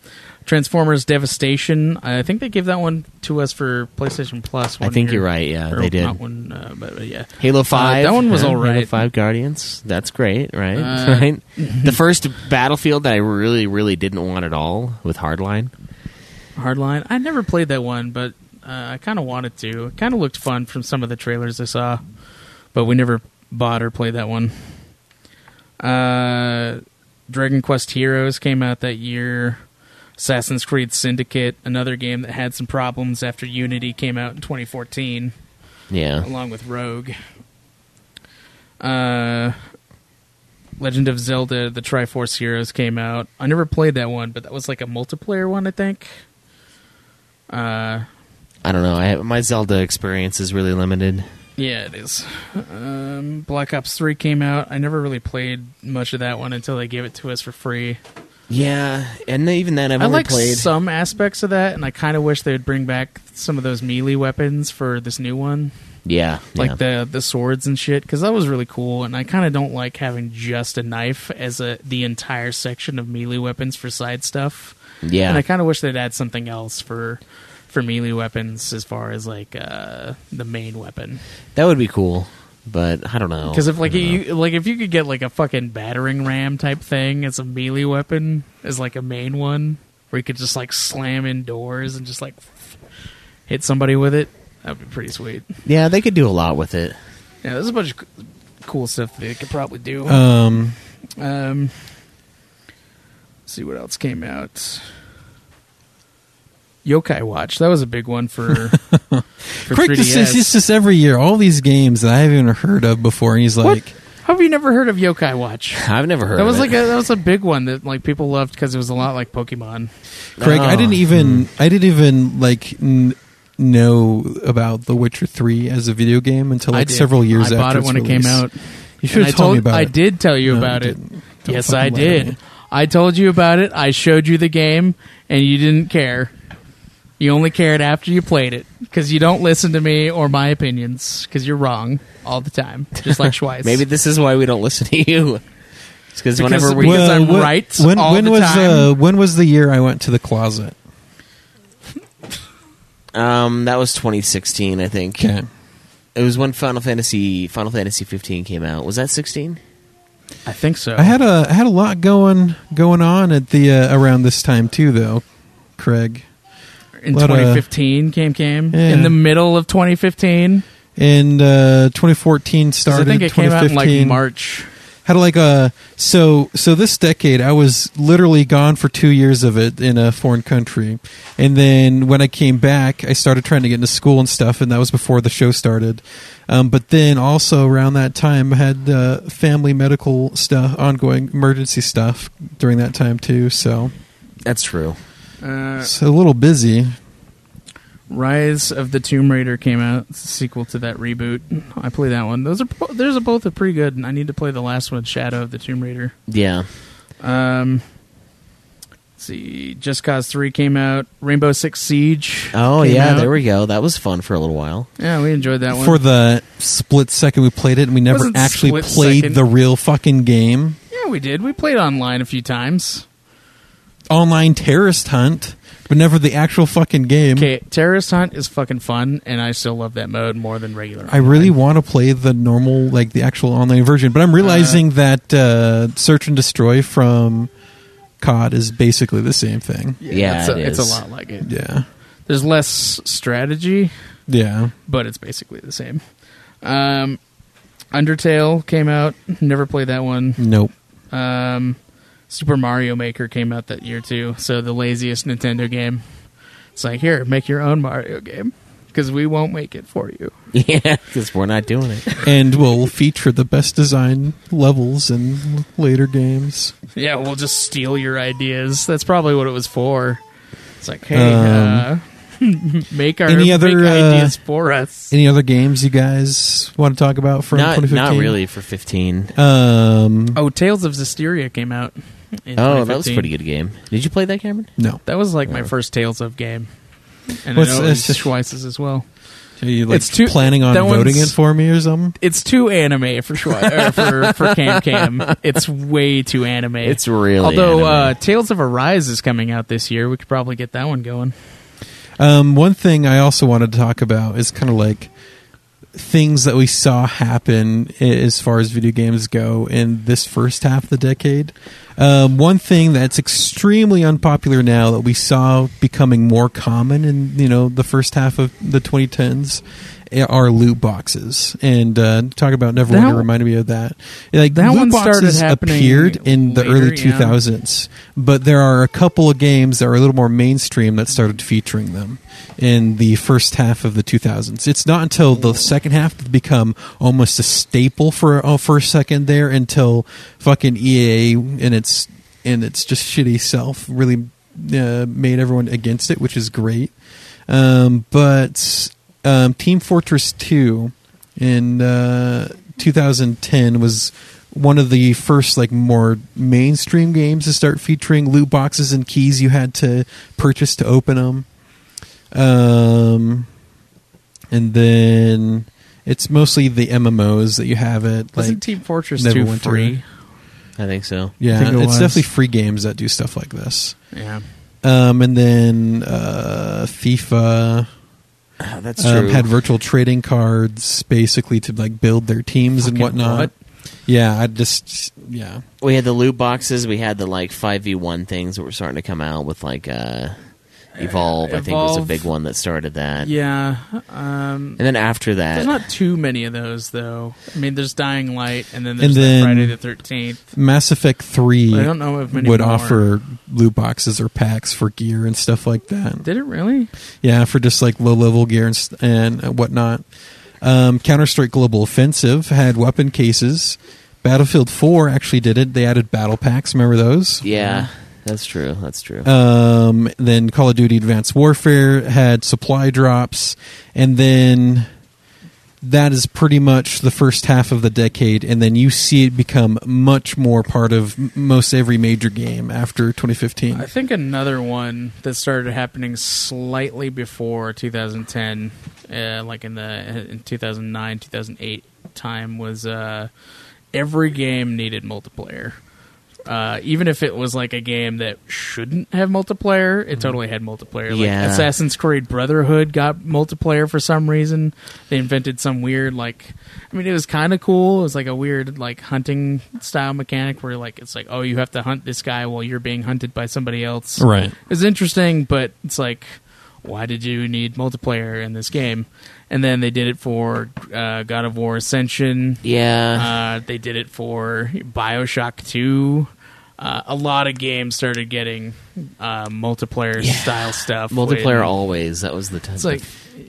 F: Transformers Devastation. I think they gave that one to us for PlayStation Plus.
B: I
F: one
B: think
F: year.
B: you're right. Yeah,
F: Or
B: they did.
F: Not one, uh, but, but yeah.
B: Halo Five.
F: that one was
B: yeah,
F: all
B: Halo
F: right.
B: Five Guardians. That's great, right?
F: Uh,
B: right. The first Battlefield that I really, really didn't want at all with Hardline.
F: Hardline. I never played that one, but uh, I kind of wanted to. It kind of looked fun from some of the trailers I saw, but we never bought or played that one. Uh, Dragon Quest Heroes came out that year. Assassin's Creed Syndicate, another game that had some problems after Unity came out in 2014,
B: Yeah.
F: along with Rogue. Uh, Legend of Zelda: The Triforce Heroes came out. I never played that one, but that was like a multiplayer one, I think. Uh,
B: I don't know. I my Zelda experience is really limited.
F: yeah, it is. Um, Black Ops Three came out. I never really played much of that one until they gave it to us for free.
B: Yeah, and even then, I've
F: I
B: only
F: like
B: played.
F: some aspects of that, and I kind of wish they would bring back some of those melee weapons for this new one,
B: yeah,
F: like
B: yeah.
F: the the swords and shit, because that was really cool. And I kind of don't like having just a knife as a the entire section of melee weapons for side stuff.
B: Yeah,
F: And I kind of wish they'd add something else for for melee weapons as far as like uh, the main weapon.
B: that would be cool, but I don't know.
F: Because if like
B: I don't know.
F: you like if you could get like a fucking battering ram type thing as a melee weapon as like a main one where you could just like slam in doors and just like hit somebody with it, that'd be pretty sweet.
B: yeah, they could do a lot with it.
F: Yeah, there's a bunch of c- cool stuff they could probably do.
E: um,
F: Um, see what else came out. Yokai Watch. That was a big one for. for
E: Craig, this is,
F: 3DS.
E: this is every year. All these games that I haven't even heard of before, and he's like,
F: How have you never heard of Yokai Watch?
B: I've never heard.
F: That was
B: of
F: like
B: it.
F: a, that was a big one that like people loved because it was a lot like Pokemon.
E: Craig, I
B: Oh,
E: didn't even, I didn't even like n- know about The Witcher Three as a video game until
F: I
E: like
F: did.
E: several years
F: I
E: after
F: bought it
E: its
F: when it
E: release.
F: came out.
E: You should
F: And I
E: have told, me about
F: I
E: it.
F: did tell you
E: No,
F: about
E: you
F: it.
E: didn't. Don't
F: Yes,
E: fucking
F: I
E: lie to
F: did.
E: me.
F: I told you about it. I showed you the game, and you didn't care. You only cared after you played it because you don't listen to me or my opinions because you're wrong all the time, just like Schweiss.
B: Maybe this is why we don't listen to you. It's because whenever we
F: because I'm
E: when-
F: right
E: When,
F: all
E: when
F: the
E: was
F: time.
E: Uh, when was the year I went to the closet?
B: um, that was 2016, I think.
E: Okay,
B: It was when Final Fantasy Final Fantasy 15 came out. Was that 16?
F: I think so.
E: I had a I had a lot going going on at the uh, around this time too, though, Craig.
F: in
E: lot of-
F: 2015 came came
E: Yeah.
F: in the middle of 2015.
E: And uh, 2014
F: 'cause
E: started.
F: I think it came out in
E: 2015
F: like March.
E: Had like a so so this decade I was literally gone for two years of it in a foreign country, and then when I came back, I started trying to get into school and stuff, and that was before the show started. Um, but then also around that time, I had uh, family medical stuff, ongoing emergency stuff during that time too. So
B: That's true.
F: Uh,
E: so a little busy.
F: Rise of the Tomb Raider came out. It's a sequel to that reboot. I play that one. Those are bo- those are both are pretty good. And I need to play the last one, Shadow of the Tomb Raider.
B: Yeah.
F: Um, let's see, Just Cause Three came out. Rainbow Six Siege.
B: Oh
F: came
B: yeah,
F: out.
B: there we go. That was fun for a little while.
F: Yeah, we enjoyed that one.
E: For the split second we played it, and we never
F: Wasn't
E: actually
F: split
E: played
F: second.
E: the real fucking game.
F: yeah, we did. We played online a few times.
E: online terrorist hunt, but never the actual fucking
B: Mm-hmm.
E: game.
F: Okay, Terrorist Hunt is fucking fun, and I still love that mode more than regular.
E: I really want to play the normal, like the actual online version, but I'm realizing that uh, Search and Destroy from COD is basically the same thing.
B: Yeah,
F: it's,
B: it
F: a, it's a
B: is.
F: lot like it.
E: Yeah,
F: There's less strategy,
E: yeah.
F: but it's basically the same. Um, Undertale came out. Never played that one.
E: Nope.
F: Um, Super Mario Maker came out that year too. So the laziest Nintendo game. It's like here, make your own Mario game because we won't make it for you.
B: Yeah, because we're not doing it.
E: and will feature the best design levels in later games.
F: Yeah, we'll just steal your ideas. That's probably what it was for. It's like, hey,
E: Um,
F: uh, make our
E: any other,
F: make
E: uh,
F: ideas for us.
E: Any other games you guys want to talk about from
B: Not,
E: 2015?
B: not really for 15.
E: Um,
F: Oh, Tales of Zestiria came out. in
B: Oh, that was
F: 2015.
B: a pretty good game. Did you play that, Cameron?
E: no.
F: That was like my first Tales of game, and
E: What's
F: I know it
E: this?
F: was Schweiss's as well.
E: Are you like
F: It's too-
E: planning on
F: that
E: voting it
F: one's-
E: for me or something?
F: It's too anime for Schweiss, or for for Cam Cam. It's way too anime.
B: It's really
F: although Uh,
B: anime.
F: Tales of Arise is coming out this year. We could probably get that one going.
E: Um, one thing I also wanted to talk about is kind of like things that we saw happen i- as far as video games go in this first half of the decade. Um, one thing that's extremely unpopular now that we saw becoming more common in you know the first half of the 2010s are loot boxes. And uh, talk about Neverwinter
F: That-
E: reminded me of that. Like
F: That
E: loot
F: one started
E: boxes
F: happening
E: appeared in the
F: later,
E: early
F: yeah.
E: 2000s, but there are a couple of games that are a little more mainstream that started featuring them in the first half of the 2000s. It's not until the second half that become almost a staple for oh, for a second there until fucking EA and its and its just shitty self really uh, made everyone against it, which is great. Um, but um, Team Fortress 2 in uh, 2010 was one of the first like more mainstream games to start featuring loot boxes and keys you had to purchase to open them. Um, and then it's mostly the MMOs that you have it.
F: Wasn't
E: Like,
F: Team Fortress
E: Never
F: 2
E: went to
F: free?
B: I think so.
E: yeah,
F: think it
E: it's
F: was.
E: definitely free games that do stuff like this.
F: Yeah.
E: Um, and then uh, FIFA.
B: Ah, that's
E: um, had virtual trading cards basically to like build their teams and
F: Fucking
E: whatnot.
F: what?
E: Yeah, I just yeah.
B: we had the loot boxes. We had the like five v one things that were starting to come out with like uh, evolve. I think was a
F: Evolve.
B: big one that started that.
F: Yeah. Um,
B: And then after that,
F: there's not too many of those, though. I mean, there's Dying Light, and then there's
E: And
F: that
E: then-
F: Friday the 13th.
E: Mass Effect Three
F: I don't know of many
E: would
F: more.
E: offer loot boxes or packs for gear and stuff like that.
F: Did it really?
E: Yeah, for just like low level gear and s- and whatnot. Um, Counter Strike Global Offensive had weapon cases. Battlefield Four actually did it. They added battle packs. Remember those?
B: yeah, that's true. That's true.
F: Uh,
E: Um, then Call of Duty Advanced Warfare had supply drops, and then that is pretty much the first half of the decade. And then you see it become much more part of m- most every major game after 2015.
F: I think another one that started happening slightly before 2010, uh, like in the in 2009, 2008 time, was uh, every game needed multiplayer. Uh, even if it was like a game that shouldn't have multiplayer, it totally had multiplayer. Like
B: Yeah.
F: Assassin's Creed Brotherhood got multiplayer for some reason. They invented some weird like, I mean, it was kind of cool. It was like a weird like hunting style mechanic where like it's like oh you have to hunt this guy while you're being hunted by somebody else.
E: Right.
F: It's interesting, but it's like why did you need multiplayer in this game? And then they did it for uh, God of War Ascension.
B: yeah,
F: Uh, they did it for Bioshock 2. Uh, a lot of games started getting uh, multiplayer style stuff.
B: multiplayer
F: when-
B: always. That was the time.
F: It's like,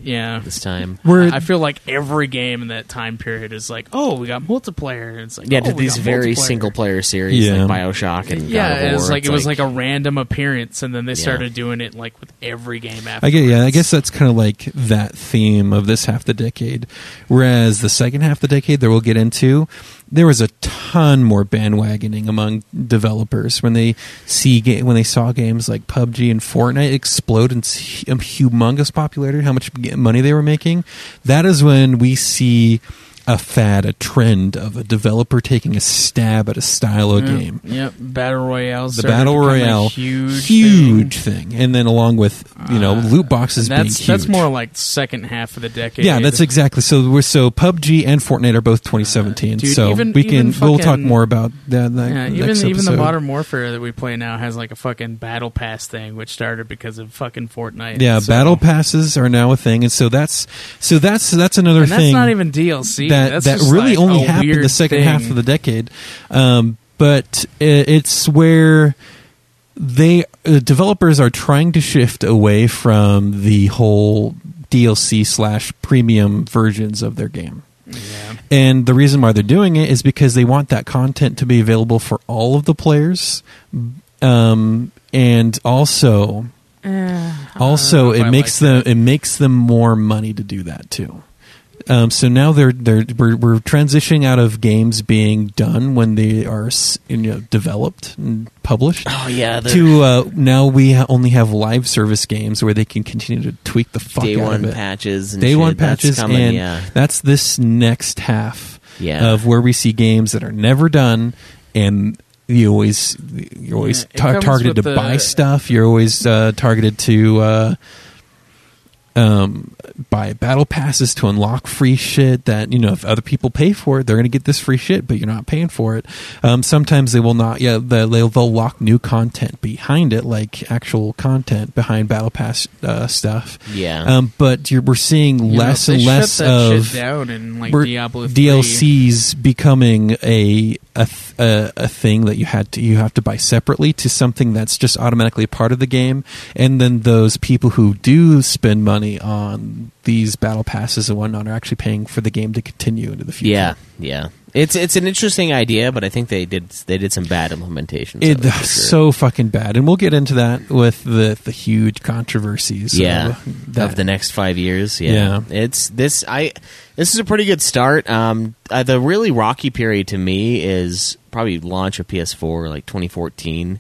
F: yeah.
B: this time.
E: Where-
F: I feel like every game in that time period is like, oh, we got multiplayer. And it's like,
B: Yeah,
F: oh,
B: to
F: we
B: these
F: got
B: very
F: multiplayer.
B: single player series
E: Yeah.
B: like Bioshock and God of
F: Yeah, it was
B: War,
F: like
B: it's
F: it was like a random appearance, and then they
B: Yeah.
F: started doing it like with every game after.
E: I get, yeah, I guess that's kind of like that theme of this half the decade. Whereas the second half of the decade that we'll get into, there was a ton more bandwagoning among developers when they see ga- when they saw games like PUBG and Fortnite explode in s- humongous popularity, how much g- money they were making. That is when we see a fad, a trend of a developer taking a stab at a style of
F: Yep,
E: game.
F: Yep, battle royale.
E: The battle royale,
F: huge, thing. Uh,
E: huge thing. and then along with you know loot boxes being
F: That's
E: huge.
F: that's more like second half of the decade.
E: Yeah, that's exactly. So we're so PUBG and Fortnite are both 2017.
F: Dude,
E: so
F: even-
E: we can
F: even
E: we'll talk
F: fucking-
E: more about that. that
F: Yeah, even
E: next
F: even the
E: episode.
F: modern warfare that we play now has like a fucking battle pass thing, which started because of fucking Fortnite.
E: Yeah,
F: So-
E: battle passes are now a thing, and so that's so that's that's another
F: And that's
E: thing.
F: not even DLC.
E: that
F: that's
E: that
F: just,
E: really
F: like,
E: only
F: a
E: happened
F: weird
E: the second
F: thing.
E: half of the decade. Um, but i it's where they uh, developers are trying to shift away from the whole DLC slash premium versions of their game.
F: Yeah.
E: And the reason why they're doing it is because they want that content to be available for all of the players. Um, and also, also
F: know if
E: it
F: Uh, I
E: makes
F: like
E: them it makes them more money to do that too. Um, so now they're they're we're, we're transitioning out of games being done when they are s- you know developed and published.
B: Oh yeah,
E: to uh, now we ha- only have live service games where they can continue to tweak the fuck
B: day
E: out
B: one
E: of it
B: patches. And
E: day
B: shit,
E: one
B: that's
E: patches
B: coming,
E: and
B: yeah.
E: that's this next half
B: Yeah.
E: of where we see games that are never done and you always you're always
F: Yeah, it
E: tar-
F: comes
E: targeted to
F: with the-
E: buy stuff you're always uh, targeted to uh, um, buy battle passes to unlock free shit that you know if other people pay for it they're going to get this free shit but you're not paying for it um, sometimes they will not yeah the- they'll, they'll lock new content behind it like actual content behind battle pass uh, stuff
B: Yeah.
E: um, but you're, we're seeing
F: You know,
E: less
F: they
E: and less
F: shut that
E: of
F: shit down in like
E: we're-
F: Diablo 3.
E: DLCs becoming a a, th- a a thing that you had to you have to buy separately to something that's just automatically part of the game, and then those people who do spend money on these battle passes and whatnot are actually paying for the game to continue into the future.
B: yeah, yeah. It's it's an interesting idea, but I think they did they did some bad implementations.
E: It,
B: of it, for sure.
E: so fucking bad, and we'll get into that with the the huge controversies.
B: yeah
E: of,
B: of the next five years yeah. it's this i this is a pretty good start um uh, the really rocky period to me is probably launch of ps4 like 2014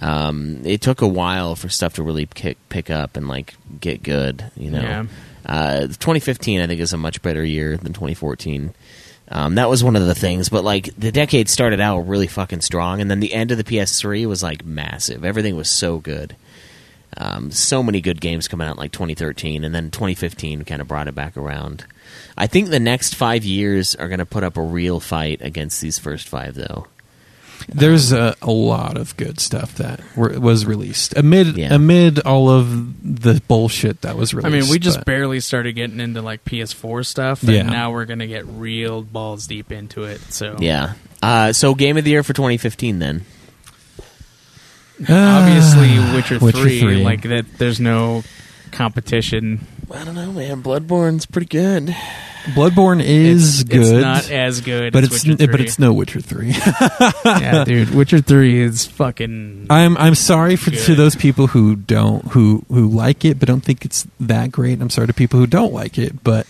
B: um it took a while for stuff to really kick, pick up and like get good you know
F: Yeah.
B: uh 2015 i think is a much better year than 2014 um, that was one of the things, but like the decade started out really fucking strong, and then the end of the PS3 was like massive. Everything was so good um, so many good games coming out in like 2013 and then 2015 kind of brought it back around i think the next five years are going to put up a real fight against these first five though
E: There's a, a lot of good stuff that were, was released amid
B: Yeah.
E: amid all of the bullshit that was
F: I
E: released.
F: mean, we just
E: but-
F: barely started getting into like PS4 stuff, and
E: Yeah.
F: now we're gonna get real balls deep into it. So
B: yeah uh, so game of the year for 2015 then
F: obviously
E: Ah,
F: Witcher, 3, like that there's no competition.
B: i don't know man bloodborne's pretty good
E: Bloodborne is
F: it's,
E: good,
F: It's not as good,
E: but
F: as
E: it's
F: Witcher 3.
E: but it's no Witcher three.
F: yeah, dude. Witcher Three is fucking.
E: I'm I'm sorry for to
F: Good.
E: those people who don't who who like it but don't think it's that great. I'm sorry to people who don't like it, but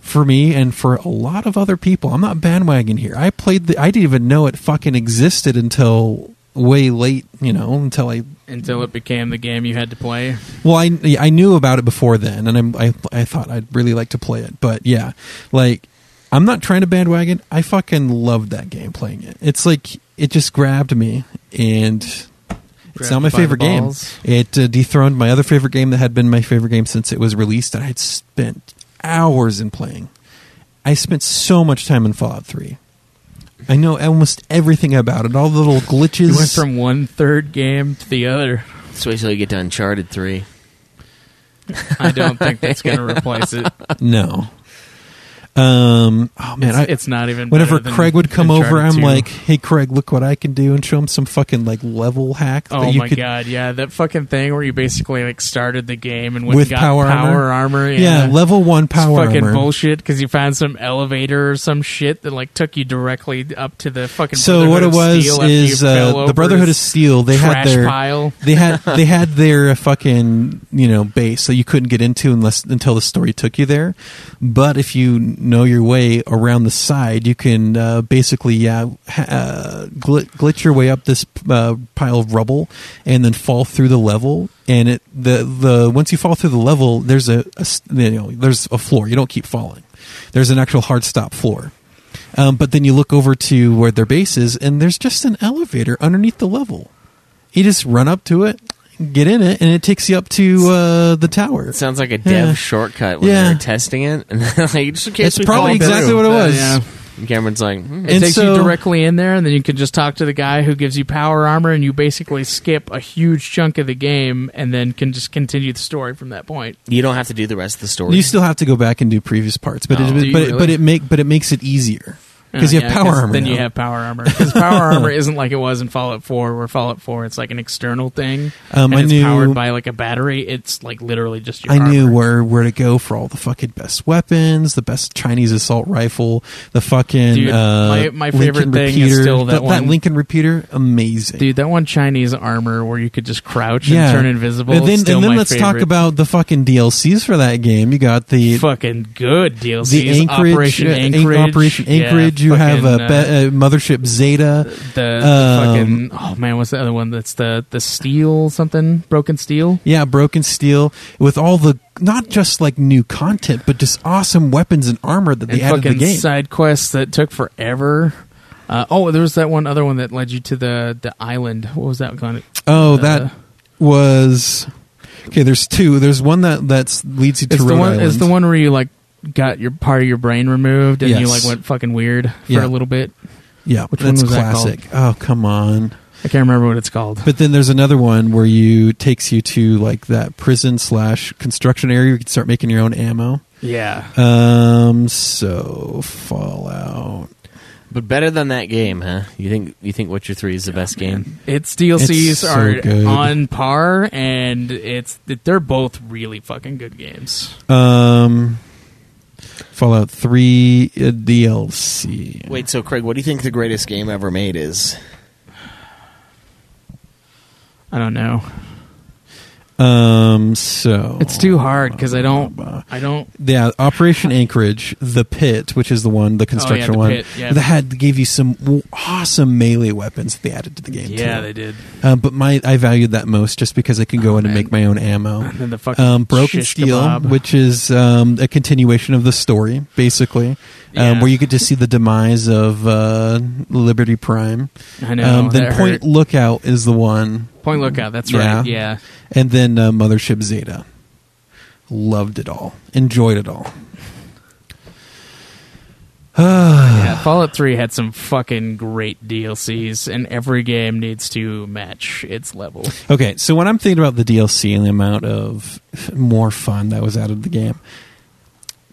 E: for me and for a lot of other people, I'm not bandwagon here. I played the I didn't even know it fucking existed until way late, you know, until I
F: until it became the game you had to play.
E: Well, I I knew about it before then, and I'm, I I thought I'd really like to play it, but yeah, like I'm not trying to bandwagon. I fucking loved that game playing it. It's like it just grabbed me, and it's
F: Grabbed
E: not my
F: you by the
E: favorite game.
F: balls.
E: It uh, dethroned my other favorite game that had been my favorite game since it was released, and I had spent hours in playing. I spent so much time in Fallout Three. I know almost everything about it, all the little glitches.
F: You went from one third game to the other.
B: so wait till you get to uncharted 3
F: I don't think that's going to replace it.
E: no. Um. Oh man, I,
F: It's not even.
E: whenever
F: better than
E: Craig would come
F: Uncharted
E: over, I'm
F: 2.
E: like, "Hey, Craig, look what I can do," and show him some fucking like level hack
F: Oh
E: that you
F: my
E: could.
F: god, yeah, that fucking thing where you basically like started the game and went
E: With
F: and got
E: power
F: power,
E: armor?
F: armor.
E: Yeah, level one
F: It's
E: power
F: fucking
E: armor.
F: bullshit because you found some elevator or some shit that like took you directly up to the fucking.
E: So what
F: Brotherhood
E: it
F: of
E: was
F: Steel after you
E: is
F: fell
E: uh,
F: over
E: the Brotherhood of
F: this
E: Steel. They had
F: trash
E: their
F: pile.
E: they had they had their uh, fucking you know base that you couldn't get into unless until the story took you there. But if you know your way around the side, you can uh, basically yeah ha- uh, gl- glitch your way up this uh, pile of rubble and then fall through the level. And it the the once you fall through the level, there's a, a s- you know there's a floor. You don't keep falling. There's an actual hard stop floor. Um, but then you look over to where their base is, and there's just an elevator underneath the level. You just run up to it, get in it, and it takes you up to uh, the tower.
B: It sounds like a dev
E: Yeah.
B: shortcut when
E: Yeah.
B: they were testing it, and then like just in case
E: That's
B: we
E: probably
B: fall
E: exactly
B: through.
E: what it was.
F: Uh, Yeah.
B: And Cameron's like, hmm,
F: It
E: And
F: takes
E: so-
F: you directly in there, and then you can just talk to the guy who gives you power armor, and you basically skip a huge chunk of the game, and then can just continue the story from that point.
B: you don't have to do the rest of the story.
E: You still have to go back and do previous parts, but
B: Oh.
E: it,
F: Do you
E: but,
F: really?
E: but it make but it makes it easier because
F: Uh,
E: you have
F: yeah,
E: power
F: 'cause
E: armor.
F: Then
E: now.
F: you have power armor because power armor isn't like it was in Fallout Four, where Fallout Four it's like an external thing,
E: Um,
F: and
E: I
F: it's
E: knew-
F: powered by like a battery. It's like literally just your.
E: I knew
F: armor.
E: where where to go for all the fucking best weapons, the best Chinese assault rifle, the fucking
F: Dude,
E: uh,
F: my- my favorite
E: Lincoln
F: thing is
E: repeater.
F: still that one-
E: Lincoln repeater, amazing.
F: Dude, that one Chinese armor where you could just crouch
E: yeah.
F: and turn invisible.
E: And then,
F: is still
E: and then
F: my
E: let's talk
F: favorite.
E: about the fucking DLCs for that game. You got the
F: fucking good DLCs.
E: the Anchorage,
F: Operation
E: uh, Anch-
F: Anchorage,
E: Operation
F: Yeah,
E: Anchorage. you have a
F: fucking,
E: be-
F: uh,
E: uh, Mothership Zeta.
F: the,
E: um,
F: the fucking oh man, what's the other one? That's the the steel something broken steel.
E: Yeah, Broken Steel with all the not just like new content, but just awesome weapons and armor that they
F: and
E: added to
F: fucking
E: the game.
F: side quests that took forever. Uh, oh, there was that one other one that led you to the the island. What was that going?
E: oh,
F: uh,
E: that was okay. There's two. There's one that that's leads you to
F: It's
E: Rhode
F: the one.
E: Island.
F: It's the one where you like got your part of your brain removed and you
E: Yes.
F: like went fucking weird for
E: Yeah.
F: a little bit.
E: Yeah,
F: Which one
E: that's
F: was that
E: classic. oh, come on.
F: I can't remember what it's called.
E: But then there's another one where you takes you to like that prison slash construction area. You can start making your own ammo.
F: yeah,
E: Um, so Fallout.
B: but better than that game, huh? You think you think Witcher Three is the best game?
F: its DLCs
E: It's so
F: are
E: good.
F: on par, and it's they're both really fucking good games.
E: Um, Fallout Three uh, DLC.
B: Wait, so Craig, what do you think the greatest game ever made is?
F: I don't know.
E: Um, so
F: It's too hard because I don't. I don't.
E: Yeah, Operation Anchorage, the pit, which is the one, the construction
F: Oh, the
E: one,
F: pit, yeah.
E: that had gave you some w- awesome melee weapons that they added to the game.
F: Yeah,
E: too.
F: they did.
E: Um, but my I valued that most just because I can go in and
F: Oh, man.
E: make my own ammo.
F: And the fucking
E: Um, Broken
F: shish
E: Steel,
F: kebab.
E: which is um, a continuation of the story, basically, um,
F: Yeah.
E: where you get to see the demise of uh, Liberty Prime.
F: I know.
E: um, then
F: that
E: Point
F: hurt.
E: Lookout is the one,
F: Point Lookout. That's
E: Yeah.
F: right. Yeah.
E: and then uh, Mothership Zeta. Loved it all, enjoyed it all.
F: yeah. Fallout Three had some fucking great DLCs, and every game needs to match its level.
E: Okay, so when I'm thinking about the DLC and the amount of more fun that was out of the game,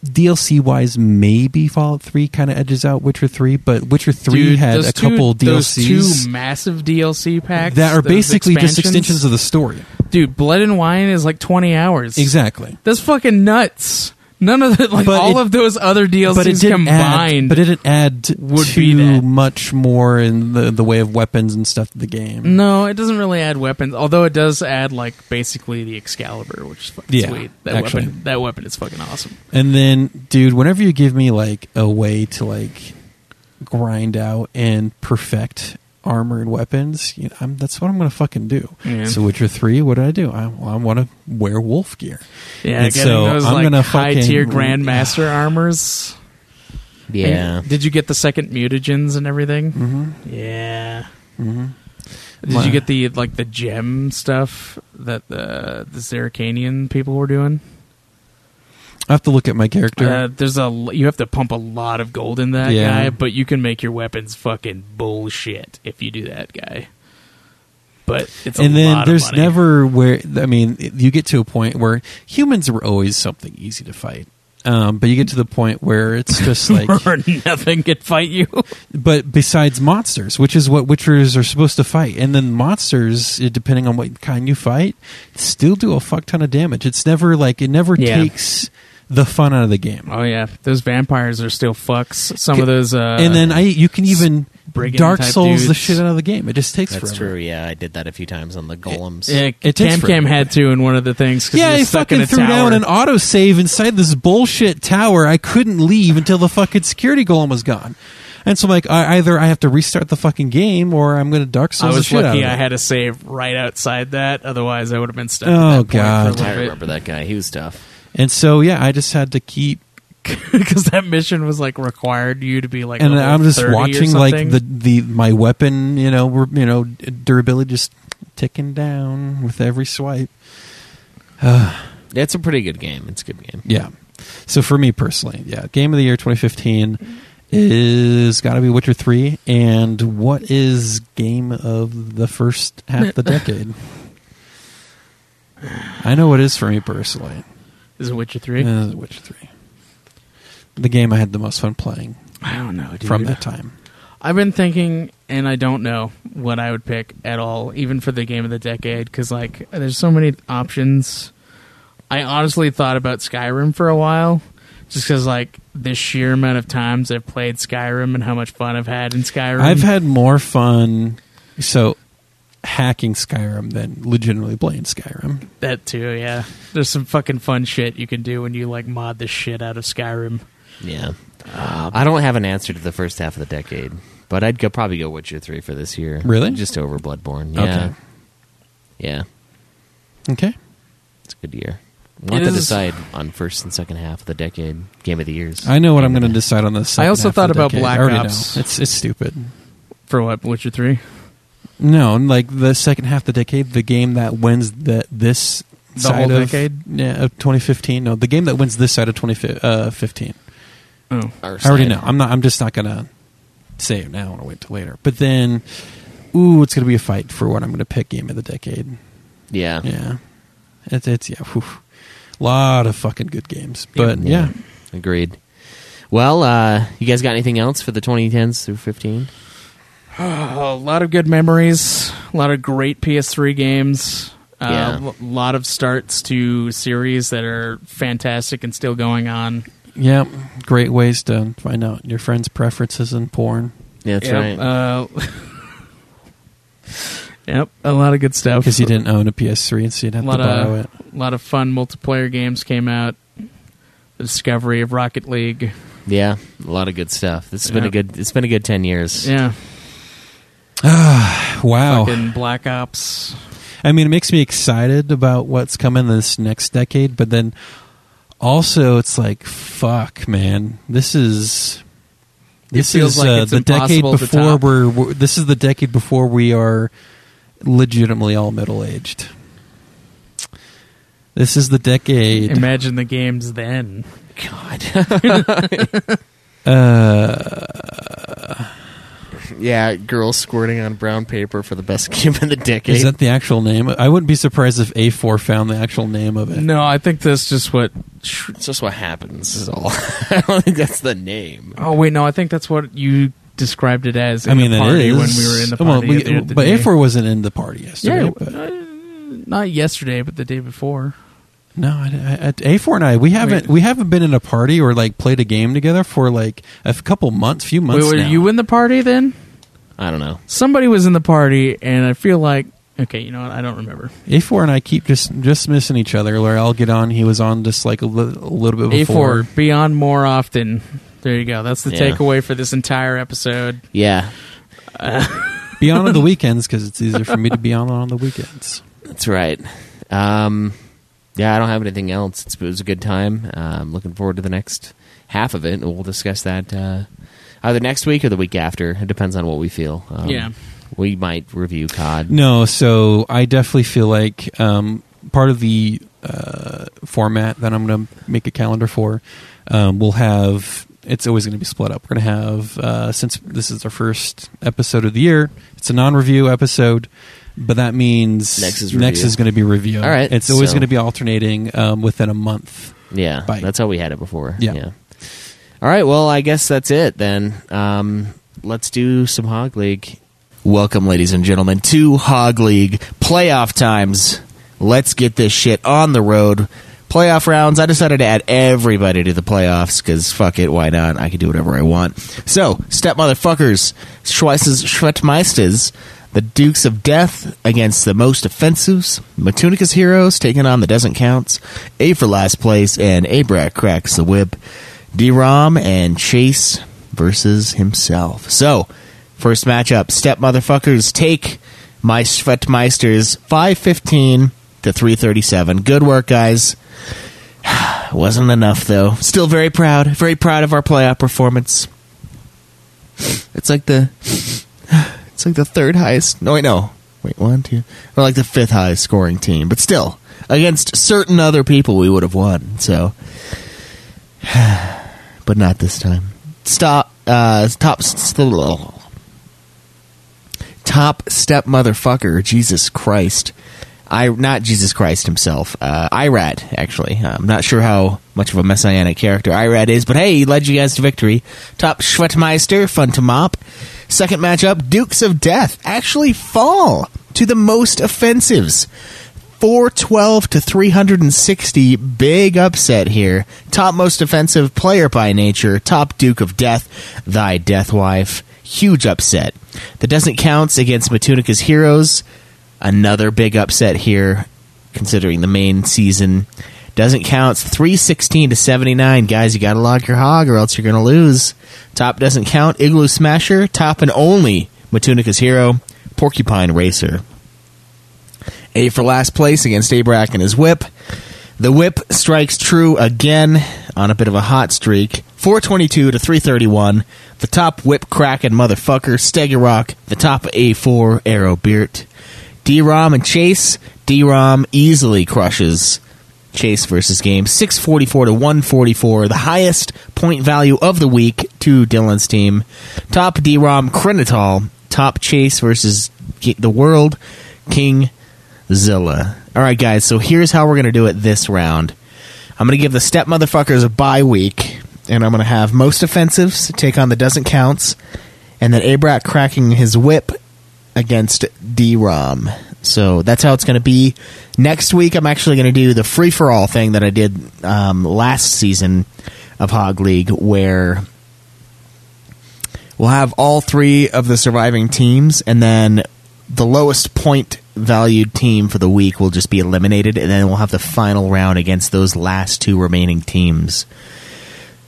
E: DLC wise, maybe Fallout Three kind of edges out Witcher Three, but Witcher Three
F: Dude,
E: had
F: those
E: a
F: two-
E: couple
F: those
E: DLCs
F: two massive DLC packs
E: that are
F: those
E: basically just extensions of the story.
F: Dude, Blood and Wine is like twenty hours.
E: Exactly,
F: That's fucking nuts. None of the like
E: But
F: all
E: it-
F: of those other DLCs
E: but it didn't
F: combined.
E: add. But it didn't add
F: would
E: too
F: be that.
E: much more in the the way of weapons and stuff to the game.
F: No, it doesn't really add weapons. Although it does add like basically the Excalibur, which is fucking
E: Yeah,
F: sweet. That
E: actually.
F: weapon, that weapon is fucking awesome.
E: And then, dude, whenever you give me like a way to like grind out and perfect armor and weapons, you know, I'm, that's what I'm going to fucking do.
F: Yeah.
E: So, Witcher three, what did I do? I, I want to wear wolf gear.
F: Yeah,
E: And
F: getting
E: so
F: those
E: I'm
F: like
E: gonna
F: high tier
E: fucking-
F: Grandmaster armors.
B: Yeah,
F: And did you get the second mutagens and everything? Mm-hmm. Yeah. Mm-hmm. Did
E: My-
F: you get the like the gem stuff that the the Zeracanian people were doing?
E: I have to look at my character.
F: Uh, there's a l- you have to pump a lot of gold in that
E: Yeah.
F: guy, but you can make your weapons fucking bullshit if you do that guy. But it's a
E: and then
F: lot of
E: there's
F: money.
E: never where I mean, it- you get to a point where humans were always something easy to fight. Um, but you get to the point where it's just like,
F: or nothing could fight you.
E: but besides monsters, which is what witchers are supposed to fight, and then monsters, eh, depending on what kind you fight, still do a fuck ton of damage. It's never like it never
F: Yeah.
E: takes the fun out of the game.
F: Oh yeah, those vampires are still fucks. Some of those, uh,
E: and then I, you can even
F: brigand
E: Dark
F: type
E: Souls the
F: dudes.
E: shit out of the game. It just takes
B: That's
E: forever.
B: true. Yeah, I did that a few times on the golems.
F: Yeah,
E: It takes
F: Cam Cam
E: forever.
F: had to in one of the things. 'cause
E: Yeah,
F: he
E: he
F: was stuck in
E: fucking
F: a
E: threw
F: tower.
E: down an autosave inside this bullshit tower. I couldn't leave until the fucking security golem was gone. And so I'm like, I, either I have to restart the fucking game or I'm going to Dark
F: I
E: Souls the
F: was
E: shit out
F: lucky
E: of
F: I
E: it.
F: had a save right outside that. Otherwise, I would have been stuck.
E: Oh,
F: at that point for a
E: God.
B: I
F: little
B: remember that guy. He was tough.
E: and so, yeah, I just had to keep
F: because that mission was like required you to be like.
E: and
F: level
E: I'm just
F: 30 or
E: watching like
F: something.
E: the the my weapon, you know, re- you know, durability just ticking down with every swipe.
B: That's a pretty good game. It's a good game.
E: Yeah. So for me personally, yeah, game of the year 2015 is got to be Witcher 3 and what is game of the first half of the decade? I know it is for me personally.
F: is it Witcher three?
E: Uh, Witcher 3. The game I had the most fun playing
F: I don't know. Dude.
E: from that time.
F: I've been thinking, and I don't know what I would pick at all, even for the game of the decade, because like there's so many options. I honestly thought about Skyrim for a while, just because like the sheer amount of times I've played Skyrim and how much fun I've had in Skyrim.
E: I've had more fun so hacking Skyrim than legitimately playing Skyrim.
F: that too. Yeah, there's some fucking fun shit you can do when you like mod the shit out of Skyrim.
B: Yeah. I don't have an answer to the first half of the decade, but I'd go probably go Witcher three for this year.
E: Really?
B: Just over Bloodborne. Yeah.
E: Okay.
B: Yeah.
E: Okay.
B: It's a good year. We'll have
F: It
B: to
F: is-
B: decide on first and second half of the decade. Game of the years.
E: I know what I'm going to decide on this.
F: I also thought about Black
E: I already
F: Ops.
E: Know. It's it's stupid.
F: For what Witcher three?
E: No, and, like the second half of the decade, the game that wins the this
F: The
E: side
F: whole
E: of,
F: decade?
E: yeah, of 2015. No, the game that wins this side of 2015.
F: Oh,
B: Our
E: I already
B: side.
E: know. I'm not. I'm just not going to say it now. I want to wait till later. But then, ooh, it's going to be a fight for what I'm going to pick game of the decade.
B: Yeah.
E: Yeah, it's it's yeah, whew. lot of fucking good games. But yeah,
B: Agreed. Well, uh, you guys got anything else for the 2010s through 15?
F: a lot of good memories, a lot of great PS3 games, a
B: Yeah.
F: lot of starts to series that are fantastic and still going on.
E: yeah, great ways to find out your friends' preferences in porn.
B: Yeah, that's
F: yep.
B: right.
F: Uh, yep, a lot of good stuff.
E: because you didn't own a PS3, and so you'd
F: a
E: have to
F: lot
E: borrow
F: of
E: it.
F: a lot of fun multiplayer games came out. The discovery of Rocket League.
B: yeah, a lot of good stuff. This has been
F: Yeah.
B: a good. It's been a good 10 years.
F: Yeah,
E: Wow,
F: fucking Black Ops.
E: I mean, it makes me excited about what's coming this next decade, but then also it's like, fuck, man, this is this
F: feels
E: is
F: like
E: uh,
F: it's
E: the decade
F: impossible to
E: before
F: top.
E: we're, we're this is the decade before we are legitimately all middle aged. This is the decade.
F: Imagine the games then.
B: God. Uh, yeah, girls squirting on brown paper for the best game of the decade.
E: Is that the actual name? I wouldn't be surprised if A4 found the actual name of it.
F: No, I think that's just what
B: it's just what happens. Is all. I don't think that's the name.
F: Oh wait, no, I think that's what you described it as. In
E: I mean,
F: the
E: it
F: party
E: is
F: when we were in the
E: Well,
F: party.
E: we-
F: at the end of the
E: but
F: day.
E: A4 wasn't in the party yesterday.
F: yeah,
E: but-
F: uh, not yesterday, but the day before.
E: no, I, I, A4 and I we haven't
F: Wait.
E: we haven't been in a party or like played a game together for like a f- couple months, few
F: Wait,
E: months.
F: were
E: now.
F: you in the party then?
B: I don't know.
F: Somebody was in the party, and I feel like okay, you know what? I don't remember.
E: A4 and I keep just just missing each other. Where I'll get on, he was on just like a, li- a little bit
F: A
E: before.
F: four beyond more often. There you go. That's the
B: Yeah.
F: takeaway for this entire episode.
B: Yeah,
E: Be on on the weekends because it's easier for me to be on on the weekends.
B: that's right. Um, yeah, I don't have anything else. It's, it was a good time. Uh, I'm looking forward to the next half of it, and we'll discuss that uh, either next week or the week after. It depends on what we feel. Um,
F: Yeah.
B: we might review COD.
E: No, so I definitely feel like um, part of the uh, format that I'm going to make a calendar for um, will have. It's always going to be split up. We're going to have uh, since this is our first episode of the year. It's a non-review episode, but that means
B: Next is review.
E: going to be review.
B: All right,
E: it's always
B: so-
E: going to be alternating um, within a month.
B: Yeah,
E: Bite.
B: that's how we had it before.
E: Yeah.
B: All right. Well, I guess that's it then. Um, let's do some Hog League. Welcome, ladies and gentlemen, to Hog League playoff times. Let's get this shit on the road. playoff rounds. I decided to add everybody to the playoffs because fuck it, why not? I can do whatever I want. So, step motherfuckers, Schweisses, Schwettmeisters, the Dukes of Death against the most offensives, Matunica's Heroes taking on the doesn't counts, A for last place, and Abrac cracks the whip, D-Rom and Chase versus himself. So, first matchup, step motherfuckers take my Schwettmeisters 515 to 337. Good work, guys. Wasn't enough, though. Still very proud. Very proud of our playoff performance. It's like the. It's like the third highest. No, wait, no. Wait, one, two. Or like the fifth highest scoring team. But still, against certain other people, we would have won. So. But not this time. Stop. Uh, top. s- s- top step motherfucker, Jesus Christ. I not Jesus Christ himself. Uh, Irad, actually. I'm not sure how much of a messianic character Irad is, but hey, he led you guys to victory. Top Schwettmeister, fun to mop. Second matchup, Dukes of Death actually fall to the most offensives. 412 to 360. Big upset here. Top most offensive player by nature. Top Duke of Death. Thy Death Wife. Huge upset. The doesn't counts against Matunica's Heroes. Another big upset here, considering the main season. Doesn't counts 316 to 79. Guys, you gotta log your hog or else you're gonna lose. Top doesn't count. Igloo Smasher. Top and only Matunica's Hero. Porcupine Racer. A for last place against Abrac and his whip. The whip strikes true again on a bit of a hot streak. 422 to 331. The top whip cracking motherfucker, Stegirock, the top A4 Arrow Beart. D Rom and Chase. D Rom easily crushes Chase versus game. 644 to 144. The highest point value of the week to Dylan's team. Top D Rom Krenitol. Top Chase versus G- the world. King Zilla. All right, guys. So here's how we're gonna do it this round. I'm gonna give the step motherfuckers a bye week, and I'm gonna have most offensives take on the doesn't counts, and then Abrat cracking his whip against D-Rom. So that's how it's gonna be. Next week, I'm actually gonna do the free for all thing that I did um, last season of Hog League, where we'll have all three of the surviving teams, and then the lowest point valued team for the week will just be eliminated, and then we'll have the final round against those last two remaining teams.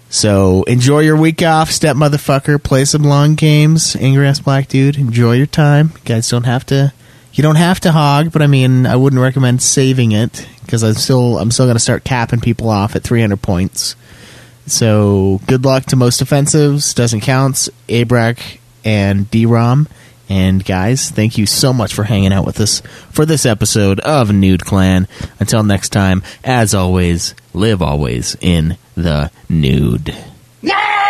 B: So enjoy your week off, step motherfucker. Play some long games, angry ass black dude. Enjoy your time. You guys don't have to. You don't have to hog, but I mean, I wouldn't recommend saving it because I'm still I'm still gonna start capping people off at 300 points. So good luck to most offensives. Doesn't counts. Abrac and DROM. And guys, thank you so much for hanging out with us for this episode of Nude Clan. Until next time, as always, live always in the nude.
C: Yeah!